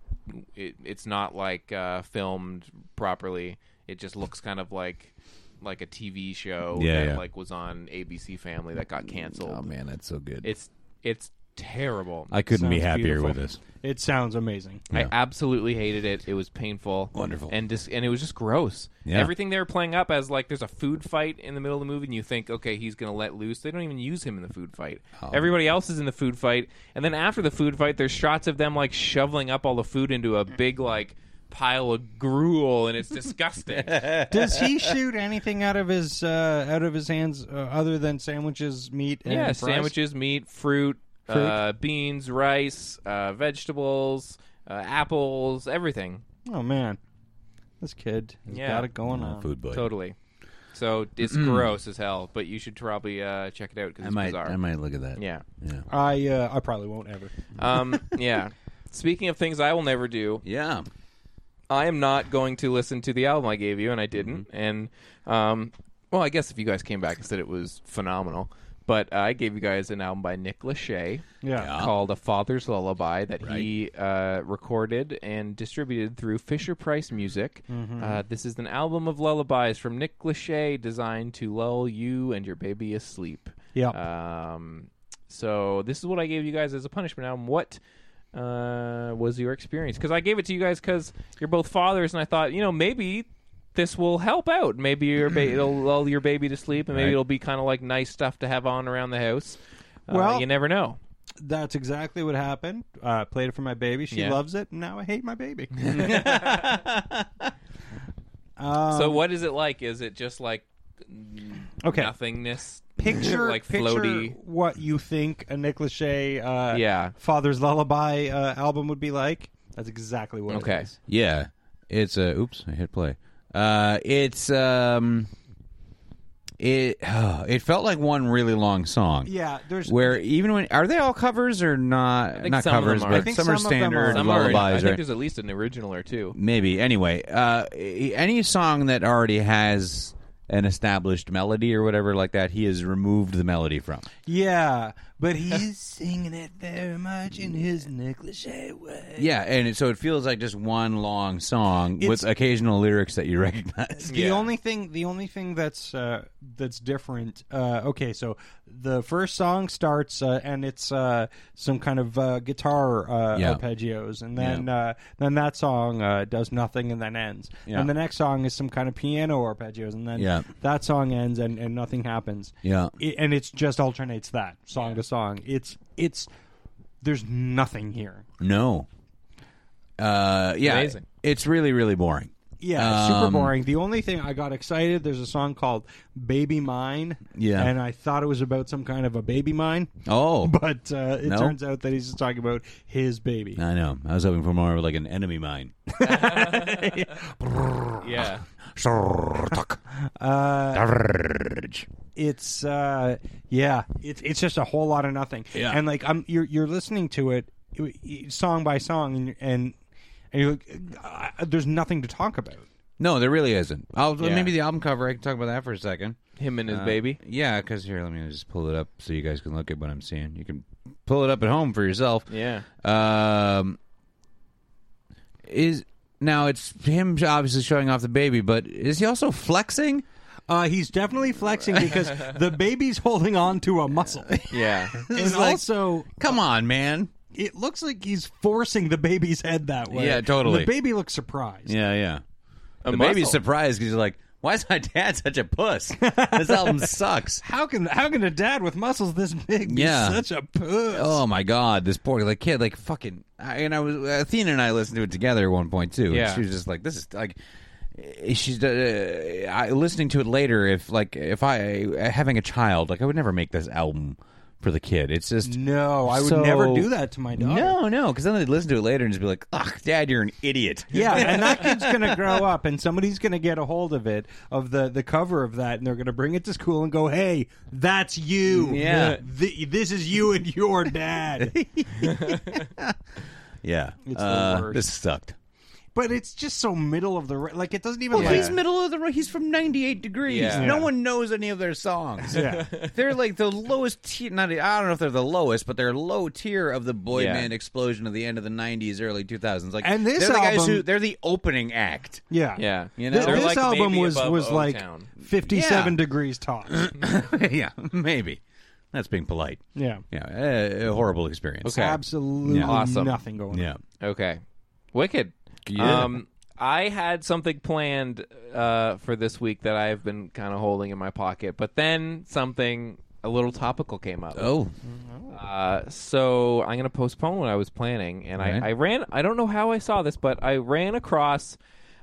Speaker 1: it, it's not like uh, filmed properly it just looks kind of like like a TV show
Speaker 3: Yeah,
Speaker 1: that
Speaker 3: yeah.
Speaker 1: like was on ABC Family that got canceled.
Speaker 3: oh man, that's so good.
Speaker 1: It's it's terrible. I,
Speaker 3: I couldn't be
Speaker 4: Sounds
Speaker 3: happier
Speaker 4: beautiful.
Speaker 3: with this.
Speaker 4: It sounds amazing.
Speaker 1: absolutely hated it. It was painful,
Speaker 3: Wonderful.
Speaker 1: and dis- and it was just gross.
Speaker 3: Yeah.
Speaker 1: Everything they were playing up as like there's a food fight in the middle of the movie, and you think, okay, he's gonna let loose. They don't even use him in the food fight.
Speaker 3: Oh.
Speaker 1: Everybody else is in the food fight, and then after the food fight, there's shots of them like shoveling up all the food into a big like pile of gruel, and it's disgusting.
Speaker 4: Does he shoot anything out of his uh, out of his hands uh, other than sandwiches, meat? And
Speaker 1: Yeah,
Speaker 4: fries?
Speaker 1: sandwiches, meat, fruit, Uh, beans, rice, uh, vegetables, uh, apples, everything.
Speaker 4: Oh man, this kid has
Speaker 1: Yeah.
Speaker 4: got it going on.
Speaker 3: Food boy.
Speaker 1: Totally. So it's gross as hell, but you should probably uh, check it out because
Speaker 3: I
Speaker 1: it's
Speaker 3: might,
Speaker 1: bizarre.
Speaker 3: I might look at that.
Speaker 1: Yeah.
Speaker 3: yeah,
Speaker 2: I uh, I probably won't ever.
Speaker 1: Um, yeah. Speaking of things I will never do,
Speaker 3: yeah.
Speaker 1: I am not going to listen to the album I gave you, and I didn't. And um, well, I guess if you guys came back and said it was phenomenal, but uh, I gave you guys an album by Nick Lachey
Speaker 2: Yeah.
Speaker 1: called "A Father's Lullaby" that he uh, recorded and distributed through Fisher Price Music. Uh, this is an album of lullabies from Nick Lachey, designed to lull you and your baby asleep.
Speaker 2: Yeah.
Speaker 1: Um, so this is what I gave you guys as a punishment album. What uh, was your experience? Because I gave it to you guys because you're both fathers, and I thought, you know, maybe this will help out. Maybe your ba- it'll lull your baby to sleep, and maybe
Speaker 3: Right.
Speaker 1: it'll be kind of like nice stuff to have on around the house. Uh,
Speaker 2: Well-
Speaker 1: you never know.
Speaker 2: That's exactly what happened. Uh, played it for my baby. She
Speaker 1: Yeah.
Speaker 2: loves it. And now I hate my baby. Um,
Speaker 1: so what is it like? Is it just like
Speaker 2: Okay.
Speaker 1: nothingness?
Speaker 2: Picture
Speaker 1: like
Speaker 2: picture
Speaker 1: floaty.
Speaker 2: what you think a Nick Lachey uh,
Speaker 1: Yeah.
Speaker 2: Father's Lullaby uh, album would be like. That's exactly what. It
Speaker 1: Okay.
Speaker 2: is.
Speaker 3: Yeah, it's a. oops, I hit play. Uh, it's um, it it felt like one really long song.
Speaker 2: Yeah. There's
Speaker 3: Where even when are they all covers or not?
Speaker 1: think
Speaker 3: not
Speaker 1: some of them
Speaker 3: covers,
Speaker 1: are.
Speaker 3: but
Speaker 1: I
Speaker 2: think
Speaker 3: some,
Speaker 2: some
Speaker 3: are
Speaker 2: of them
Speaker 3: standard
Speaker 2: are.
Speaker 1: Some are- I
Speaker 3: lullabies,
Speaker 1: think
Speaker 3: right?
Speaker 1: there's at least an original or two.
Speaker 3: Maybe anyway. Uh, a- any song that already has an established melody or whatever like that, he has removed the melody from.
Speaker 2: yeah, but he's singing it very much in his Nick Lachey way.
Speaker 3: Yeah, and it, so it feels like just one long song
Speaker 2: It's-
Speaker 3: with occasional lyrics that you recognize.
Speaker 2: The only thing, the only thing that's uh, that's different. Uh, okay, so the first song starts uh, and it's uh, some kind of uh, guitar uh,
Speaker 3: Yeah.
Speaker 2: arpeggios, and then uh, then that song uh, does nothing and then ends.
Speaker 3: Yeah.
Speaker 2: And the next song is some kind of piano arpeggios, and then
Speaker 3: Yeah.
Speaker 2: that song ends and, and nothing happens.
Speaker 3: Yeah.
Speaker 2: I- and it's just alternates that song to song. It's it's there's nothing here.
Speaker 3: No. Uh, yeah,
Speaker 1: Amazing.
Speaker 3: It's really really boring.
Speaker 2: Yeah, super
Speaker 3: Um,
Speaker 2: boring. The only thing I got excited, there's a song called Baby Mine.
Speaker 3: Yeah.
Speaker 2: And I thought it was about some kind of a baby mine,
Speaker 3: Oh,
Speaker 2: but uh, it
Speaker 3: No?
Speaker 2: turns out that he's just talking about his baby.
Speaker 3: I know. I was hoping for more of like an enemy mine.
Speaker 1: Yeah.
Speaker 2: It's uh yeah, it's it's just a whole lot of nothing.
Speaker 3: Yeah.
Speaker 2: And like I'm you're you're listening to it y- y- song by song and and and you're like, uh, there's nothing to talk about.
Speaker 3: No, there really isn't. I'll,
Speaker 1: Yeah.
Speaker 3: Maybe the album cover. I can talk about that for a second.
Speaker 1: Him and his baby.
Speaker 3: Yeah, because here, let me just pull it up so you guys can look at what I'm seeing. You can pull it up at home for yourself.
Speaker 1: Yeah.
Speaker 3: Um, is now it's him obviously showing off the baby, but is he also flexing?
Speaker 2: Uh, he's definitely flexing because the baby's holding on to a muscle.
Speaker 1: Yeah.
Speaker 2: And
Speaker 3: like-
Speaker 2: also
Speaker 3: Come on, man.
Speaker 2: it looks like he's forcing the baby's head that way.
Speaker 3: Yeah, totally.
Speaker 2: The baby looks surprised.
Speaker 3: Yeah, yeah.
Speaker 1: A
Speaker 3: the baby's
Speaker 1: muscle.
Speaker 3: surprised because he's like, "Why is my dad such a puss? This album sucks."
Speaker 2: How can how can a dad with muscles this big be
Speaker 3: Yeah.
Speaker 2: such a puss?
Speaker 3: Oh my god, this poor like kid, like fucking. I, and I was Athena and I listened to it together at one point too.
Speaker 1: Yeah.
Speaker 3: and she was just like, this is like. eh, She's uh, I, listening to it later. If like if I having a child, like I would never make this album for the kid. It's just
Speaker 2: No, I would
Speaker 3: so-
Speaker 2: never do that to my daughter.
Speaker 3: No, no, because then they'd listen to it later and just be like, "Ugh, Dad, you're an idiot."
Speaker 2: Yeah, and that kid's gonna grow up, and somebody's gonna get a hold of it, of the the cover of that, and they're gonna bring it to school and go, "Hey, that's you.
Speaker 3: Yeah.
Speaker 2: Th- this is you and your dad."
Speaker 3: yeah.
Speaker 2: It's the
Speaker 3: Uh,
Speaker 2: worst.
Speaker 3: This sucked.
Speaker 2: but it's just so middle of the ra- like. It doesn't even
Speaker 3: Well,
Speaker 2: like.
Speaker 3: he's middle of the road. He's from 98 degrees.
Speaker 1: Yeah.
Speaker 3: No one knows any of their songs.
Speaker 2: Yeah.
Speaker 3: they're like the lowest tier. Not e, I don't know if they're the lowest, but they're low tier of the boy
Speaker 1: Yeah.
Speaker 3: band explosion of the end of the 90s, early 2000s. Like,
Speaker 2: And this
Speaker 3: they're the guys
Speaker 2: album-
Speaker 3: who they're the opening act.
Speaker 2: yeah,
Speaker 1: Yeah.
Speaker 3: You know?
Speaker 2: Th-
Speaker 3: They're
Speaker 2: this
Speaker 1: like
Speaker 2: album
Speaker 1: maybe
Speaker 2: was
Speaker 1: above
Speaker 2: was like
Speaker 1: O-Town.
Speaker 2: fifty seven
Speaker 3: Yeah.
Speaker 2: degrees tops.
Speaker 3: yeah, maybe. That's being polite.
Speaker 2: yeah.
Speaker 3: Yeah, a, a horrible experience.
Speaker 1: Okay.
Speaker 2: Absolutely
Speaker 3: Yeah.
Speaker 1: Awesome.
Speaker 2: nothing going
Speaker 3: Yeah.
Speaker 2: on.
Speaker 1: Okay. Wicked.
Speaker 3: Yeah.
Speaker 1: Um, I had something planned uh, for this week that I've been kind of holding in my pocket, but then something a little topical came up.
Speaker 3: Oh,
Speaker 1: Uh, so I'm going to postpone what I was planning, and
Speaker 3: Right.
Speaker 1: I, I ran. I don't know how I saw this, but I ran across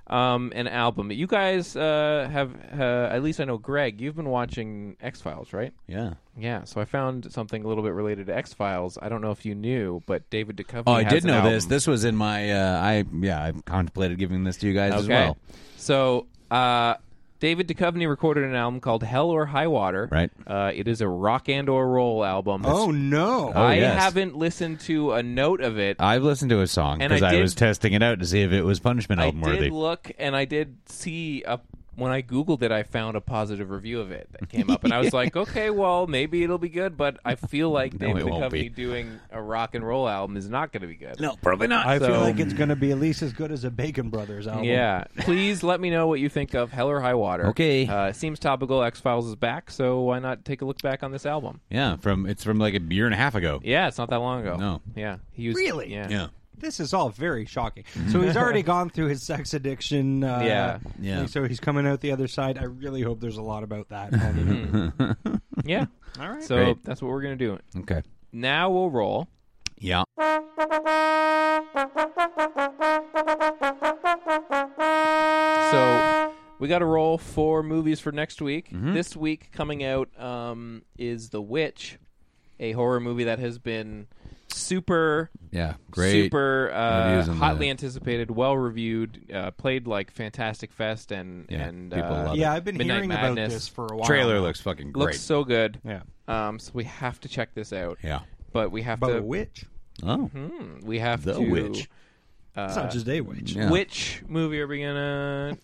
Speaker 1: um, an album. You guys uh, have, uh, at least I know, Greg. You've been watching X Files, right?
Speaker 3: yeah.
Speaker 1: Yeah. So I found something a little bit related to X Files. I don't know if you knew, but David Duchovny.
Speaker 3: Oh, I
Speaker 1: has
Speaker 3: did
Speaker 1: an
Speaker 3: know this.
Speaker 1: album.
Speaker 3: This was in my. Uh, I yeah. I contemplated giving this to you guys as well.
Speaker 1: So uh, David Duchovny recorded an album called Hell or High Water.
Speaker 3: Right.
Speaker 1: Uh, it is a rock and or roll album.
Speaker 2: Oh no!
Speaker 3: Oh,
Speaker 1: I
Speaker 3: yes. Ah,
Speaker 1: haven't listened to a note of it.
Speaker 3: I've listened to a song
Speaker 1: And
Speaker 3: because
Speaker 1: I
Speaker 3: I,
Speaker 1: did-
Speaker 3: was testing it out to see if it was punishment
Speaker 1: I
Speaker 3: album worthy.
Speaker 1: did look and I did see a, when I googled it, I found a positive review of it that came up, and I was like, okay, well, maybe it'll be good, but I feel like
Speaker 3: No,
Speaker 1: David
Speaker 3: it won't be.
Speaker 1: Duchovny doing a rock and roll album is not going to be good.
Speaker 3: no, probably not.
Speaker 2: I feel
Speaker 1: So-
Speaker 2: like it's going to be at least as good as a Bacon Brothers album.
Speaker 1: Yeah, please let me know what you think of Hell or High Water.
Speaker 3: Okay.
Speaker 1: uh, seems topical. X Files is back, so why not take a look back on this album?
Speaker 3: yeah, from it's from like a year and a half ago.
Speaker 1: Yeah, it's not that long ago.
Speaker 3: No.
Speaker 1: yeah, he was
Speaker 2: Really?
Speaker 1: yeah.
Speaker 3: yeah.
Speaker 2: This is all very shocking.
Speaker 3: Mm-hmm.
Speaker 2: So he's already gone through his sex addiction. Uh,
Speaker 1: Yeah.
Speaker 3: Yeah.
Speaker 2: So he's coming out the other side. I really hope there's a lot about that.
Speaker 3: Mm-hmm.
Speaker 2: on it.
Speaker 1: Yeah.
Speaker 2: all right.
Speaker 1: So
Speaker 3: Great.
Speaker 1: that's what we're gonna do.
Speaker 3: Okay.
Speaker 1: Now we'll roll.
Speaker 3: Yeah.
Speaker 1: So we got to roll for movies for next week.
Speaker 3: Mm-hmm.
Speaker 1: This week coming out um, is The Witch, a horror movie that has been super,
Speaker 3: Yeah. Great.
Speaker 1: super uh,
Speaker 3: reviews on
Speaker 1: hotly
Speaker 3: the-
Speaker 1: anticipated, well reviewed, uh, played like Fantastic Fest and
Speaker 3: Yeah,
Speaker 1: and
Speaker 3: people
Speaker 1: uh,
Speaker 3: love it.
Speaker 2: yeah, I've been
Speaker 1: Midnight
Speaker 2: hearing about
Speaker 1: Madness.
Speaker 2: this for a while.
Speaker 3: Trailer
Speaker 2: now.
Speaker 3: looks fucking great.
Speaker 1: looks so good.
Speaker 2: Yeah.
Speaker 1: Um, so we have to check this out.
Speaker 3: yeah.
Speaker 1: But we have
Speaker 2: About
Speaker 1: to.
Speaker 2: a witch.
Speaker 3: Oh.
Speaker 1: Hmm, we have
Speaker 3: The
Speaker 1: to.
Speaker 3: Witch.
Speaker 2: it's
Speaker 1: uh,
Speaker 2: not just a witch.
Speaker 3: Yeah.
Speaker 1: Which movie are we gonna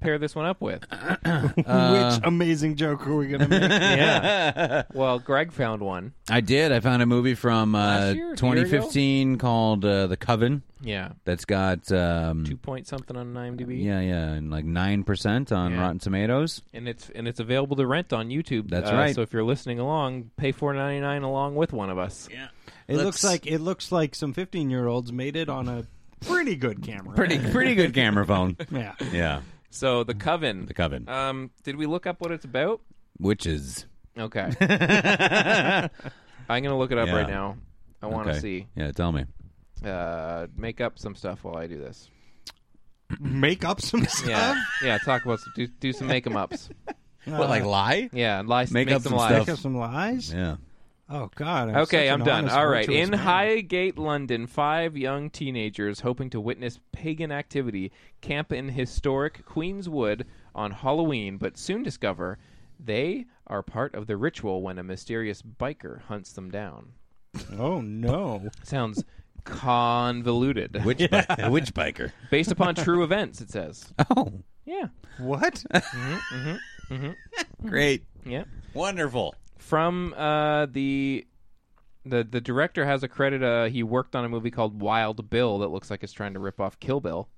Speaker 1: pair this one up with? Uh,
Speaker 2: Which amazing joke are we going to make?
Speaker 1: Yeah. well, Greg found one.
Speaker 3: I did. I found a movie from uh,
Speaker 1: Last year? A year ago?
Speaker 3: 2015 called uh, The Coven.
Speaker 1: Yeah.
Speaker 3: That's got um,
Speaker 1: Two point something on IMDb.
Speaker 3: yeah, yeah, and like nine percent on
Speaker 1: Yeah.
Speaker 3: Rotten Tomatoes.
Speaker 1: And it's and it's available to rent on YouTube.
Speaker 3: That's
Speaker 1: uh,
Speaker 3: right.
Speaker 1: So if you're listening along, pay four ninety nine along with one of us.
Speaker 2: It looks like it looks like some 15 year olds made it on a pretty good camera.
Speaker 3: Pretty, pretty good camera phone.
Speaker 2: Yeah.
Speaker 3: Yeah,
Speaker 1: So the Coven.
Speaker 3: The Coven,
Speaker 1: Um, did we look up what it's about?
Speaker 3: witches.
Speaker 1: Okay. I'm gonna look it up
Speaker 3: Yeah.
Speaker 1: right now. I want to
Speaker 3: Okay. Yeah, tell me.
Speaker 1: see. Uh, make up some stuff while I do this.
Speaker 2: Make up some stuff.
Speaker 1: Yeah. yeah. Talk about some, do do some make 'em ups. Uh,
Speaker 3: what, like lie?
Speaker 1: Yeah. Lie.
Speaker 3: Make up
Speaker 1: some
Speaker 3: some
Speaker 1: lies.
Speaker 3: stuff.
Speaker 2: Make up some lies.
Speaker 3: Yeah.
Speaker 2: Oh God. I'm
Speaker 1: Okay,
Speaker 2: such
Speaker 1: I'm
Speaker 2: an
Speaker 1: done.
Speaker 2: honest,
Speaker 1: All right.
Speaker 2: virtuous
Speaker 1: In
Speaker 2: man.
Speaker 1: Highgate, London, five young teenagers hoping to witness pagan activity camp in historic Queen's Wood on Halloween, but soon discover they are part of the ritual when a mysterious biker hunts them down.
Speaker 2: Oh no.
Speaker 1: Sounds convoluted.
Speaker 3: Witch, bi- witch biker.
Speaker 1: Based upon true events, it says.
Speaker 3: Oh,
Speaker 1: Yeah.
Speaker 2: What?
Speaker 3: great,
Speaker 1: Mm-hmm, Yeah.
Speaker 3: wonderful.
Speaker 1: From uh, the. The, the director has a credit. Uh, he worked on a movie called Wild Bill that looks like it's trying to rip off Kill Bill.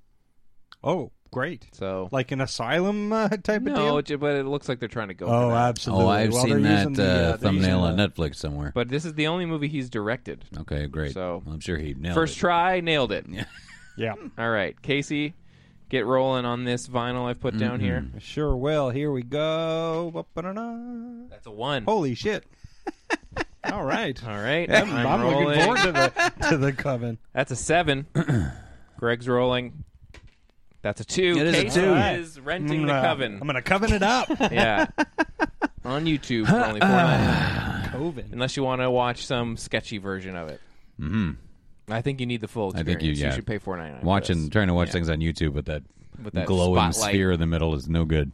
Speaker 2: Oh, great.
Speaker 1: So
Speaker 2: Like an asylum uh, type of
Speaker 1: No,
Speaker 2: deal.
Speaker 1: it- but it looks like they're trying to go. for
Speaker 2: Oh,
Speaker 1: that.
Speaker 2: absolutely.
Speaker 3: Oh, I've
Speaker 2: Well,
Speaker 3: seen
Speaker 2: they're
Speaker 3: that
Speaker 2: using the,
Speaker 3: uh,
Speaker 2: uh, they're using
Speaker 3: thumbnail on
Speaker 2: the-
Speaker 3: Netflix somewhere.
Speaker 1: But this is the only movie he's directed.
Speaker 3: okay, great.
Speaker 1: So-
Speaker 3: I'm sure he nailed
Speaker 1: First
Speaker 3: it.
Speaker 1: try, nailed it.
Speaker 2: Yeah,
Speaker 1: All right, Casey, get rolling on this vinyl I've put down here.
Speaker 2: I sure. Will here we go. Ba-ba-da-da.
Speaker 1: That's a one.
Speaker 2: Holy shit! All right.
Speaker 1: All right,
Speaker 2: I'm,
Speaker 1: I'm, rolling.
Speaker 2: looking forward to the to the coven.
Speaker 1: That's a seven. Greg's rolling. That's a two.
Speaker 3: It is a
Speaker 1: Casey
Speaker 3: two.
Speaker 1: is renting the
Speaker 3: Mm-hmm.
Speaker 2: Uh,
Speaker 1: coven.
Speaker 2: I'm gonna coven it up.
Speaker 1: yeah. On YouTube for only four ninety.
Speaker 2: coven.
Speaker 1: Unless you want to watch some sketchy version of it. Mm-hmm. I think you need the full
Speaker 3: I
Speaker 1: experience.
Speaker 3: think you, yeah.
Speaker 1: should pay four ninety nine.
Speaker 3: Watching, trying to watch things on YouTube with that,
Speaker 1: With that
Speaker 3: glowing
Speaker 1: spotlight.
Speaker 3: sphere in the middle is no good.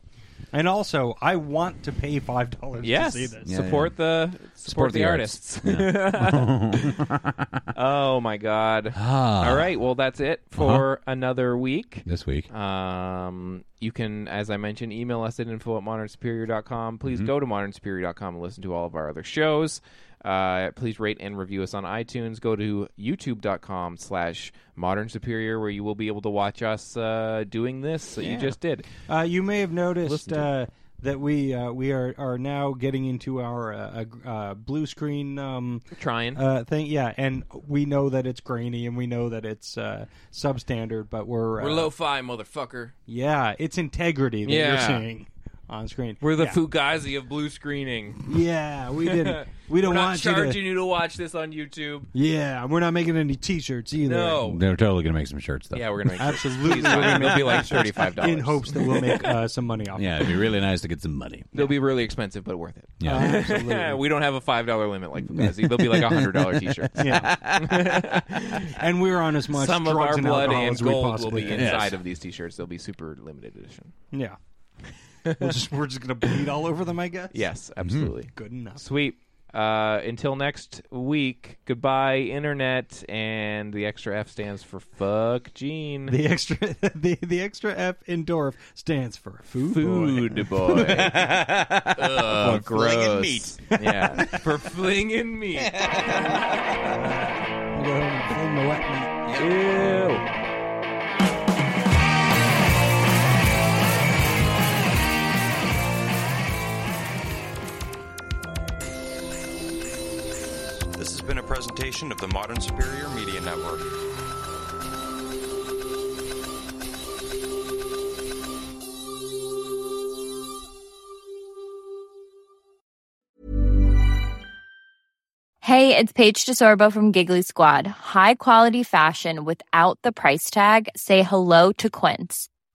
Speaker 2: And also, I want to pay five dollars
Speaker 1: Yes.
Speaker 2: to see this.
Speaker 3: Yeah.
Speaker 1: support the support, the,
Speaker 3: the
Speaker 1: artists.
Speaker 3: arts.
Speaker 1: oh my god.
Speaker 3: Ah, Uh-huh.
Speaker 1: All right, well that's it for another week.
Speaker 3: this week.
Speaker 1: Um, you can, as I mentioned, email us at info at modernsuperior.com. Please go to modernsuperior.com and listen to all of our other shows. Uh, please rate and review us on iTunes. Go to youtube.com slash modern superior where you will be able to watch us uh, doing this that you just did.
Speaker 2: Uh, you may have noticed
Speaker 1: Listen to
Speaker 2: uh, that we uh, we are, are now getting into our uh, uh, blue screen um,
Speaker 1: Trying.
Speaker 2: uh, thing. Yeah, and we know that it's grainy and we know that it's uh, substandard, but we're uh,
Speaker 1: We're lo-fi, motherfucker.
Speaker 2: Yeah, it's integrity that
Speaker 1: Yeah.
Speaker 2: you're seeing on screen.
Speaker 1: We're the
Speaker 2: yeah.
Speaker 1: Fugazi of blue screening.
Speaker 2: Yeah, we didn't. We don't
Speaker 1: We're not
Speaker 2: want you
Speaker 1: charging
Speaker 2: to.
Speaker 1: you to watch this on YouTube.
Speaker 2: Yeah, we're not making any T-shirts either.
Speaker 1: No.
Speaker 3: They're totally gonna make some shirts though.
Speaker 1: Yeah, we're gonna make
Speaker 2: Absolutely,
Speaker 1: Please buy
Speaker 2: we're
Speaker 1: them.
Speaker 2: gonna
Speaker 1: They'll
Speaker 2: make
Speaker 1: be like thirty-five dollars.
Speaker 2: in hopes that we'll make uh, some money off.
Speaker 3: Yeah, it'd be really nice to get some money.
Speaker 1: they'll be really expensive, but worth it.
Speaker 3: Yeah.
Speaker 1: Yeah, we don't have a five-dollar limit like Fugazi. They'll be like a hundred-dollar T-shirts.
Speaker 2: And we're on as much
Speaker 1: Some of
Speaker 2: drugs
Speaker 1: our
Speaker 2: and
Speaker 1: blood
Speaker 2: alcohol
Speaker 1: and
Speaker 2: as we
Speaker 1: gold will
Speaker 2: possibly
Speaker 1: be
Speaker 2: can.
Speaker 1: inside of these T-shirts. They'll be super limited edition.
Speaker 2: Yeah. we'll just, we're just going to bleed all over them, I guess.
Speaker 1: Yes, Mm-hmm. absolutely.
Speaker 2: Good enough.
Speaker 1: Sweet. Uh, until next week, goodbye, internet, and the extra F stands for fuck Gene.
Speaker 2: The extra the, the extra F in Dorf stands for food. boy.
Speaker 1: Food boy. Ugh, Uh, gross. Yeah, for flinging meat.
Speaker 2: I'll go home and clean my wet meat.
Speaker 1: Ew.
Speaker 6: This has been a presentation of the Modern Superior Media Network.
Speaker 7: Hey, it's Paige DeSorbo from Giggly Squad. High quality fashion without the price tag. Say hello to Quince.